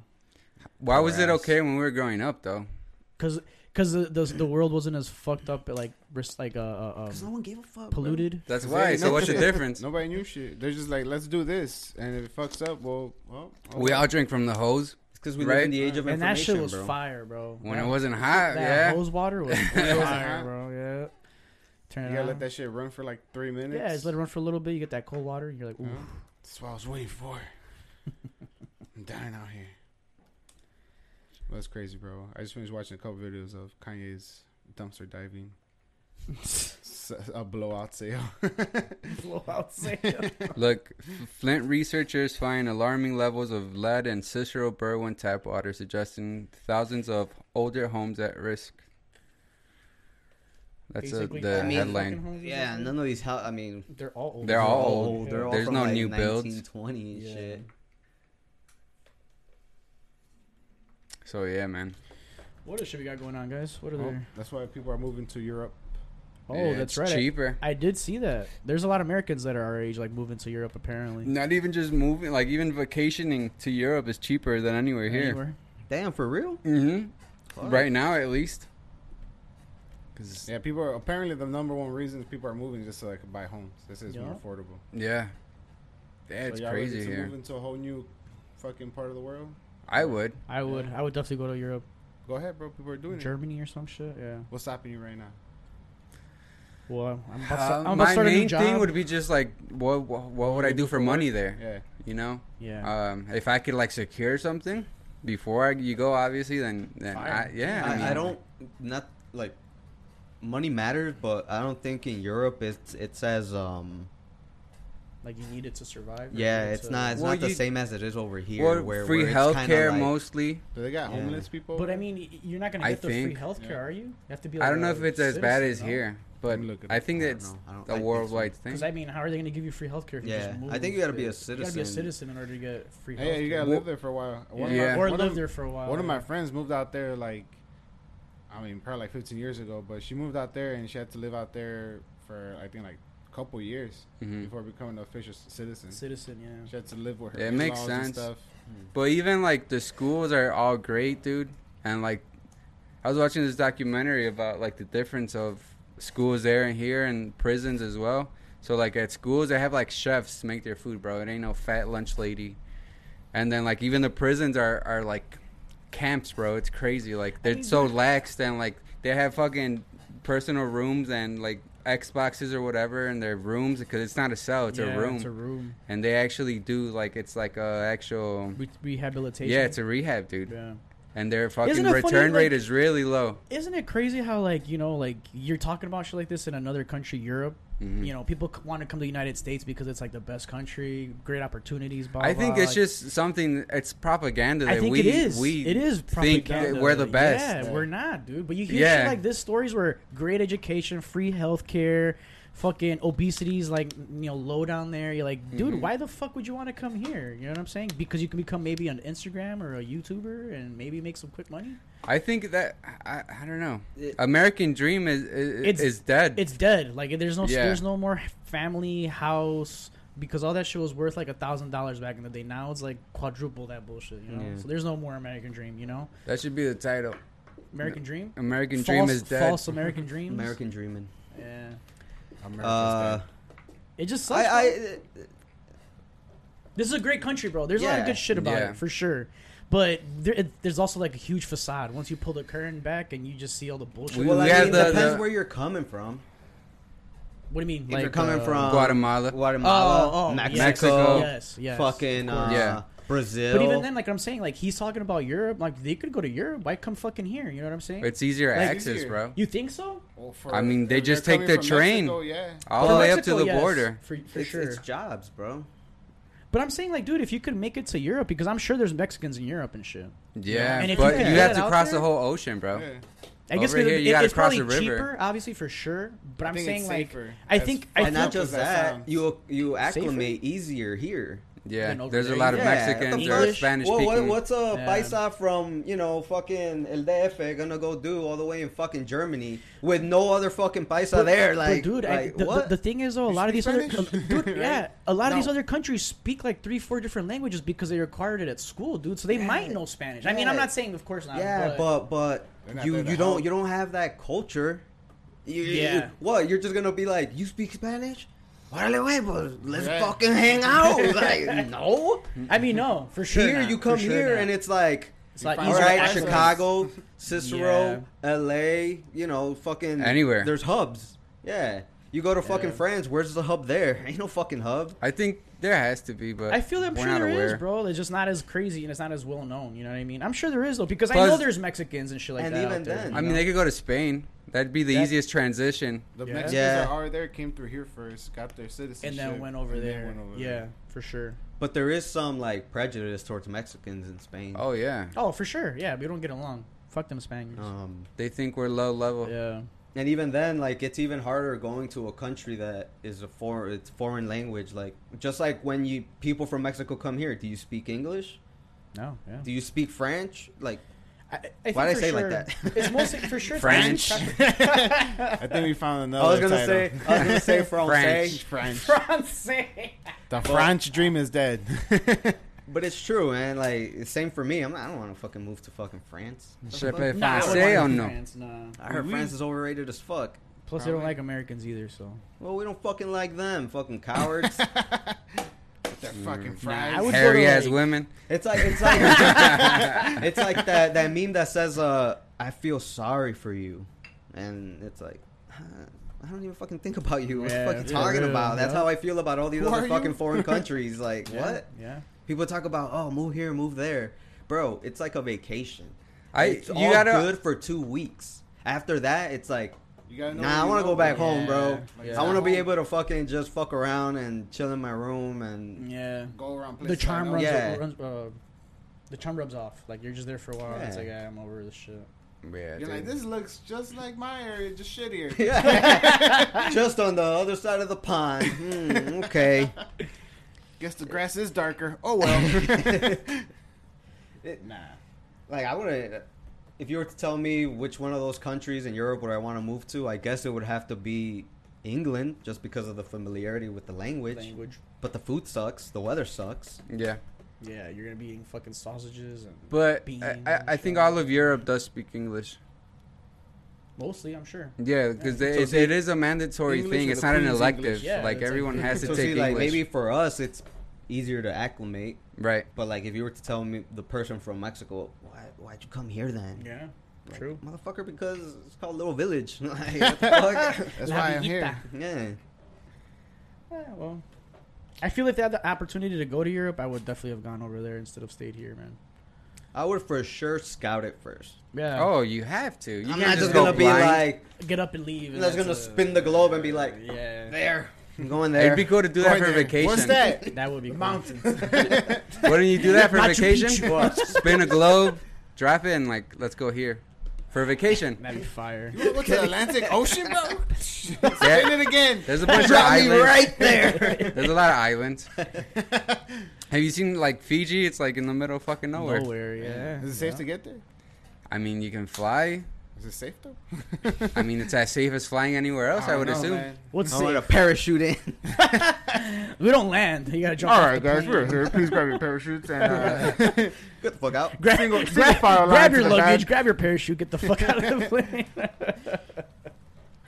Speaker 1: Why was it
Speaker 4: Whereas-
Speaker 1: okay when we were growing up though?
Speaker 3: Cause, cause the, the the world wasn't as fucked up, like ris- like uh, uh
Speaker 4: Because no
Speaker 3: um,
Speaker 4: one gave a fuck. bro.
Speaker 3: polluted.
Speaker 1: That's
Speaker 2: Cause
Speaker 1: why.
Speaker 2: they-
Speaker 1: So what's the difference?
Speaker 2: Nobody knew shit. They're just like, let's do this, and if it fucks up, well, well oh,
Speaker 1: We all drink from the hose
Speaker 4: It's because we
Speaker 1: Right?
Speaker 4: live in the age of
Speaker 3: And that
Speaker 4: information,
Speaker 3: shit was
Speaker 4: bro.
Speaker 3: fire, bro.
Speaker 1: when
Speaker 3: that,
Speaker 1: it wasn't hot.
Speaker 3: that
Speaker 1: yeah,
Speaker 3: hose water was fire,
Speaker 2: hot.
Speaker 3: bro. Yeah, turn
Speaker 2: You
Speaker 3: it
Speaker 2: gotta
Speaker 3: on.
Speaker 2: let that shit run for like three minutes.
Speaker 3: yeah, just let it run for a little bit. You get that cold water, and you're like,
Speaker 2: You
Speaker 3: ooh.
Speaker 2: know? That's what I was waiting for. I'm dying out here. That's crazy, bro. I just finished watching a couple videos of Kanye's dumpster diving. S- A blowout sale.
Speaker 3: blowout sale.
Speaker 1: Look, F- Flint researchers find alarming levels of lead in Cicero Berwyn tap water, suggesting thousands of older homes at risk. That's a,
Speaker 3: Basically,
Speaker 1: the
Speaker 4: I mean,
Speaker 1: headline.
Speaker 3: fucking homes or
Speaker 4: Yeah,
Speaker 3: something.
Speaker 4: none of these. Ho- I mean,
Speaker 3: They're all old.
Speaker 1: They're all old.
Speaker 4: They're all
Speaker 1: There's
Speaker 4: from
Speaker 1: no
Speaker 4: like
Speaker 1: new builds.
Speaker 4: 1920 and
Speaker 3: Yeah.
Speaker 4: shit.
Speaker 1: So yeah, man.
Speaker 3: What else should we got going on, guys? What are
Speaker 2: Oh,
Speaker 3: there?
Speaker 2: that's why people are moving to Europe.
Speaker 3: Oh,
Speaker 1: Yeah,
Speaker 3: that's
Speaker 1: it's
Speaker 3: right. I-
Speaker 1: Cheaper.
Speaker 3: I did see that. There's a lot of Americans that are our age, like moving to Europe, apparently.
Speaker 1: Not even just moving, like even vacationing to Europe is cheaper than anywhere here.
Speaker 3: Anywhere.
Speaker 4: Damn, for real?
Speaker 1: hmm
Speaker 4: Fuck.
Speaker 1: Right now, at least. 'Cause-
Speaker 2: Yeah, people are apparently the number one reason people are moving is just so they can buy homes. This is more
Speaker 3: Yeah.
Speaker 2: affordable.
Speaker 1: yeah, yeah,
Speaker 2: So
Speaker 1: it's
Speaker 2: y'all ready
Speaker 1: crazy
Speaker 2: to
Speaker 1: here.
Speaker 2: Move into a whole new fucking part of the world.
Speaker 1: I would.
Speaker 3: I would. I would definitely go to Europe,
Speaker 2: Go ahead, bro. People are doing it.
Speaker 3: Germany or some shit. Yeah.
Speaker 2: What's stopping you right now?
Speaker 3: Well, I'm about to
Speaker 1: Uh,
Speaker 3: start, I'm about to
Speaker 1: my
Speaker 3: start a new
Speaker 1: main
Speaker 3: job.
Speaker 1: thing would be just like, what what, what would I do for money there?
Speaker 2: Yeah,
Speaker 1: You know,
Speaker 3: yeah.
Speaker 1: um, if I could like secure something before I, you go, obviously, then then I,
Speaker 3: Fire.
Speaker 1: yeah,
Speaker 4: I,
Speaker 1: mean,
Speaker 4: I don't. Not like money matters, but I don't think in Europe it's it's as um.
Speaker 3: like you need it to survive. or
Speaker 4: Yeah,
Speaker 3: need it
Speaker 4: it's
Speaker 3: to-
Speaker 4: not. It's
Speaker 1: Well,
Speaker 4: not the
Speaker 1: you-
Speaker 4: same as it is over here.
Speaker 1: Well,
Speaker 4: where
Speaker 1: free
Speaker 4: where it's kinda
Speaker 1: healthcare
Speaker 4: like-
Speaker 1: mostly.
Speaker 2: do they got
Speaker 4: Yeah.
Speaker 2: homeless people?
Speaker 3: But I mean, y- you're not gonna
Speaker 1: I
Speaker 3: get the free
Speaker 1: think-
Speaker 3: healthcare,
Speaker 2: Yeah.
Speaker 3: are you? You have to be. Like
Speaker 1: I don't know
Speaker 3: a
Speaker 1: if it's as bad
Speaker 3: citizen,
Speaker 1: as
Speaker 3: no?
Speaker 1: here,
Speaker 2: Let
Speaker 1: but
Speaker 2: me look it
Speaker 1: I
Speaker 2: up.
Speaker 1: think
Speaker 4: I don't
Speaker 1: that's
Speaker 4: know. I don't- I
Speaker 1: a
Speaker 4: think so.
Speaker 1: worldwide thing.
Speaker 3: Because I mean, how are they going to give you free healthcare? If you
Speaker 4: Yeah,
Speaker 3: just move
Speaker 4: I think you gotta be
Speaker 3: You
Speaker 4: a
Speaker 3: gotta be a
Speaker 4: citizen.
Speaker 3: citizen in order to get free healthcare.
Speaker 2: hey, you gotta
Speaker 1: Well,
Speaker 2: live there for a while. One of
Speaker 1: yeah.
Speaker 2: my-
Speaker 3: or
Speaker 2: one of-
Speaker 3: live there for a while.
Speaker 2: One of my friends moved out there like, I mean, probably like 15 years ago. But she moved out there and she had to live out there for I think like a couple years
Speaker 1: Mhm.
Speaker 2: before becoming an official c- citizen.
Speaker 3: citizen, yeah.
Speaker 2: She had to live with her.
Speaker 1: It makes
Speaker 2: in-laws and
Speaker 1: sense.
Speaker 2: Stuff.
Speaker 1: But even like the schools are all great, dude. And like, I was watching this documentary about like the difference of schools there and here and prisons as well. So like at schools they have like chefs make their food, bro. It ain't no fat lunch lady. And then like even the prisons are are like camps, bro. It's crazy. Like they're
Speaker 3: mean,
Speaker 1: so laxed and like they have fucking personal rooms and like Xboxes or whatever in their rooms because it's not a cell, it's
Speaker 3: Yeah,
Speaker 1: a room.
Speaker 3: It's a room.
Speaker 1: and they actually do like it's like a actual
Speaker 3: Re- rehabilitation.
Speaker 1: yeah, it's a rehab, dude.
Speaker 3: Yeah.
Speaker 1: And their fucking
Speaker 3: Isn't it
Speaker 1: return
Speaker 3: funny,
Speaker 1: rate
Speaker 3: like-
Speaker 1: is really low.
Speaker 3: Isn't it crazy how like you know like you're talking about shit like this in another country, Europe.
Speaker 1: Mhm.
Speaker 3: You know, people c- want to come to the United States because it's like the best country, great opportunities. Blah,
Speaker 1: I
Speaker 3: blah,
Speaker 1: think
Speaker 3: blah,
Speaker 1: it's
Speaker 3: Oh, like-
Speaker 1: just something. It's propaganda that
Speaker 3: I think
Speaker 1: we
Speaker 3: it is.
Speaker 1: we
Speaker 3: it is
Speaker 1: think
Speaker 3: propaganda.
Speaker 1: that we're the best.
Speaker 3: Yeah, we're not, dude. But you hear
Speaker 1: Yeah.
Speaker 3: shit like this stories where great education, free healthcare, fucking obesity's like you know low down there. You're like, dude,
Speaker 1: Mhm.
Speaker 3: why the fuck would you want to come here? You know what I'm saying? Because you can become maybe an Instagram or a YouTuber and maybe make some quick money.
Speaker 1: I think that I, I don't know.
Speaker 4: It-
Speaker 1: American dream is is,
Speaker 3: It's-
Speaker 1: is dead.
Speaker 3: It's dead. Like there's no
Speaker 1: Yeah.
Speaker 3: there's no more family house. Because all that shit was worth like a thousand dollars back in the day. Now it's like quadruple that bullshit, you know.
Speaker 4: Yeah.
Speaker 3: So there's no more American Dream, you know.
Speaker 1: that should be the title.
Speaker 3: American Dream,
Speaker 1: American
Speaker 3: false,
Speaker 1: dream is dead.
Speaker 3: False American Dreams.
Speaker 4: American dreaming.
Speaker 3: Yeah.
Speaker 2: America's
Speaker 4: Uh,
Speaker 2: dead.
Speaker 3: It just
Speaker 4: I,
Speaker 3: sucks.
Speaker 4: I, uh,
Speaker 3: bro. this is a great country, bro. There's a lot of
Speaker 4: Yeah.
Speaker 3: good shit about
Speaker 1: Yeah.
Speaker 3: it for sure, but there, it, there's also like a huge facade. Once you pull the curtain back and you just see all the bullshit.
Speaker 1: We-
Speaker 4: well,
Speaker 1: we
Speaker 4: I
Speaker 1: have
Speaker 4: mean,
Speaker 1: the-
Speaker 4: depends
Speaker 1: the-
Speaker 4: where you're coming from.
Speaker 3: what do you mean?
Speaker 4: if you're coming
Speaker 3: uh,
Speaker 4: from
Speaker 1: Guatemala.
Speaker 4: Guatemala,
Speaker 3: Oh, oh,
Speaker 4: Mexico,
Speaker 3: yes.
Speaker 1: Mexico.
Speaker 3: Yes, yes.
Speaker 4: fucking uh,
Speaker 1: Yeah.
Speaker 4: Brazil.
Speaker 3: But even then, like I'm saying, like he's talking about Europe. Like they could go to Europe. Why come fucking here? You know what I'm saying?
Speaker 1: It's easier
Speaker 3: Like,
Speaker 1: access,
Speaker 2: easier.
Speaker 1: bro.
Speaker 3: you think so?
Speaker 2: Well, for-
Speaker 1: I mean, they
Speaker 2: if you're
Speaker 1: just take
Speaker 2: coming
Speaker 1: the
Speaker 2: from
Speaker 1: train.
Speaker 2: Mexico, yeah.
Speaker 1: All
Speaker 3: For
Speaker 1: the Oh, way up to
Speaker 3: Mexico,
Speaker 1: the
Speaker 3: yes,
Speaker 1: border.
Speaker 3: for, for
Speaker 4: it's,
Speaker 3: sure.
Speaker 4: it's jobs, bro.
Speaker 3: but I'm saying, like, dude, if you could make it to Europe, because I'm sure there's Mexicans in Europe and shit.
Speaker 1: Yeah,
Speaker 3: And if you
Speaker 1: but
Speaker 3: can
Speaker 1: you,
Speaker 3: get
Speaker 1: have
Speaker 3: it
Speaker 1: to
Speaker 3: out
Speaker 1: cross the
Speaker 3: there-
Speaker 1: whole ocean, bro.
Speaker 2: Yeah.
Speaker 3: I guess
Speaker 1: Over here,
Speaker 3: it-
Speaker 1: you gotta
Speaker 3: it's
Speaker 1: cross
Speaker 3: probably
Speaker 1: the river.
Speaker 3: cheaper, obviously for sure. But
Speaker 2: I
Speaker 3: I'm
Speaker 2: think
Speaker 3: saying
Speaker 2: it's
Speaker 3: like,
Speaker 2: safer.
Speaker 3: I
Speaker 2: That's
Speaker 3: think
Speaker 2: fine.
Speaker 3: I
Speaker 4: And not
Speaker 3: think
Speaker 2: does
Speaker 4: just
Speaker 2: that
Speaker 4: that,
Speaker 2: sound?
Speaker 4: you you acclimate
Speaker 3: Safer?
Speaker 4: easier here.
Speaker 1: Yeah,
Speaker 3: Then over
Speaker 1: there's a
Speaker 3: there,
Speaker 1: lot of
Speaker 3: yeah.
Speaker 1: Mexicans or
Speaker 3: English.
Speaker 1: Spanish
Speaker 4: Well,
Speaker 1: speaking.
Speaker 4: what, what's a
Speaker 3: Yeah.
Speaker 4: paisa from you know fucking El DF gonna go do all the way in fucking Germany with no other fucking paisa there? Like,
Speaker 3: dude, I,
Speaker 4: like,
Speaker 3: the,
Speaker 4: what?
Speaker 3: The, the thing is, though, a
Speaker 2: You
Speaker 3: lot of
Speaker 2: speak
Speaker 3: these other,
Speaker 2: Spanish?
Speaker 3: uh, dude,
Speaker 2: Right?
Speaker 3: yeah, a lot of these
Speaker 4: No.
Speaker 3: other countries speak like three, four different languages because they required it at school, dude. So they might know Spanish. I mean, I'm
Speaker 4: Yeah.
Speaker 3: not saying, of course not.
Speaker 4: yeah, but but,
Speaker 2: They're not
Speaker 4: you
Speaker 2: there to
Speaker 4: you don't
Speaker 2: help.
Speaker 4: you don't have that culture. You, you-
Speaker 3: Yeah.
Speaker 4: you- what you're just gonna be like? You speak Spanish? Órale, güey, pues, let's
Speaker 2: Yeah.
Speaker 4: fucking hang out. like no.
Speaker 3: I mean, no, for sure.
Speaker 4: here
Speaker 3: not.
Speaker 4: you
Speaker 3: For
Speaker 4: come
Speaker 3: sure
Speaker 4: here
Speaker 3: not.
Speaker 4: and it's like.
Speaker 3: it's like
Speaker 2: All
Speaker 4: All
Speaker 2: These
Speaker 3: easier
Speaker 2: are
Speaker 4: right,
Speaker 3: access.
Speaker 4: Chicago, Cicero, LA, you know, fucking
Speaker 1: Anywhere.
Speaker 4: There's hubs. Yeah. You go to fucking
Speaker 3: Yeah.
Speaker 4: France. Where's the hub there? Ain't no fucking hub.
Speaker 1: I think there has to be, but
Speaker 3: I feel I'm
Speaker 1: we're
Speaker 3: sure
Speaker 1: not
Speaker 3: there is,
Speaker 1: aware.
Speaker 3: bro. It's just not as crazy and it's not as well known. You know what I mean? I'm sure there is though because I
Speaker 1: Plus-
Speaker 3: know there's Mexicans and shit like
Speaker 4: And
Speaker 3: that.
Speaker 4: even
Speaker 3: out there,
Speaker 4: then,
Speaker 3: you
Speaker 1: I mean,
Speaker 3: know?
Speaker 1: they could go to Spain. That'd be the
Speaker 3: That-
Speaker 1: easiest transition.
Speaker 2: The
Speaker 3: Yeah.
Speaker 2: Mexicans
Speaker 4: Yeah.
Speaker 2: that are there came through here first, got their citizenship,
Speaker 3: and then went over
Speaker 2: and then
Speaker 3: there.
Speaker 2: went over
Speaker 3: yeah,
Speaker 2: there.
Speaker 3: for sure.
Speaker 4: But there is some like prejudice towards Mexicans in Spain.
Speaker 1: Oh yeah,
Speaker 3: Oh, for sure. Yeah, we don't get along. Fuck them Spaniards.
Speaker 1: Oh.
Speaker 4: Um,
Speaker 1: they think we're low level.
Speaker 3: yeah.
Speaker 4: and even then, like it's even harder going to a country that is a foreign, it's foreign language. Like just like when you people from Mexico come here, do you speak English?
Speaker 3: No. Yeah.
Speaker 4: Do you speak French? Like
Speaker 3: I, I think
Speaker 4: Why'd I
Speaker 3: for
Speaker 4: say it like
Speaker 3: sure-
Speaker 4: that?
Speaker 3: It's mostly for sure.
Speaker 1: French.
Speaker 2: I think we found another.
Speaker 4: I was gonna
Speaker 2: Oh, title.
Speaker 4: say, I was gonna say Francais,
Speaker 1: French.
Speaker 2: French.
Speaker 3: Francais.
Speaker 2: The French dream is dead.
Speaker 4: but it's true, man. Like it's same for me. I'm, not- I don't want to fucking move to fucking France.
Speaker 1: Je peux
Speaker 3: Nah, I would
Speaker 1: français
Speaker 3: want
Speaker 1: or
Speaker 3: to
Speaker 1: no?
Speaker 3: France, nah.
Speaker 4: I heard
Speaker 2: Oui, oui.
Speaker 4: France is overrated as fuck.
Speaker 3: Plus, they don't
Speaker 2: Probably.
Speaker 3: like Americans either. So
Speaker 4: Well, we don't fucking like them, fucking cowards.
Speaker 2: They're
Speaker 4: Mm.
Speaker 2: fucking
Speaker 3: Nah,
Speaker 2: fries.
Speaker 3: I would go
Speaker 1: Hairy
Speaker 3: to,
Speaker 1: ass
Speaker 3: like-
Speaker 1: women.
Speaker 4: It's like it's like it's like that that meme that says uh I feel sorry for you, and it's like huh, I don't even fucking think about you. What
Speaker 3: Yeah,
Speaker 4: the fuck you
Speaker 3: yeah,
Speaker 4: talking
Speaker 3: yeah,
Speaker 4: about? That's
Speaker 3: yeah.
Speaker 4: how I feel about all these
Speaker 2: Who
Speaker 4: other
Speaker 2: are
Speaker 4: fucking
Speaker 2: you?
Speaker 4: foreign countries. Like what
Speaker 3: Yeah.
Speaker 4: people talk about? Oh, move here, move there, bro. It's like a vacation.
Speaker 1: I
Speaker 4: it's
Speaker 1: you
Speaker 4: all
Speaker 1: gotta
Speaker 4: good for two weeks. After that, it's like.
Speaker 2: You gotta know
Speaker 4: Nah, I
Speaker 2: where
Speaker 4: want
Speaker 2: you
Speaker 4: to go back home, bro.
Speaker 3: Yeah,
Speaker 2: yeah.
Speaker 4: I want to be
Speaker 2: Home.
Speaker 4: able to fucking just fuck around and chill in my room and
Speaker 3: Yeah.
Speaker 2: Go around.
Speaker 3: The
Speaker 2: places I
Speaker 3: charm
Speaker 2: know.
Speaker 3: runs.
Speaker 4: Yeah.
Speaker 3: runs uh, the charm rubs off. Like you're just there for a while. and It's
Speaker 4: Yeah.
Speaker 3: like "Ah, I'm over this shit.
Speaker 1: Yeah,
Speaker 2: You're
Speaker 1: dude.
Speaker 2: like, this looks just like my area, just shittier.
Speaker 4: just on the other side of the pond. Hmm, okay.
Speaker 2: Guess the grass is darker. Oh well. nah.
Speaker 4: Like I wouldn't. If you were to tell me which one of those countries in Europe would I want to move to, I guess it would have to be England, just because of the familiarity with the language.
Speaker 3: Language.
Speaker 4: But the food sucks. The weather sucks.
Speaker 1: yeah.
Speaker 3: Yeah, you're gonna be eating fucking sausages and
Speaker 1: But
Speaker 3: beans
Speaker 1: I, I, I
Speaker 3: and
Speaker 1: think
Speaker 3: shit.
Speaker 1: all of Europe does speak English.
Speaker 3: mostly, I'm sure.
Speaker 1: Yeah, because
Speaker 4: So
Speaker 1: it,
Speaker 4: see-
Speaker 1: it is a mandatory
Speaker 2: English
Speaker 1: thing.
Speaker 2: is
Speaker 1: It's
Speaker 2: the
Speaker 1: not an
Speaker 2: Queen's
Speaker 1: elective.
Speaker 2: English.
Speaker 3: Yeah,
Speaker 1: like
Speaker 3: it's like-
Speaker 1: everyone has to
Speaker 4: so
Speaker 1: take
Speaker 4: see,
Speaker 1: English.
Speaker 4: like maybe for us, it's easier to acclimate.
Speaker 1: right.
Speaker 4: But like, if you were to tell me the person from Mexico, why why'd you come here then?
Speaker 3: Yeah.
Speaker 4: Like,
Speaker 3: True.
Speaker 4: motherfucker, because it's called Little Village. like, what the fuck?
Speaker 2: That's
Speaker 3: La
Speaker 2: why I'm
Speaker 3: Villita.
Speaker 2: here.
Speaker 4: yeah.
Speaker 3: Yeah, well, I feel if they had the opportunity to go to Europe, I would definitely have gone over there instead of stayed here, man.
Speaker 4: I would for sure scout it first.
Speaker 3: Yeah.
Speaker 1: Oh, you have to. You can't
Speaker 4: I'm not
Speaker 1: just
Speaker 4: just
Speaker 1: go
Speaker 4: gonna be
Speaker 1: blind.
Speaker 4: like,
Speaker 3: Get up and leave. and
Speaker 4: I'm just gonna
Speaker 3: that's
Speaker 4: spin the globe and be like,
Speaker 3: a- yeah,
Speaker 4: there, I'm going
Speaker 1: It'd
Speaker 4: there.
Speaker 1: be cool to do that for vacation.
Speaker 2: What's that?
Speaker 3: that would be
Speaker 2: The
Speaker 3: cool.
Speaker 2: mountains.
Speaker 1: Wouldn't you do that for
Speaker 3: Machu
Speaker 1: vacation?
Speaker 3: Picchu.
Speaker 1: Spin a globe, drop it, and like let's go here for vacation.
Speaker 3: That'd be fire.
Speaker 2: You wanna go to the Atlantic Ocean, bro? Spin
Speaker 1: Yeah.
Speaker 2: it again.
Speaker 1: There's a bunch of
Speaker 4: Drop me
Speaker 1: islands.
Speaker 4: right there.
Speaker 1: There's a lot of islands. Have you seen like Fiji? It's like in the middle of fucking nowhere.
Speaker 3: Nowhere, yeah.
Speaker 2: Is it safe to get there?
Speaker 1: I mean, you can fly.
Speaker 2: Is it safe though?
Speaker 1: I mean, it's as safe as flying anywhere else. I,
Speaker 2: don't
Speaker 1: would
Speaker 2: know,
Speaker 1: assume.
Speaker 2: man.
Speaker 3: What's
Speaker 4: I want
Speaker 3: safe?
Speaker 4: to parachute in.
Speaker 3: We don't land. You gotta jump.
Speaker 2: All
Speaker 3: off
Speaker 2: right,
Speaker 3: the
Speaker 2: guys,
Speaker 3: plane.
Speaker 2: we're here. Please grab your parachutes and uh,
Speaker 4: Get the fuck out.
Speaker 3: Grab,
Speaker 2: Single-
Speaker 3: grab,
Speaker 2: single file line
Speaker 3: grab
Speaker 2: to
Speaker 3: your
Speaker 2: the
Speaker 3: luggage,
Speaker 2: back.
Speaker 3: grab your parachute, get the fuck out of the plane.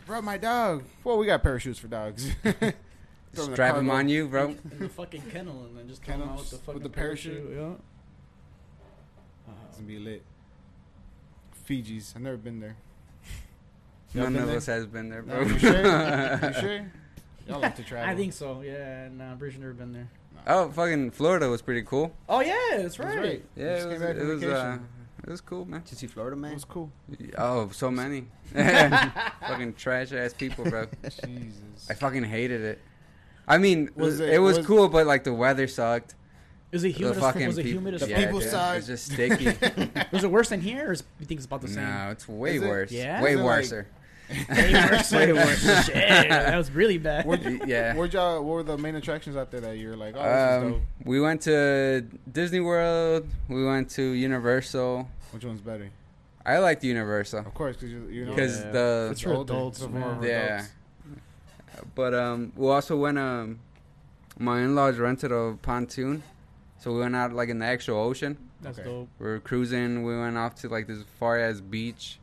Speaker 2: bro, my dog. Well, we got parachutes for dogs. Throw in the
Speaker 1: Strap them
Speaker 2: cargo.
Speaker 1: on you, bro.
Speaker 3: In the fucking kennel, and then just
Speaker 2: throw 'em out with the Kennels fucking with the parachute. It's gonna be lit. Fiji's. I've never been there. Y'all
Speaker 1: None
Speaker 2: been
Speaker 1: of
Speaker 2: there?
Speaker 1: us has been there,
Speaker 2: No,
Speaker 1: bro.
Speaker 2: you sure? you sure? Y'all like to travel.
Speaker 3: I think so. Yeah, nah, I'm pretty sure never been there.
Speaker 1: oh, fucking Florida was pretty cool.
Speaker 3: Oh yeah, that's
Speaker 2: That's
Speaker 3: right.
Speaker 2: right.
Speaker 1: Yeah,
Speaker 2: Just
Speaker 1: it
Speaker 2: came
Speaker 1: was.
Speaker 2: back
Speaker 1: It
Speaker 2: from
Speaker 1: was, uh,
Speaker 2: vacation.
Speaker 1: it was cool, man.
Speaker 4: Did you see Florida,
Speaker 2: It
Speaker 4: man?
Speaker 2: was cool.
Speaker 1: Oh, so many. fucking trash ass people, bro.
Speaker 2: Jesus.
Speaker 1: I fucking hated it. I mean,
Speaker 2: Was
Speaker 1: it,
Speaker 2: it-
Speaker 1: was,
Speaker 2: was-
Speaker 1: cool, but like the weather sucked.
Speaker 3: Is it humid?
Speaker 1: the
Speaker 3: As fuck?
Speaker 1: fucking
Speaker 3: Was it
Speaker 1: peop-
Speaker 3: humid as
Speaker 2: The
Speaker 3: fuck?
Speaker 1: yeah,
Speaker 2: people
Speaker 1: dude,
Speaker 2: sucked.
Speaker 1: It's just sticky.
Speaker 3: Was it worse than here, or is, you think it's about the same?
Speaker 1: no, it's way
Speaker 2: Is it?
Speaker 1: worse.
Speaker 3: Yeah?
Speaker 1: way
Speaker 2: Is it, like-
Speaker 1: worser.
Speaker 3: Way worse. Way worse. Shit, that was really bad.
Speaker 2: Where'd
Speaker 1: Y- yeah.
Speaker 2: Where'd y'all? What were the main attractions out there that you were like, oh, this is dope?
Speaker 1: Um, we went to Disney World. We went to Universal.
Speaker 2: Which one's better?
Speaker 1: I liked Universal,
Speaker 2: Of course, because you, you know,
Speaker 1: 'Cause
Speaker 3: Yeah.
Speaker 1: the-
Speaker 3: it's for
Speaker 2: older,
Speaker 3: adults,
Speaker 2: it's
Speaker 3: man.
Speaker 2: more
Speaker 1: Yeah.
Speaker 2: adults.
Speaker 1: but um, we also went. Um, my in-laws rented a pontoon, so we went out like in the actual ocean.
Speaker 3: That's
Speaker 2: Okay.
Speaker 3: dope.
Speaker 1: We were cruising. We went off to like this far as beach.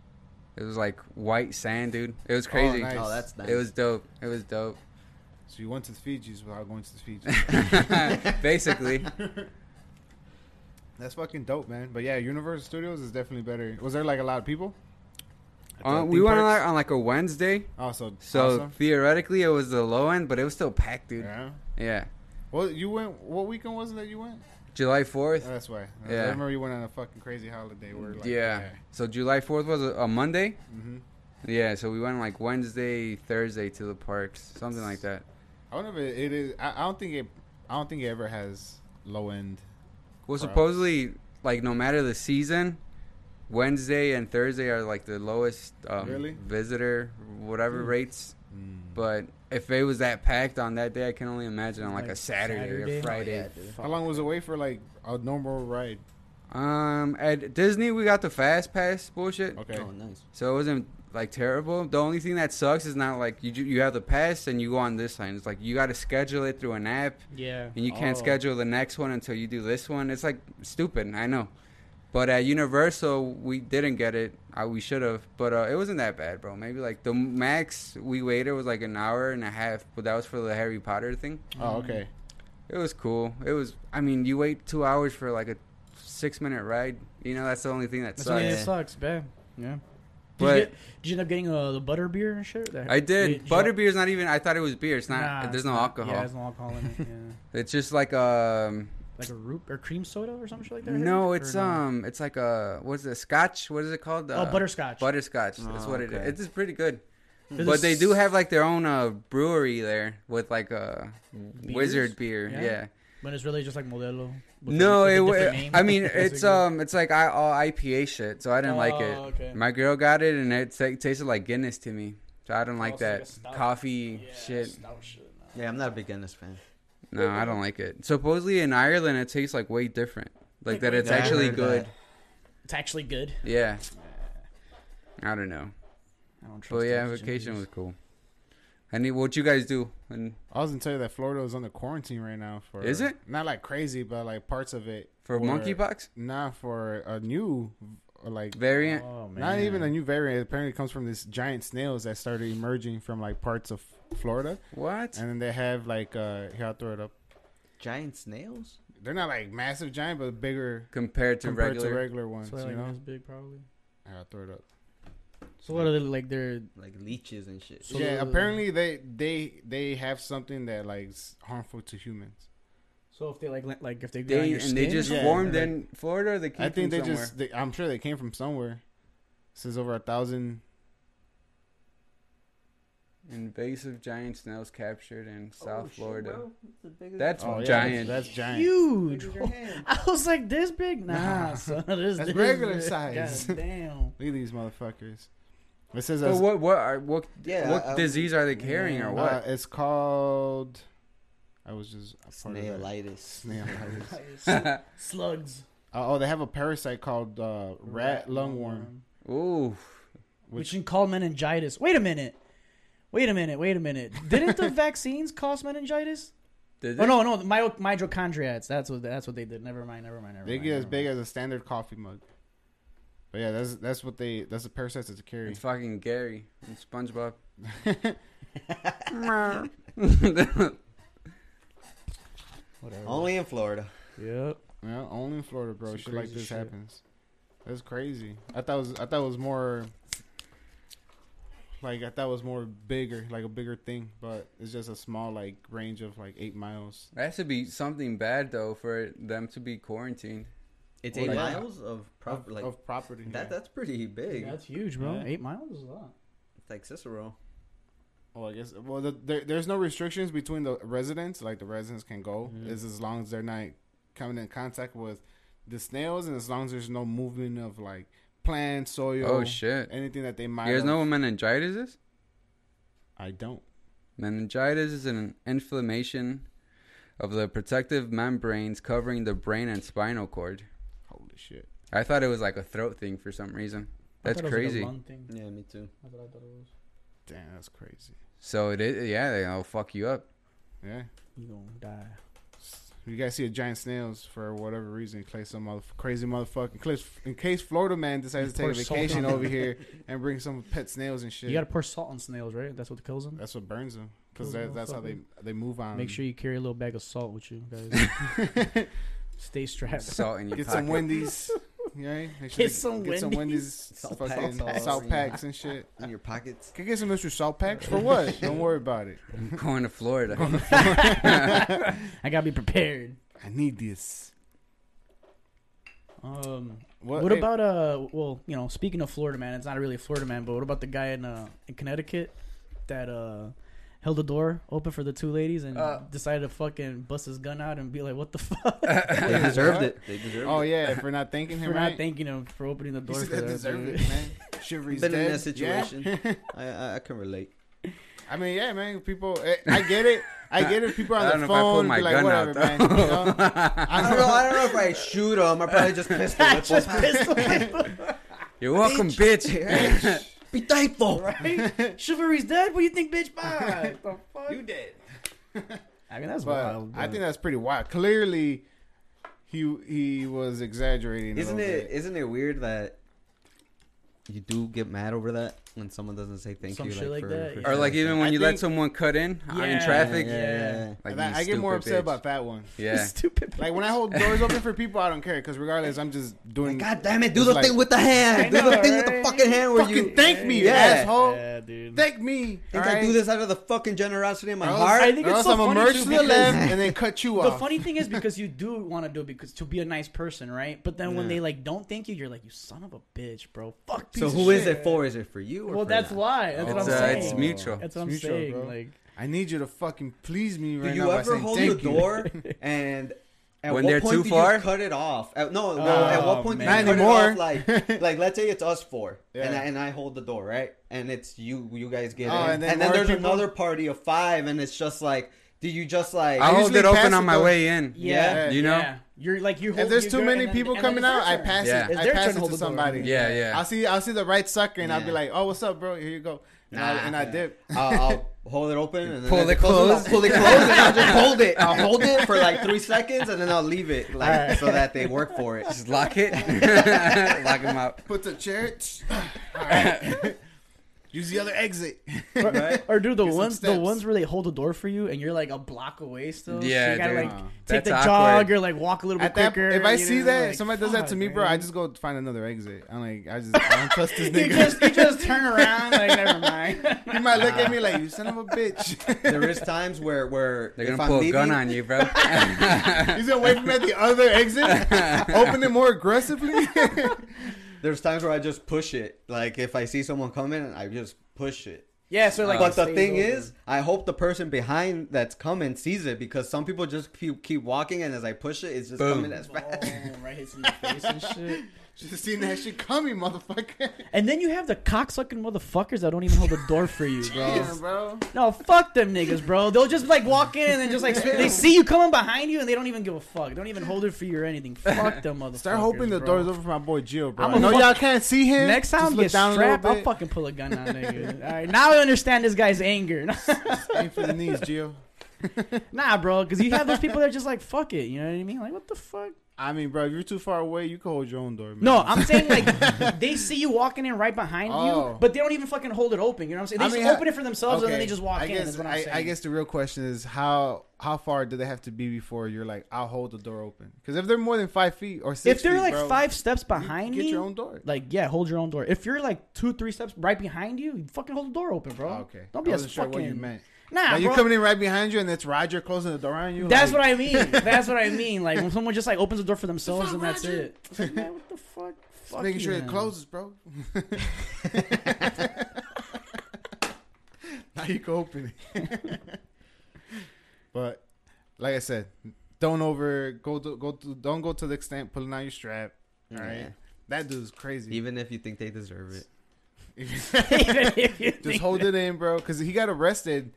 Speaker 1: It was like white sand, dude. It was crazy.
Speaker 2: nice.
Speaker 4: Oh, that's nice.
Speaker 1: It was dope. It was dope.
Speaker 2: So you went to the Fiji's without going to the Fiji's.
Speaker 1: Basically,
Speaker 2: That's fucking dope, man. But yeah, Universal Studios is definitely better. Was there like a lot of people?
Speaker 4: At the
Speaker 1: Uh, we
Speaker 4: theme
Speaker 1: went on
Speaker 4: parks?
Speaker 1: like, on like a Wednesday,
Speaker 2: Also,
Speaker 1: so
Speaker 2: awesome.
Speaker 1: theoretically it was the low end, but it was still packed, dude. Yeah,
Speaker 2: yeah. Well, you went. What weekend was it that you went?
Speaker 1: July
Speaker 2: Oh,
Speaker 1: fourth.
Speaker 2: that's why.
Speaker 1: Yeah.
Speaker 2: I remember you went on a fucking crazy holiday. Where like,
Speaker 1: yeah. So July fourth was a, a Monday.
Speaker 2: Mhm.
Speaker 1: Yeah. So we went like Wednesday, Thursday to the parks, something like that.
Speaker 2: I wonder if it, it is. I, I don't think it. I don't think it ever has low end.
Speaker 1: Well,
Speaker 2: Crowds.
Speaker 1: supposedly, like no matter the season, Wednesday and Thursday are like the lowest um,
Speaker 2: Really? Mm.
Speaker 1: visitor whatever rates. But if it was that packed on that day, I can only imagine on like,
Speaker 3: Like
Speaker 1: a Saturday,
Speaker 3: Saturday? Oh,
Speaker 1: or Friday.
Speaker 4: dude.
Speaker 2: How long was it wait for like a normal ride?
Speaker 1: Um, at Disney we got the fast pass bullshit,
Speaker 2: Okay.
Speaker 4: Oh, nice.
Speaker 1: so it wasn't like terrible. The only thing that sucks is not like you ju- you have the pass and you go on this line. It's like you got to schedule it through an app.
Speaker 3: Yeah.
Speaker 1: and you can't
Speaker 2: Oh.
Speaker 1: schedule the next one until you do this one. It's like stupid, I know. But at Universal, we didn't get it. I, we should have, but uh, it wasn't that bad, bro. Maybe like the max we waited was like an hour and a half, but that was for the Harry Potter thing.
Speaker 2: Oh, okay.
Speaker 1: It was cool. It was. I mean, you wait two hours for like a six-minute ride. You know, that's the only thing that
Speaker 3: That's what
Speaker 1: sucks.
Speaker 3: it sucks, bad. Yeah. Did,
Speaker 1: But-
Speaker 3: you get, did you end up getting uh, the butter beer and shit? That-
Speaker 1: I did.
Speaker 3: you-
Speaker 1: Butterbeer's not even. I thought it was beer. It's not.
Speaker 3: Nah,
Speaker 1: there's
Speaker 3: it's
Speaker 1: no
Speaker 3: not-
Speaker 1: alcohol.
Speaker 3: Yeah, there's no alcohol in it. Yeah.
Speaker 1: It's just like um.
Speaker 3: like a root or cream soda or something like that.
Speaker 1: No,
Speaker 3: Or
Speaker 1: it's um. It's like a what is it? Scotch. What is it called?
Speaker 3: Oh,
Speaker 1: Uh,
Speaker 3: butterscotch.
Speaker 1: Butterscotch. That's
Speaker 4: Oh,
Speaker 1: what it
Speaker 4: okay.
Speaker 1: is. It's pretty good.
Speaker 3: There's
Speaker 1: but
Speaker 3: a
Speaker 1: they do
Speaker 3: s-
Speaker 1: have like their own uh, brewery there with like a wizard beer.
Speaker 3: Yeah.
Speaker 1: Yeah.
Speaker 3: But it's really just like Modelo. with
Speaker 1: No, it.
Speaker 3: a- with a
Speaker 1: wa-
Speaker 3: different name.
Speaker 1: I mean,
Speaker 3: That's
Speaker 1: it's
Speaker 3: what it
Speaker 1: um, it's like I, all IPA shit, so I didn't like it.
Speaker 3: Oh, okay.
Speaker 1: My girl got it, and it ta- tasted like Guinness to me. So I don't
Speaker 2: Oh,
Speaker 1: like
Speaker 3: it's like a
Speaker 1: that
Speaker 3: stout.
Speaker 1: coffee
Speaker 3: is. Yeah,
Speaker 1: shit.
Speaker 3: stout shit, nah.
Speaker 4: Yeah, I'm not a big Guinness fan.
Speaker 1: No, I don't like it. Supposedly in Ireland, it tastes like way different. Like
Speaker 3: Like,
Speaker 1: that,
Speaker 3: way
Speaker 1: it's
Speaker 4: Yeah, I
Speaker 1: actually
Speaker 4: heard
Speaker 1: good.
Speaker 4: that.
Speaker 3: It's actually good.
Speaker 1: Yeah. I don't know.
Speaker 3: I don't trust
Speaker 1: But yeah,
Speaker 3: those
Speaker 1: vacation was
Speaker 3: junkies.
Speaker 1: cool. And what you guys do? And
Speaker 2: I was gonna tell you that Florida is under quarantine right now for.
Speaker 1: Is it?
Speaker 2: not like crazy, but like parts of it
Speaker 1: for
Speaker 2: were-
Speaker 1: monkeypox
Speaker 2: Not for a new like
Speaker 1: variant?
Speaker 3: Oh, man.
Speaker 2: Not even a new variant. Apparently, it comes from these giant snails that started emerging from like parts of Florida,
Speaker 1: What?
Speaker 2: and then they have like uh, here I'll throw it up.
Speaker 4: Giant snails?
Speaker 2: They're not like massive giant, but bigger
Speaker 1: Compared to
Speaker 2: compared
Speaker 1: regular?
Speaker 2: to regular ones.
Speaker 3: So, like,
Speaker 2: you know,
Speaker 3: this big probably.
Speaker 2: here, I'll throw it up.
Speaker 3: So what are they like? They're
Speaker 4: Like leeches and shit.
Speaker 3: So-
Speaker 2: yeah, apparently they they they have something that like's harmful to humans.
Speaker 3: so if they like li- like if they go on
Speaker 1: they
Speaker 3: your
Speaker 1: and they
Speaker 3: skin,
Speaker 1: just
Speaker 2: Yeah.
Speaker 1: formed in Florida. Or they came
Speaker 2: I think they
Speaker 1: from somewhere?
Speaker 2: just. They, I'm sure they came from somewhere. It says over a thousand.
Speaker 1: invasive giant snails captured in South Florida.
Speaker 4: That's
Speaker 1: That's
Speaker 2: Oh, yeah,
Speaker 1: giant.
Speaker 2: That's, that's giant.
Speaker 3: huge.
Speaker 4: your hand.
Speaker 3: I was like this big. Nah,
Speaker 2: Nah.
Speaker 3: son, this,
Speaker 2: That's
Speaker 3: this
Speaker 2: regular
Speaker 3: big.
Speaker 2: size.
Speaker 3: God damn.
Speaker 2: Look at these motherfuckers. It says
Speaker 1: so
Speaker 2: as-
Speaker 1: what? What are what?
Speaker 4: Yeah,
Speaker 1: what
Speaker 4: I- I-
Speaker 1: disease are they carrying or
Speaker 2: uh,
Speaker 1: what?
Speaker 2: it's called. I was just a part of that.
Speaker 4: Snailitis.
Speaker 2: Snailitis.
Speaker 3: Slugs.
Speaker 2: Uh, oh, they have a parasite called uh, rat lungworm.
Speaker 3: Uh,
Speaker 1: Ooh,
Speaker 3: Which
Speaker 2: Which-
Speaker 3: can call meningitis. Wait a minute. Wait a minute. Wait a minute. Didn't the vaccines cause meningitis?
Speaker 1: did
Speaker 3: Oh
Speaker 1: it?
Speaker 3: no, no, the myo- mitochondriads. That's what that's what they did. Never mind. Never mind. Never
Speaker 2: They
Speaker 3: mind,
Speaker 2: get
Speaker 3: never
Speaker 2: as big
Speaker 3: mind.
Speaker 2: as a standard coffee mug. But yeah, that's that's what they that's the parasites that they carry.
Speaker 1: It's fucking Gary and SpongeBob.
Speaker 3: Whatever.
Speaker 4: Only in Florida.
Speaker 3: Yep.
Speaker 2: Yeah, only in Florida, bro.
Speaker 3: Some
Speaker 2: shit like
Speaker 3: crazy
Speaker 2: this
Speaker 3: shit.
Speaker 2: happens. That's crazy. I thought it was I thought it was more like I thought it was more bigger, like a bigger thing, but it's just a small like range of like eight miles.
Speaker 1: That should be something bad though for them to be quarantined.
Speaker 4: It's
Speaker 2: Well,
Speaker 4: eight
Speaker 2: like-
Speaker 4: miles of
Speaker 2: Of,
Speaker 4: prop like
Speaker 2: of property.
Speaker 4: that.
Speaker 2: yeah.
Speaker 4: That's pretty big.
Speaker 3: That's huge, bro.
Speaker 2: Yeah.
Speaker 3: Eight miles is a lot.
Speaker 4: It's like Cicero.
Speaker 2: Well, I guess. Well, the, there, there's no restrictions between the residents. Like the residents can go, is as long as they're not coming in contact with the snails, and as long as there's no movement of like plants, soil,
Speaker 1: Oh shit!
Speaker 2: anything that they might.
Speaker 1: You guys
Speaker 2: have-
Speaker 1: know what meningitis is?
Speaker 2: I don't.
Speaker 1: Meningitis is an inflammation of the protective membranes covering the brain and spinal cord.
Speaker 2: Holy shit!
Speaker 1: I thought it was like a throat thing for some reason.
Speaker 3: I
Speaker 1: That's
Speaker 3: thought it was, like, a
Speaker 1: crazy.
Speaker 3: lung thing.
Speaker 4: Yeah, me too.
Speaker 3: That's what I thought it was.
Speaker 2: Damn, that's crazy.
Speaker 1: so it is, yeah, they'll fuck you up.
Speaker 2: Yeah.
Speaker 3: You gonna die.
Speaker 2: You guys see a giant snails for whatever reason, in case some mother- crazy motherfucking clips. In case Florida man decides to
Speaker 3: Pour
Speaker 2: take a
Speaker 3: salt on
Speaker 2: vacation
Speaker 3: them.
Speaker 2: over here and bring some pet snails and shit,
Speaker 3: You gotta pour salt on snails, right? That's what kills them.
Speaker 2: that's what burns them
Speaker 3: Those
Speaker 2: because that, that's how they
Speaker 3: motherfuckers.
Speaker 2: they move on.
Speaker 3: Make sure you carry a little bag of salt with you guys. Stay strapped.
Speaker 1: Salt in your
Speaker 2: Get
Speaker 1: pocket.
Speaker 2: some Wendy's. Yeah, I should
Speaker 3: Get some
Speaker 2: get some Wendy's,
Speaker 3: Wendy's.
Speaker 4: Salt
Speaker 2: fucking
Speaker 4: packs.
Speaker 2: salt packs and shit.
Speaker 4: in your pockets.
Speaker 2: Can I get some extra salt packs for what? Don't worry about it.
Speaker 1: going to Florida.
Speaker 3: I gotta be prepared.
Speaker 2: I need this.
Speaker 3: Um,
Speaker 2: What,
Speaker 3: what
Speaker 2: hey,
Speaker 3: about uh? Well, you know, speaking of Florida man, it's not really a Florida man, but what about the guy in uh in Connecticut that uh held the door open for the two ladies and
Speaker 1: Uh.
Speaker 3: decided to fucking bust his gun out and be like, "What the fuck?"
Speaker 4: They deserved it. They deserved
Speaker 2: Oh
Speaker 4: it.
Speaker 2: yeah, for not thanking him.
Speaker 3: We're
Speaker 2: right?
Speaker 3: not thanking him for opening the
Speaker 2: He
Speaker 3: door.
Speaker 2: said
Speaker 3: For
Speaker 2: I
Speaker 3: that,
Speaker 2: deserve
Speaker 3: dude.
Speaker 2: it, man. Chivalry's
Speaker 4: Been in
Speaker 2: dead.
Speaker 4: that situation.
Speaker 2: Yeah.
Speaker 4: I, I I can relate.
Speaker 2: I mean, yeah, man. People, eh, I get it. I get it. People
Speaker 1: I
Speaker 2: are on
Speaker 1: don't
Speaker 2: the
Speaker 1: know if I pulled
Speaker 2: phone,
Speaker 1: my
Speaker 2: be like,
Speaker 1: gun
Speaker 2: whatever,
Speaker 1: out,
Speaker 2: man. You know?
Speaker 4: I don't know. I don't know if I shoot him. I probably just pissed him.
Speaker 3: Just pistol whip,
Speaker 1: You're welcome, bitch.
Speaker 4: Be thankful.
Speaker 3: right? Chivalry's dead. What do you think, bitch? Bye. What the fuck?
Speaker 4: You did.
Speaker 3: I mean, that's
Speaker 2: But
Speaker 3: wild.
Speaker 2: I
Speaker 3: but-
Speaker 2: think that's pretty wild. Clearly, he he was exaggerating. a
Speaker 4: Isn't
Speaker 2: little
Speaker 4: it?
Speaker 2: bit.
Speaker 4: Isn't it weird that you do get mad over that when someone doesn't say thank
Speaker 3: Some
Speaker 4: you?
Speaker 3: shit like
Speaker 4: for,
Speaker 3: that,
Speaker 4: for
Speaker 3: yeah.
Speaker 4: shit
Speaker 1: or like even when
Speaker 2: I
Speaker 1: you let
Speaker 2: think-
Speaker 1: someone cut in uh, in
Speaker 3: Yeah,
Speaker 4: Yeah,
Speaker 1: traffic.
Speaker 4: yeah, yeah.
Speaker 1: Like,
Speaker 2: That-
Speaker 1: you
Speaker 2: I get more
Speaker 1: stupid
Speaker 2: upset
Speaker 1: bitch.
Speaker 2: about that one.
Speaker 1: Yeah.
Speaker 3: Stupid.
Speaker 2: Like when I hold doors open for people, I don't care because regardless, I'm just doing.
Speaker 4: Like, God damn it! Do
Speaker 2: It's
Speaker 4: the
Speaker 2: like-
Speaker 4: thing with the hand.
Speaker 3: I
Speaker 4: do the
Speaker 3: know,
Speaker 4: thing with the
Speaker 3: right?
Speaker 4: fucking hand where
Speaker 2: fucking
Speaker 4: you.
Speaker 2: thank me,
Speaker 4: Yeah.
Speaker 2: asshole.
Speaker 3: Yeah, dude.
Speaker 2: Thank me.
Speaker 4: I think
Speaker 2: alright?
Speaker 4: I do this out of the fucking generosity of my
Speaker 2: Or else-
Speaker 4: heart.
Speaker 3: I think
Speaker 2: or
Speaker 3: it's
Speaker 2: else
Speaker 3: so
Speaker 2: I'm gonna
Speaker 3: funny,
Speaker 2: merge
Speaker 3: too,
Speaker 2: to the
Speaker 3: because-
Speaker 2: left and then cut you
Speaker 3: the
Speaker 2: off.
Speaker 3: funny thing is because you do want to do it because to be a nice person, right? But then when
Speaker 4: Yeah.
Speaker 3: they like don't thank you, you're like, you son of a bitch, bro. Fuck.
Speaker 4: so
Speaker 3: piece
Speaker 4: who
Speaker 3: of
Speaker 4: is
Speaker 3: shit.
Speaker 4: it for? Is it for you? Or
Speaker 3: Well,
Speaker 4: for
Speaker 3: that's
Speaker 4: them?
Speaker 3: why. That's what I'm
Speaker 1: It's, uh,
Speaker 3: saying.
Speaker 1: it's mutual.
Speaker 3: That's what I'm
Speaker 2: It's mutual,
Speaker 3: saying.
Speaker 2: bro.
Speaker 3: Like,
Speaker 2: I need you to fucking please me
Speaker 4: Do
Speaker 2: right now.
Speaker 4: you
Speaker 2: by
Speaker 4: ever
Speaker 2: saying
Speaker 4: hold
Speaker 2: thank
Speaker 4: the
Speaker 2: you.
Speaker 4: door and at
Speaker 1: When
Speaker 4: what
Speaker 1: they're
Speaker 4: point
Speaker 1: too
Speaker 4: do
Speaker 1: far?
Speaker 4: you cut it off? At, no, well, at
Speaker 3: Oh,
Speaker 4: what point do you
Speaker 2: man.
Speaker 4: cut
Speaker 2: Not
Speaker 4: it off?
Speaker 2: anymore.
Speaker 4: Like, like let's say it's us four, and
Speaker 2: Yeah.
Speaker 4: I and I hold the door, right? And it's you, you guys get
Speaker 2: Oh,
Speaker 4: in,
Speaker 2: and
Speaker 4: and
Speaker 2: then
Speaker 4: then,
Speaker 2: more
Speaker 4: there's
Speaker 2: people-
Speaker 4: another party of five, and it's just like, do you just like?
Speaker 1: I hold
Speaker 2: usually
Speaker 1: it
Speaker 2: pass
Speaker 1: open on
Speaker 2: it
Speaker 1: my
Speaker 2: though.
Speaker 1: way in.
Speaker 3: yeah,
Speaker 2: Yeah.
Speaker 1: You know?
Speaker 3: yeah. you're like you. Hold,
Speaker 2: If there's
Speaker 3: you
Speaker 2: too
Speaker 3: do it,
Speaker 2: many
Speaker 3: and then-
Speaker 2: people
Speaker 3: and then
Speaker 2: coming
Speaker 3: it's
Speaker 2: out,
Speaker 3: their
Speaker 2: I
Speaker 3: turn.
Speaker 2: pass
Speaker 1: Yeah.
Speaker 2: it.
Speaker 3: It's
Speaker 2: I
Speaker 3: their turn
Speaker 2: pass
Speaker 3: to
Speaker 2: it
Speaker 3: hold
Speaker 2: to
Speaker 3: the door.
Speaker 2: somebody.
Speaker 1: Yeah, yeah.
Speaker 2: I'll see. I'll see the right sucker, and I'll be
Speaker 4: Yeah.
Speaker 2: like, "Oh, what's up, bro? Here you go." And, I, and I dip.
Speaker 3: Uh,
Speaker 4: I'll, I'll hold it open and then
Speaker 1: Pull
Speaker 4: as
Speaker 1: it
Speaker 4: closes, I'll
Speaker 1: closed.
Speaker 4: pull it closed, and I'll just hold it. I'll hold it for like three seconds, and then I'll leave it, like so that they work for it.
Speaker 1: Just lock it. lock him out.
Speaker 2: Put the chair. All right. Use the other exit.
Speaker 4: Right?
Speaker 3: Or do the
Speaker 2: Get some
Speaker 3: ones the
Speaker 2: steps.
Speaker 3: ones where they hold the door for you and you're like a block away still. so
Speaker 1: Yeah,
Speaker 3: you gotta
Speaker 1: dude.
Speaker 3: like
Speaker 2: Wow.
Speaker 3: take
Speaker 1: That's
Speaker 3: the
Speaker 1: awkward.
Speaker 3: jog or like walk a little bit
Speaker 2: At that,
Speaker 3: quicker.
Speaker 2: if I
Speaker 3: you
Speaker 2: see
Speaker 3: know,
Speaker 2: that,
Speaker 3: like,
Speaker 2: somebody does that to
Speaker 3: fuck,
Speaker 2: me, bro,
Speaker 3: man.
Speaker 2: I just go find another exit. I'm like, I just I don't trust this
Speaker 3: you
Speaker 2: nigga.
Speaker 3: just you just turn around like never mind.
Speaker 2: he might look at me like, "You son of a bitch."
Speaker 4: There is times where where
Speaker 1: They're
Speaker 4: if
Speaker 1: gonna
Speaker 4: I'm
Speaker 1: pull a
Speaker 4: leaving-
Speaker 1: gun on you, bro.
Speaker 2: He's gonna wait for me at the other exit. Open it more aggressively.
Speaker 4: There's times where I just push it. Like if I see someone coming, I just push it.
Speaker 3: Yeah, so like.
Speaker 4: but
Speaker 3: it
Speaker 4: the
Speaker 3: stays
Speaker 4: thing
Speaker 3: open.
Speaker 4: is, I hope the person behind that's coming sees it because some people just keep keep walking, and as I push it, it's just
Speaker 1: Boom.
Speaker 4: coming as
Speaker 3: Oh,
Speaker 4: fast.
Speaker 3: right hits in the face and shit.
Speaker 2: Just seen that shit coming, motherfucker.
Speaker 3: And then you have the cocksucking motherfuckers that don't even hold the door for you,
Speaker 2: Damn,
Speaker 3: bro.
Speaker 2: bro.
Speaker 3: no, fuck them niggas, bro. They'll just like walk in and then just like they see you coming behind you and they don't even give a fuck. They don't even hold it for you or anything. Fuck them motherfuckers.
Speaker 2: Start hoping the
Speaker 3: bro.
Speaker 2: door's open for my boy Gio, bro.
Speaker 3: I'm
Speaker 2: I
Speaker 3: a
Speaker 2: know
Speaker 3: fuck-
Speaker 2: y'all can't see him.
Speaker 3: Next
Speaker 2: Just
Speaker 3: time,
Speaker 2: look
Speaker 3: get
Speaker 2: down a little
Speaker 3: strapped. I'll
Speaker 2: bit.
Speaker 3: fucking pull a gun on nigga. All right, now I understand this guy's anger.
Speaker 2: Aim for the knees, Gio.
Speaker 3: nah, bro, because you have those people that are just like fuck it. You know what I mean? Like what the fuck?
Speaker 2: I mean, bro, if you're too far away, you can hold your own door, man.
Speaker 3: No, I'm saying like they see you walking in right behind
Speaker 2: Oh.
Speaker 3: you, but they don't even fucking hold it open. You know what I'm saying? They
Speaker 2: I
Speaker 3: just
Speaker 2: mean, I-
Speaker 3: open it for themselves and then they just walk
Speaker 2: I
Speaker 3: in.
Speaker 2: guess,
Speaker 3: is what I'm
Speaker 2: I-
Speaker 3: saying.
Speaker 2: I guess the real question is how how far do they have to be before you're like, I'll hold the door open? Because if they're more than five feet or six
Speaker 3: if they're
Speaker 2: feet,
Speaker 3: like
Speaker 2: bro,
Speaker 3: five steps
Speaker 2: you
Speaker 3: behind
Speaker 2: get
Speaker 3: me,
Speaker 2: your own door.
Speaker 3: like yeah, hold your own door. If you're like two, three steps right behind you, you fucking hold the door open, bro.
Speaker 2: Oh, okay.
Speaker 3: Don't be
Speaker 2: I
Speaker 3: as
Speaker 2: wasn't sure
Speaker 3: fucking.
Speaker 2: what you meant.
Speaker 3: Nah,
Speaker 2: Like, you're
Speaker 3: bro.
Speaker 2: coming in right behind you, and it's Roger closing the door on you.
Speaker 3: That's
Speaker 2: like,
Speaker 3: what I mean. That's what I mean. Like when someone just like opens the door for themselves and that's it. It's like, man, what the fuck?
Speaker 2: Just
Speaker 3: fuck
Speaker 2: making
Speaker 3: you,
Speaker 2: sure
Speaker 3: man.
Speaker 2: it closes, bro. now you can open it. but like I said, don't over go to, go to, don't go to the extent pulling out your strap. All right,
Speaker 4: Yeah.
Speaker 2: that dude's crazy.
Speaker 4: Even if you think they deserve it,
Speaker 2: Just hold it in, bro, because he got arrested.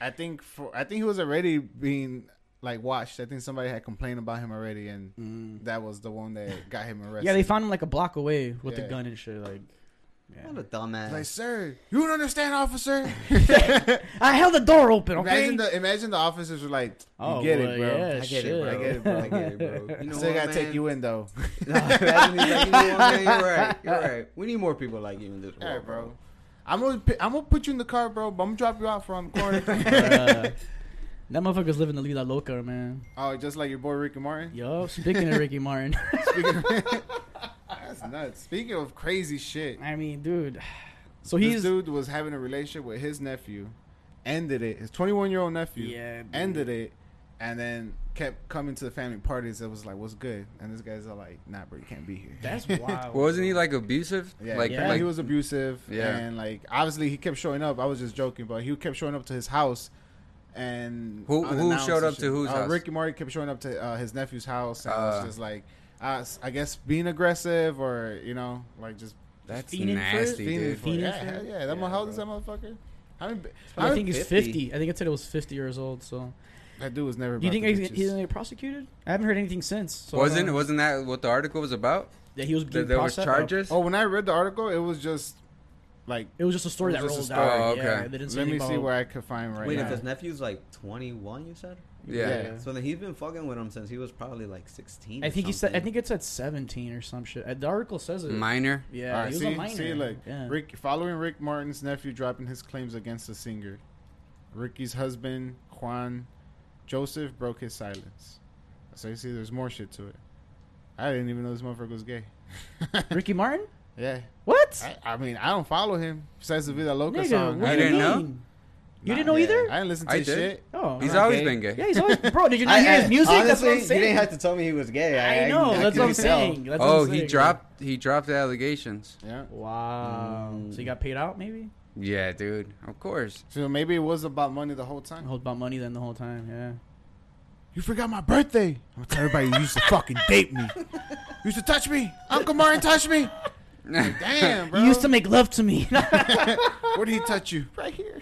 Speaker 2: I think for I think he was already being like watched. I think somebody had complained about him already, and that was the one that got him arrested.
Speaker 3: Mm. Yeah, they found him like a block away with
Speaker 2: Yeah.
Speaker 3: the gun and shit. Like, yeah.
Speaker 4: what a dumbass.
Speaker 2: Like, sir, you don't understand, officer.
Speaker 3: I held the door open. Okay.
Speaker 2: Imagine the imagine the officers were like, "You
Speaker 3: Oh,
Speaker 2: get
Speaker 3: well,
Speaker 2: it, bro.
Speaker 3: yeah,
Speaker 4: I get
Speaker 3: shit.
Speaker 4: it, bro.
Speaker 2: I get it, bro.
Speaker 4: I get it, bro. You know
Speaker 2: Still
Speaker 4: what,
Speaker 2: gotta
Speaker 4: man?
Speaker 2: take you in though."
Speaker 4: No, imagine he's like, you know what, man? You're right. You're right. We need more people like you in this world,
Speaker 2: All right,
Speaker 4: bro.
Speaker 2: bro. I'm gonna pi- I'm gonna put you in the car, bro. But I'm gonna drop you off around the corner.
Speaker 3: Uh, that motherfucker's living the vida loca, man.
Speaker 2: oh, just like your boy Ricky Martin.
Speaker 3: Yo, speaking of Ricky Martin,
Speaker 2: That's nuts. Speaking of crazy shit,
Speaker 3: I mean, dude. So
Speaker 2: this
Speaker 3: he's
Speaker 2: dude was having a relationship with his nephew, ended it. His 21 year old nephew
Speaker 3: Yeah, dude.
Speaker 2: ended it, and then kept coming to the family parties. It was like, "What's good?" And this guy's all like, "Nah, bro, you can't be here."
Speaker 3: that's wild.
Speaker 1: Well, wasn't he like abusive?
Speaker 2: Yeah,
Speaker 1: like,
Speaker 2: apparently
Speaker 1: like
Speaker 2: he was abusive,
Speaker 1: Yeah.
Speaker 2: and like obviously he kept showing up. I was just joking, but he kept showing up to his house, and
Speaker 1: Who- who
Speaker 2: unannounced
Speaker 1: showed
Speaker 2: and
Speaker 1: up to
Speaker 2: shit.
Speaker 1: whose
Speaker 2: uh,
Speaker 1: house?
Speaker 2: Ricky Marty kept showing up to uh, his nephew's house, and was
Speaker 1: Uh.
Speaker 2: just like, I, s- I guess being aggressive or you know, like just
Speaker 1: that's
Speaker 3: Fiending for it?
Speaker 1: nasty,
Speaker 2: being
Speaker 1: dude.
Speaker 2: for
Speaker 3: Fiending
Speaker 2: yeah,
Speaker 3: for
Speaker 2: hell
Speaker 3: it?
Speaker 2: yeah. That
Speaker 4: Yeah,
Speaker 2: mo- how old is that
Speaker 4: bro.
Speaker 2: motherfucker? How many? How
Speaker 3: I
Speaker 2: many
Speaker 3: think he's
Speaker 4: 50.
Speaker 3: 50. I think it said it was 50 years old. So,
Speaker 2: that dude was never.
Speaker 3: do you think
Speaker 2: about
Speaker 3: he's,
Speaker 2: the
Speaker 3: he's
Speaker 2: bitches.
Speaker 3: gonna get prosecuted? I haven't heard anything since. So I
Speaker 1: wasn't
Speaker 3: don't-
Speaker 1: wasn't that what the article was about?
Speaker 3: that he was
Speaker 1: That
Speaker 3: being
Speaker 1: there was
Speaker 3: processed?
Speaker 1: charges.
Speaker 2: Oh, when I read the article, it was just like,
Speaker 3: It was just a story
Speaker 2: It
Speaker 3: that
Speaker 2: was
Speaker 3: rolled
Speaker 2: just a
Speaker 3: out.
Speaker 1: story. Oh,
Speaker 3: Yeah,
Speaker 1: okay.
Speaker 3: they didn't say
Speaker 2: let me
Speaker 3: anything
Speaker 2: see
Speaker 3: about-
Speaker 2: where I could find right
Speaker 4: Wait,
Speaker 2: now.
Speaker 4: if his nephew's like 21, you said?
Speaker 1: yeah.
Speaker 2: Yeah.
Speaker 4: So then he's been fucking with him since he was probably like 16.
Speaker 3: I
Speaker 4: or
Speaker 3: think he said. I
Speaker 4: something.
Speaker 3: think it said 17 or some shit. Uh, The article says it.
Speaker 1: minor.
Speaker 2: All
Speaker 3: yeah, he
Speaker 2: right,
Speaker 3: was
Speaker 2: see,
Speaker 3: a minor.
Speaker 2: see, look,
Speaker 3: yeah.
Speaker 2: Rick following Rick Martin's nephew dropping his claims against the singer, Ricky's husband Juan Joseph broke his silence. So you see, there's more shit to it. I didn't even know this motherfucker was gay.
Speaker 3: Ricky Martin.
Speaker 2: yeah,
Speaker 3: What?
Speaker 2: I, I mean, I don't follow him besides the Vida Loca
Speaker 3: Nigga,
Speaker 2: song.
Speaker 3: what
Speaker 2: I
Speaker 1: You
Speaker 3: do
Speaker 1: didn't know?
Speaker 3: mean? You
Speaker 2: nah,
Speaker 3: didn't know
Speaker 2: yeah,
Speaker 3: either?
Speaker 2: I didn't listen to
Speaker 1: I
Speaker 2: his
Speaker 1: did.
Speaker 2: shit.
Speaker 3: oh,
Speaker 1: He's
Speaker 3: all right.
Speaker 1: always
Speaker 2: gay.
Speaker 1: been gay.
Speaker 3: Yeah, he's always. Bro, did you not
Speaker 4: I-
Speaker 3: hear
Speaker 4: I-
Speaker 3: his music? that's what I'm
Speaker 4: honestly, You didn't
Speaker 3: saying.
Speaker 4: have to tell me he was gay. I,
Speaker 3: I know.
Speaker 4: I
Speaker 3: that's what I'm
Speaker 4: couldn't tell.
Speaker 3: saying. That's what I'm
Speaker 1: Oh, he
Speaker 3: saying.
Speaker 1: dropped he dropped the allegations.
Speaker 2: Yeah.
Speaker 3: Wow.
Speaker 4: Mm.
Speaker 3: So you got paid out, maybe?
Speaker 1: Yeah, dude. Of course.
Speaker 2: So maybe it was about money the whole
Speaker 3: I
Speaker 2: time.
Speaker 3: hold about money then the whole time. Yeah.
Speaker 2: You forgot my birthday. I'm gonna tell everybody you used to fucking date me. You used to touch me. Uncle Martin touched me. Damn, bro.
Speaker 3: You used to make love to me.
Speaker 2: Where did he touch you? Right here.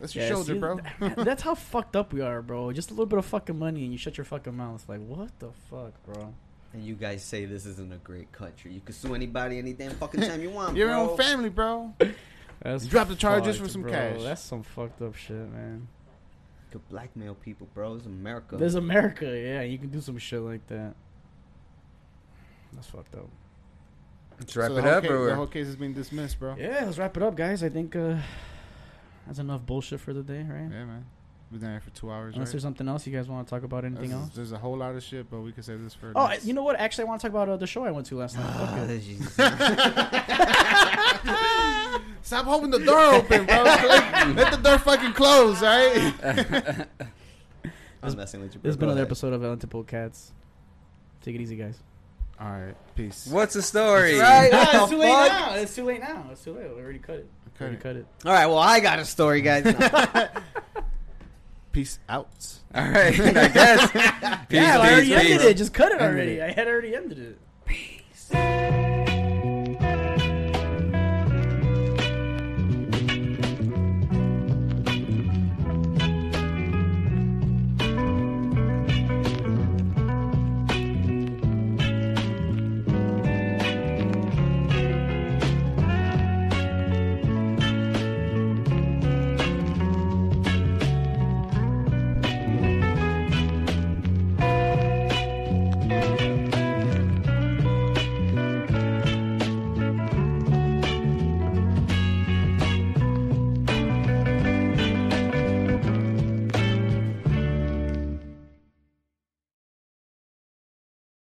Speaker 2: That's your
Speaker 3: Yeah,
Speaker 2: shoulder,
Speaker 3: see,
Speaker 2: bro.
Speaker 3: th- that's how fucked up we are, bro. Just a little bit of fucking money and you shut your fucking mouth. Like, what the fuck, bro?
Speaker 4: And you guys say this isn't a great country. You can sue anybody any damn fucking time you want.
Speaker 2: Your
Speaker 4: bro.
Speaker 2: own family, bro.
Speaker 3: That's
Speaker 2: You dropped the charges
Speaker 3: fucked,
Speaker 2: for some
Speaker 3: bro.
Speaker 2: cash.
Speaker 3: That's some fucked up shit, man.
Speaker 4: You could blackmail people, bro. It's America.
Speaker 3: There's America, yeah. You can do some shit like that. That's fucked up.
Speaker 1: Let's wrap
Speaker 2: So the
Speaker 1: it
Speaker 2: whole
Speaker 1: up
Speaker 2: case,
Speaker 1: or
Speaker 2: the whole case has been dismissed, bro. Yeah,
Speaker 3: Yeah, let's wrap it up, guys. I think uh, that's enough bullshit for the day, right?
Speaker 2: man. We've been here for two hours.
Speaker 3: Unless
Speaker 2: right?
Speaker 3: there's something else you guys want to talk about, anything
Speaker 2: There's-
Speaker 3: else?
Speaker 2: There's a whole lot of shit, but we could save this for.
Speaker 3: Oh,
Speaker 2: next-
Speaker 3: you know what? Actually, I want to talk about uh, the show I went to last night.
Speaker 4: Ah,
Speaker 3: Fuck it.
Speaker 2: Stop holding the door open, bro. Let let the door fucking close, all right?
Speaker 4: I'm messing with you. Bro.
Speaker 3: This has
Speaker 4: Go
Speaker 3: been another
Speaker 4: ahead.
Speaker 3: episode of El Tipo Cats. Take it easy, guys.
Speaker 2: All right, peace.
Speaker 1: What's the story?
Speaker 3: it's too late now. It's too late now. It's too late. We already cut it.
Speaker 2: Cut
Speaker 3: we already
Speaker 2: it.
Speaker 3: cut it.
Speaker 4: All right. Well, I got a story, guys.
Speaker 2: Peace out.
Speaker 1: All right, I guess. Peace,
Speaker 3: yeah, I already
Speaker 1: peace,
Speaker 3: ended
Speaker 1: peace.
Speaker 3: it. Just cut it
Speaker 2: Ended
Speaker 3: already.
Speaker 2: it.
Speaker 3: I had already ended it.